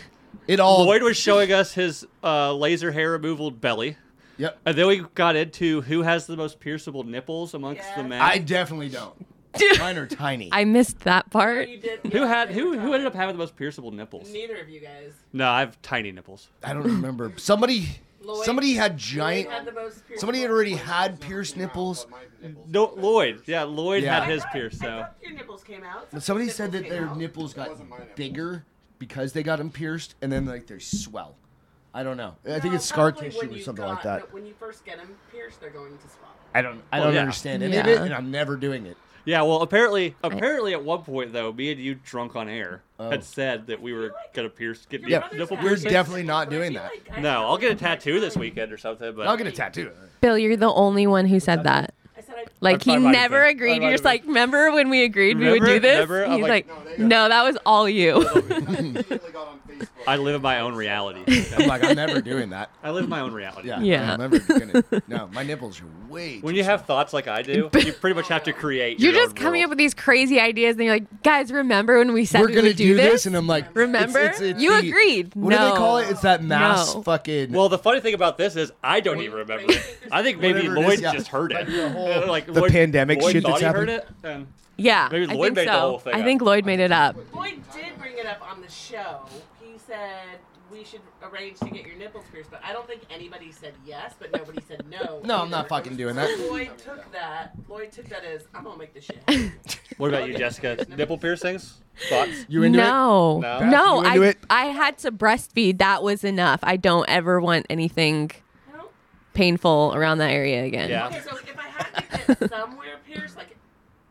[SPEAKER 2] it all.
[SPEAKER 1] Lloyd was showing us his uh, laser hair removal belly,
[SPEAKER 2] Yep.
[SPEAKER 1] and then we got into who has the most pierceable nipples amongst the
[SPEAKER 7] Yes.
[SPEAKER 1] men.
[SPEAKER 2] I definitely don't.
[SPEAKER 6] Dude.
[SPEAKER 2] Mine are tiny.
[SPEAKER 6] I missed that part.
[SPEAKER 7] you did.
[SPEAKER 1] who
[SPEAKER 7] yeah,
[SPEAKER 1] had
[SPEAKER 7] they
[SPEAKER 1] who
[SPEAKER 7] were
[SPEAKER 1] who ended up
[SPEAKER 7] talking.
[SPEAKER 1] having the most pierceable nipples?
[SPEAKER 7] Neither of you guys.
[SPEAKER 1] No, I have tiny nipples.
[SPEAKER 2] I don't remember. Somebody,
[SPEAKER 7] Lloyd-
[SPEAKER 2] somebody had
[SPEAKER 7] Lloyd
[SPEAKER 2] giant.
[SPEAKER 7] had the most pierced
[SPEAKER 2] Somebody had
[SPEAKER 7] nipples.
[SPEAKER 2] already had pierced nipples.
[SPEAKER 1] No, Lloyd. Yeah, Lloyd
[SPEAKER 2] Yeah.
[SPEAKER 1] had
[SPEAKER 7] I
[SPEAKER 1] his
[SPEAKER 7] thought-
[SPEAKER 1] pierced.
[SPEAKER 7] I
[SPEAKER 1] So
[SPEAKER 7] thought your nipples came out.
[SPEAKER 2] But somebody
[SPEAKER 7] Nipples
[SPEAKER 2] said that
[SPEAKER 7] came
[SPEAKER 2] their
[SPEAKER 7] out.
[SPEAKER 2] nipples got
[SPEAKER 5] wasn't my nipples.
[SPEAKER 2] bigger because they got them pierced, and then like they swell. I don't know. I think
[SPEAKER 7] No,
[SPEAKER 2] it's scar
[SPEAKER 7] probably
[SPEAKER 2] tissue
[SPEAKER 7] when
[SPEAKER 2] or
[SPEAKER 7] you
[SPEAKER 2] something
[SPEAKER 7] got-
[SPEAKER 2] like that.
[SPEAKER 7] no, When you first get them pierced, they're going to swell.
[SPEAKER 2] I don't. I
[SPEAKER 1] Well,
[SPEAKER 2] don't
[SPEAKER 1] Oh, yeah.
[SPEAKER 2] understand any of
[SPEAKER 6] Yeah.
[SPEAKER 2] it, and I'm never doing it.
[SPEAKER 1] yeah, well, apparently, apparently, at one point though, me and you, drunk on air,
[SPEAKER 2] Oh.
[SPEAKER 1] had said that we were gonna pierce, get
[SPEAKER 7] Your
[SPEAKER 2] Yeah,
[SPEAKER 7] brother's
[SPEAKER 1] nipple
[SPEAKER 7] had
[SPEAKER 2] we're
[SPEAKER 7] it,
[SPEAKER 1] piercings.
[SPEAKER 2] definitely not
[SPEAKER 7] but I
[SPEAKER 2] doing
[SPEAKER 7] feel
[SPEAKER 2] that.
[SPEAKER 7] like I
[SPEAKER 1] No,
[SPEAKER 7] felt
[SPEAKER 1] I'll get a
[SPEAKER 7] like my
[SPEAKER 1] tattoo this
[SPEAKER 7] time-
[SPEAKER 1] weekend or something. But
[SPEAKER 2] I'll get a tattoo.
[SPEAKER 6] Bill, you're the only one who said that.
[SPEAKER 7] I said I.
[SPEAKER 6] Like
[SPEAKER 1] I
[SPEAKER 6] he
[SPEAKER 1] might have
[SPEAKER 6] never
[SPEAKER 1] been. I
[SPEAKER 6] agreed.
[SPEAKER 1] might
[SPEAKER 6] You're just
[SPEAKER 1] have
[SPEAKER 6] like, remember when we agreed we would
[SPEAKER 1] Remember?
[SPEAKER 6] do this?
[SPEAKER 1] Remember? I'm
[SPEAKER 6] He's
[SPEAKER 1] like,
[SPEAKER 6] like,
[SPEAKER 5] "No, they got
[SPEAKER 6] no, that was all you.
[SPEAKER 5] I immediately got on Facebook.
[SPEAKER 1] I live in my own reality.
[SPEAKER 2] I'm like, I'm never doing that.
[SPEAKER 1] I live in my own reality.
[SPEAKER 2] Yeah.
[SPEAKER 6] Yeah.
[SPEAKER 2] I'm never gonna. No, my nipples are way.
[SPEAKER 1] When
[SPEAKER 2] too
[SPEAKER 1] you have thoughts like I do, you pretty much have to create.
[SPEAKER 6] You're
[SPEAKER 1] your
[SPEAKER 6] just
[SPEAKER 1] own
[SPEAKER 6] coming
[SPEAKER 1] world.
[SPEAKER 6] up with these crazy ideas, and you're like, guys, remember when we said
[SPEAKER 2] small. we're
[SPEAKER 6] we
[SPEAKER 2] gonna
[SPEAKER 6] would do this?
[SPEAKER 2] and I'm like,
[SPEAKER 6] remember?
[SPEAKER 2] it's- it's
[SPEAKER 6] you
[SPEAKER 2] the-
[SPEAKER 6] agreed.
[SPEAKER 2] What
[SPEAKER 6] no.
[SPEAKER 2] do they call it? It's that mass
[SPEAKER 6] No.
[SPEAKER 2] fucking.
[SPEAKER 1] Well, the funny thing about this is I don't even remember. it. I think maybe
[SPEAKER 2] Whatever it is,
[SPEAKER 1] Lloyd
[SPEAKER 2] yeah.
[SPEAKER 1] just heard it.
[SPEAKER 2] Like the whole-
[SPEAKER 1] like
[SPEAKER 2] the
[SPEAKER 1] Lloyd-
[SPEAKER 2] pandemic
[SPEAKER 1] Lloyd
[SPEAKER 2] shit
[SPEAKER 1] thought
[SPEAKER 2] that's
[SPEAKER 1] he
[SPEAKER 2] happened.
[SPEAKER 1] heard it, and
[SPEAKER 6] yeah,
[SPEAKER 1] Maybe
[SPEAKER 6] I
[SPEAKER 1] Lloyd
[SPEAKER 6] think
[SPEAKER 1] made the
[SPEAKER 6] so.
[SPEAKER 1] whole thing
[SPEAKER 6] I
[SPEAKER 1] up.
[SPEAKER 6] think Lloyd made it up.
[SPEAKER 7] Lloyd did bring it up on the show. He said we should arrange to get your nipples pierced, but I don't think anybody said yes, but nobody said no.
[SPEAKER 2] No, I'm not
[SPEAKER 7] either.
[SPEAKER 2] fucking doing that.
[SPEAKER 7] Lloyd took that. Lloyd took that as I'm gonna make the shit. happen."
[SPEAKER 1] What about you, Jessica? Nipple piercings? Thoughts?
[SPEAKER 2] you into it?
[SPEAKER 6] no.
[SPEAKER 1] No?
[SPEAKER 6] No,
[SPEAKER 2] Beth, you into
[SPEAKER 6] I
[SPEAKER 2] it?
[SPEAKER 6] I had to breastfeed. That was enough. I don't ever want anything
[SPEAKER 7] I don't-
[SPEAKER 6] painful around that area again.
[SPEAKER 1] Yeah.
[SPEAKER 7] Okay, so if I had to get somewhere pierced, like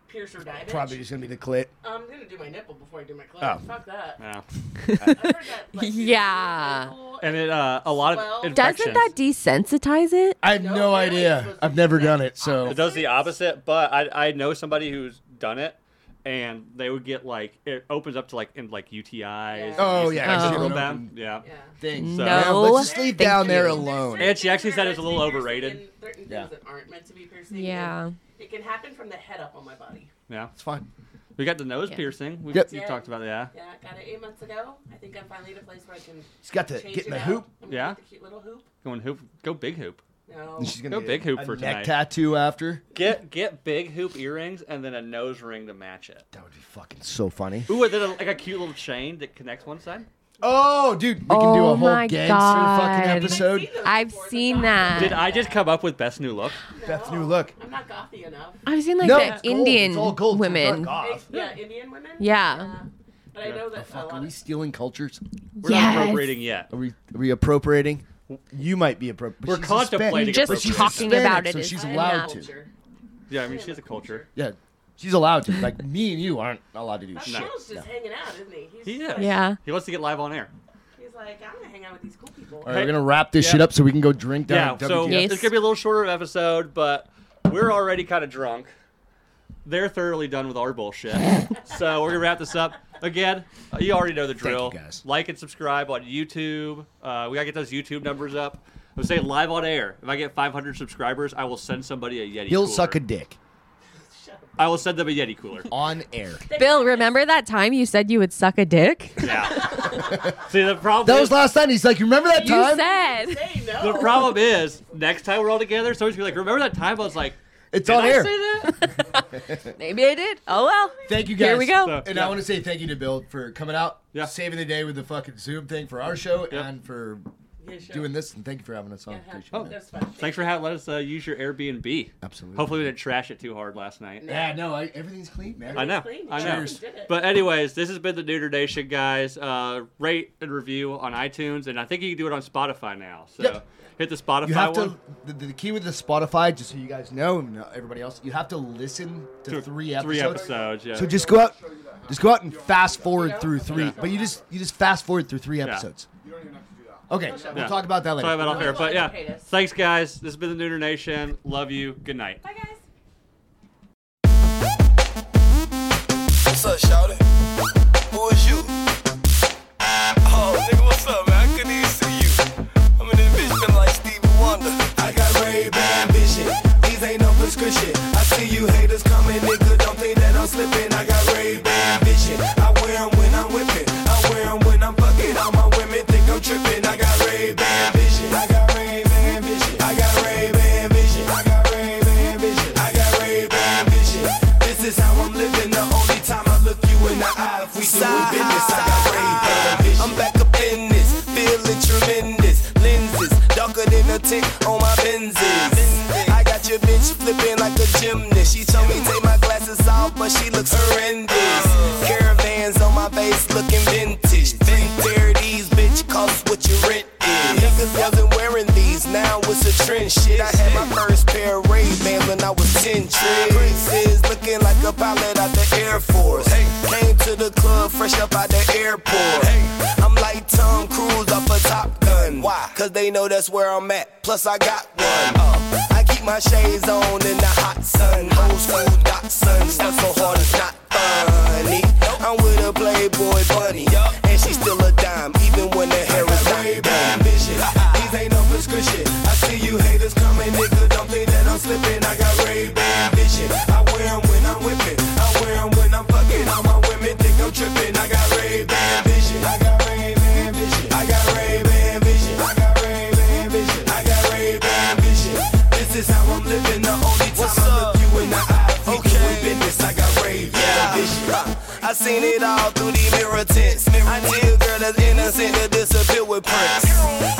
[SPEAKER 7] pierce or die, bitch,
[SPEAKER 2] Probably just gonna be the clit.
[SPEAKER 7] I'm gonna do my nipple before I do my clit.
[SPEAKER 2] Oh.
[SPEAKER 7] Fuck that.
[SPEAKER 1] Yeah.
[SPEAKER 7] I've heard that, like, if you do your
[SPEAKER 6] Yeah.
[SPEAKER 7] nipple,
[SPEAKER 1] And it uh, a lot of
[SPEAKER 7] Well-
[SPEAKER 1] infections.
[SPEAKER 6] Doesn't that desensitize it?
[SPEAKER 2] I have
[SPEAKER 7] No,
[SPEAKER 2] no,
[SPEAKER 7] no, it's
[SPEAKER 2] idea.
[SPEAKER 7] supposed to
[SPEAKER 2] I've
[SPEAKER 7] be
[SPEAKER 2] never
[SPEAKER 7] that
[SPEAKER 2] done it, so
[SPEAKER 1] it does the opposite, but I, I know somebody who's done it, and they would get like it opens up to like in like UTIs.
[SPEAKER 2] Oh,
[SPEAKER 1] and
[SPEAKER 2] yeah,
[SPEAKER 1] infections
[SPEAKER 6] it's just
[SPEAKER 1] roll
[SPEAKER 2] an
[SPEAKER 1] down.
[SPEAKER 2] open-
[SPEAKER 1] Yeah.
[SPEAKER 7] Yeah.
[SPEAKER 2] things.
[SPEAKER 1] No,
[SPEAKER 2] Yeah, let's just leave
[SPEAKER 6] thank
[SPEAKER 2] down there
[SPEAKER 6] you.
[SPEAKER 2] alone.
[SPEAKER 1] And she actually said it was a little
[SPEAKER 7] There's
[SPEAKER 1] overrated.
[SPEAKER 7] certain- certain
[SPEAKER 2] Yeah.
[SPEAKER 7] things that aren't meant to be piercing.
[SPEAKER 6] Yeah.
[SPEAKER 7] It can happen from the head up on my body.
[SPEAKER 1] Yeah.
[SPEAKER 2] It's fine.
[SPEAKER 1] We got the nose
[SPEAKER 6] Yeah.
[SPEAKER 1] piercing. We
[SPEAKER 2] Yep.
[SPEAKER 1] you talked about that.
[SPEAKER 7] Yeah, I got it eight months ago. I think I'm finally at a place where I can
[SPEAKER 2] He's got to
[SPEAKER 7] change
[SPEAKER 2] get in
[SPEAKER 7] it
[SPEAKER 2] the
[SPEAKER 7] out.
[SPEAKER 2] hoop.
[SPEAKER 7] I'm gonna
[SPEAKER 1] Yeah.
[SPEAKER 7] get The cute little hoop.
[SPEAKER 1] Going hoop, go big hoop.
[SPEAKER 7] Yeah. No.
[SPEAKER 2] And she's gonna
[SPEAKER 1] Go
[SPEAKER 2] get
[SPEAKER 1] big hoop
[SPEAKER 2] a
[SPEAKER 1] for tonight.
[SPEAKER 2] neck tattoo after.
[SPEAKER 1] Get get big hoop earrings and then a nose ring to match it.
[SPEAKER 2] That would be fucking so funny.
[SPEAKER 1] Ooh, and then a, like a cute little chain that connects one side.
[SPEAKER 2] Oh, dude, we can do
[SPEAKER 6] Oh
[SPEAKER 2] a whole
[SPEAKER 6] my
[SPEAKER 2] gangster
[SPEAKER 6] God.
[SPEAKER 2] fucking episode.
[SPEAKER 6] I've seen that.
[SPEAKER 1] Did I just come up with best new look?
[SPEAKER 2] Beth's new look.
[SPEAKER 7] I'm not gothy enough.
[SPEAKER 6] I've seen like
[SPEAKER 2] no,
[SPEAKER 6] the
[SPEAKER 2] it's gold.
[SPEAKER 6] Indian
[SPEAKER 2] it's all gold. It's not
[SPEAKER 6] women.
[SPEAKER 2] goth.
[SPEAKER 7] If- yeah, Indian women.
[SPEAKER 6] Yeah.
[SPEAKER 7] But I know
[SPEAKER 6] Oh,
[SPEAKER 7] that a
[SPEAKER 2] Fuck,
[SPEAKER 7] lot
[SPEAKER 2] are we
[SPEAKER 7] of
[SPEAKER 2] stealing cultures?
[SPEAKER 1] We're
[SPEAKER 6] Yes.
[SPEAKER 1] not appropriating yet.
[SPEAKER 2] Are we, are we appropriating? You might be appropriating.
[SPEAKER 1] We're contemplating
[SPEAKER 6] Just
[SPEAKER 1] appropriating.
[SPEAKER 6] talking about it
[SPEAKER 2] so
[SPEAKER 6] is
[SPEAKER 2] she's
[SPEAKER 6] enough.
[SPEAKER 2] allowed to.
[SPEAKER 7] culture.
[SPEAKER 1] Yeah, I mean she has a culture.
[SPEAKER 2] Yeah, she's allowed to. Like me and you aren't allowed to do
[SPEAKER 7] That
[SPEAKER 2] shit.
[SPEAKER 7] Phil's just
[SPEAKER 2] No.
[SPEAKER 7] hanging out, isn't he? He's
[SPEAKER 1] He
[SPEAKER 7] just
[SPEAKER 1] is.
[SPEAKER 7] Like,
[SPEAKER 6] Yeah.
[SPEAKER 1] He wants to get live on air.
[SPEAKER 7] He's like, I'm gonna hang out with these cool people.
[SPEAKER 2] All right,
[SPEAKER 1] Hey.
[SPEAKER 2] we're gonna wrap this
[SPEAKER 1] Yeah.
[SPEAKER 2] shit up so we can go drink
[SPEAKER 1] Yeah,
[SPEAKER 2] down. at
[SPEAKER 1] so
[SPEAKER 2] WTF.
[SPEAKER 6] Yes.
[SPEAKER 1] it's gonna be a little shorter episode, but we're already kind of drunk. They're thoroughly done with our bullshit, so we're gonna wrap this up. Again, uh, you already know the
[SPEAKER 2] you,
[SPEAKER 1] drill.
[SPEAKER 2] guys.
[SPEAKER 1] Like and subscribe on YouTube. Uh, we gotta get those YouTube numbers up. I'm saying live on air. If I get 500 subscribers, I will send somebody a Yeti.
[SPEAKER 2] he'll
[SPEAKER 1] cooler.
[SPEAKER 2] suck a dick
[SPEAKER 1] I will send them a Yeti cooler.
[SPEAKER 2] on air.
[SPEAKER 6] Bill, remember that time you said you would suck a dick?
[SPEAKER 1] Yeah. See, the problem
[SPEAKER 2] That
[SPEAKER 1] is-
[SPEAKER 2] was last night. He's like, you remember that
[SPEAKER 6] You
[SPEAKER 2] time?
[SPEAKER 6] said.
[SPEAKER 7] Hey, no.
[SPEAKER 1] The problem is, next time we're all together, somebody's gonna be like, "Remember that time I was like."
[SPEAKER 2] it's
[SPEAKER 1] Did
[SPEAKER 2] on
[SPEAKER 1] I
[SPEAKER 2] air.
[SPEAKER 1] say that?
[SPEAKER 6] Maybe I did. Oh well.
[SPEAKER 2] Thank you guys.
[SPEAKER 6] Here we go.
[SPEAKER 1] So-
[SPEAKER 2] And
[SPEAKER 1] Yeah.
[SPEAKER 2] I want to say thank you to Bill for coming out,
[SPEAKER 1] Yeah.
[SPEAKER 2] saving the day with the fucking Zoom thing for our show
[SPEAKER 1] Yeah.
[SPEAKER 2] and for
[SPEAKER 7] Yeah, sure.
[SPEAKER 2] doing this. And thank you for having us on.
[SPEAKER 7] Yeah,
[SPEAKER 2] Appreciate
[SPEAKER 7] oh,
[SPEAKER 2] it.
[SPEAKER 7] that's fun.
[SPEAKER 1] Thanks for having let us uh, use your Airbnb.
[SPEAKER 2] Absolutely.
[SPEAKER 1] Hopefully, we didn't trash it too hard last night.
[SPEAKER 2] Yeah, no, I, everything's clean, man.
[SPEAKER 1] I know.
[SPEAKER 7] Clean.
[SPEAKER 1] I know.
[SPEAKER 7] Cheers. Did it.
[SPEAKER 1] But anyways, this has been the Neuter Nation, guys. Uh, rate and review on iTunes, and I think you can do it on Spotify now. So
[SPEAKER 2] Yep.
[SPEAKER 1] hit the Spotify
[SPEAKER 2] You have to.
[SPEAKER 1] one.
[SPEAKER 2] The, the key with the Spotify, just so you guys know, and uh, everybody else, you have to listen to, three episodes.
[SPEAKER 1] Three episodes. Yeah.
[SPEAKER 2] So just go out, just go out and fast forward through three. But you just you just fast forward through three episodes.
[SPEAKER 5] You don't even have to do that.
[SPEAKER 2] Okay,
[SPEAKER 1] Yeah.
[SPEAKER 2] we'll talk about that later.
[SPEAKER 1] Sorry about off air, but yeah.
[SPEAKER 7] Hate us.
[SPEAKER 1] Thanks, guys. This has been the Neuter Nation. Love you. Good night.
[SPEAKER 7] Bye, guys.
[SPEAKER 8] What's up, shawty? Who is you? Oh, nigga, what's up, man? I couldn't even see you. I'm in this bitch been like Stevie Wonder. I got Ray-Ban vision. These ain't no prescription. I see you haters coming, nigga. Don't think that I'm slipping. I got Ray-Ban vision. I wear 'em when I'm whipping. I wear 'em when I'm fucking. All my women think I'm tripping. I got Ray-Ban vision. I got Ray-Ban vision. I got Ray-Ban vision. I got Ray-Ban vision. I got Ray-Ban vision. This is how I'm living. The only time I look you in the eye, if we doing business, I got Ray-Ban vision. I'm back up in this, feeling tremendous. Lenses darker than a tint on my Benzes. I got your bitch flipping like a gymnast. She told me take my glasses off, but she looks horrendous. Caravans on my face looking vintage. Three pair of these bitch cost what your rent is. Niggas wasn't wearing these, now it's a trend shit. I had my first pair of Ray Bans when I was 10 tricks. Princes looking like a pilot out the Air Force. Came to the club fresh up out the airport. I'm like Tom Cruise off a Top Gun. Why? Cause they know that's where I'm at. Plus I got one. Uh, I keep my shades on in the hot sun. Old school Datsun. Stunt so hard it's not funny. I'm with a Playboy bunny. And she's still a dime, even when the hair is not done. These ain't no prescription. I see you haters coming, nigga. Don't think that I'm slipping. I got Ray-Ban vision. I wear 'em when I'm whipping. I wear 'em when I'm fucking. All my women think I'm tripping. I got Ray-Ban vision. I got Ray-Ban vision. I got Ray-Ban vision. I got Ray-Ban vision. I got Ray-Ban vision. This is how I'm living. The only time I look you in the eye. we doing business. I got Ray-Ban vision. I seen it all through the mirror tints. I need a girl that's innocent to disappear with prints.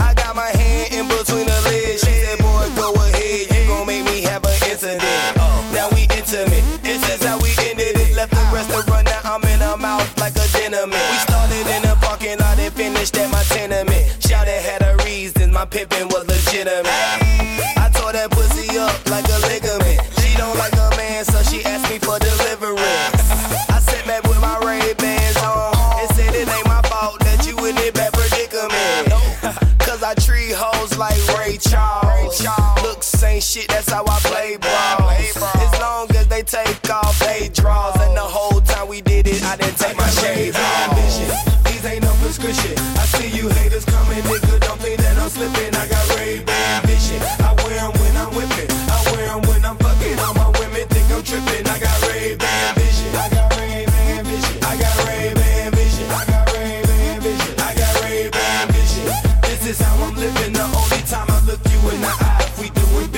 [SPEAKER 8] I got my hand in between her legs. She said, boy, go ahead. You gon' make me have an incident. Now we intimate. This is how we ended it. Left the restaurant, now I'm in her mouth like a dinner man. We started in the parking lot and finished at my tenement. Shouted had a reason, my pimpin' was legitimate. I tore that pussy up like a ligament. She don't like a man, so she asked me for deliverance. I sat back with my Ray Bans on and said it ain't my fault that you in it bad predicament. Cause I treat hoes like Ray Charles. Looks ain't shit, that's how I play bro. As long as they take off, they draws. And the whole time we did it, I didn't take my shades off. These ain't no prescription. I see you haters coming, nigga. Don't think that I'm slipping. I got Ray-Ban vision. I wear 'em when I'm whipping. I wear 'em when I'm fucking. All my women think I'm tripping. I got Ray-Ban vision. I got Ray-Ban vision. I got Ray-Ban vision. I got Ray-Ban vision. I got Ray-Ban vision. This is how I'm living. The only time I look you in the eye, if we doing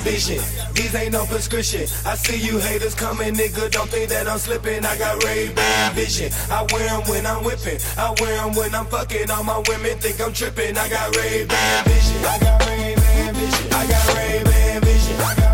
[SPEAKER 8] vision. These ain't no prescription. I see you haters coming, nigga. Don't think that I'm slipping. I got Ray-Ban vision. I wear 'em when I'm whipping. I wear 'em when I'm fucking. All my women think I'm tripping. I got Ray-Ban vision. I got Ray-Ban vision. I got Ray-Ban vision. I got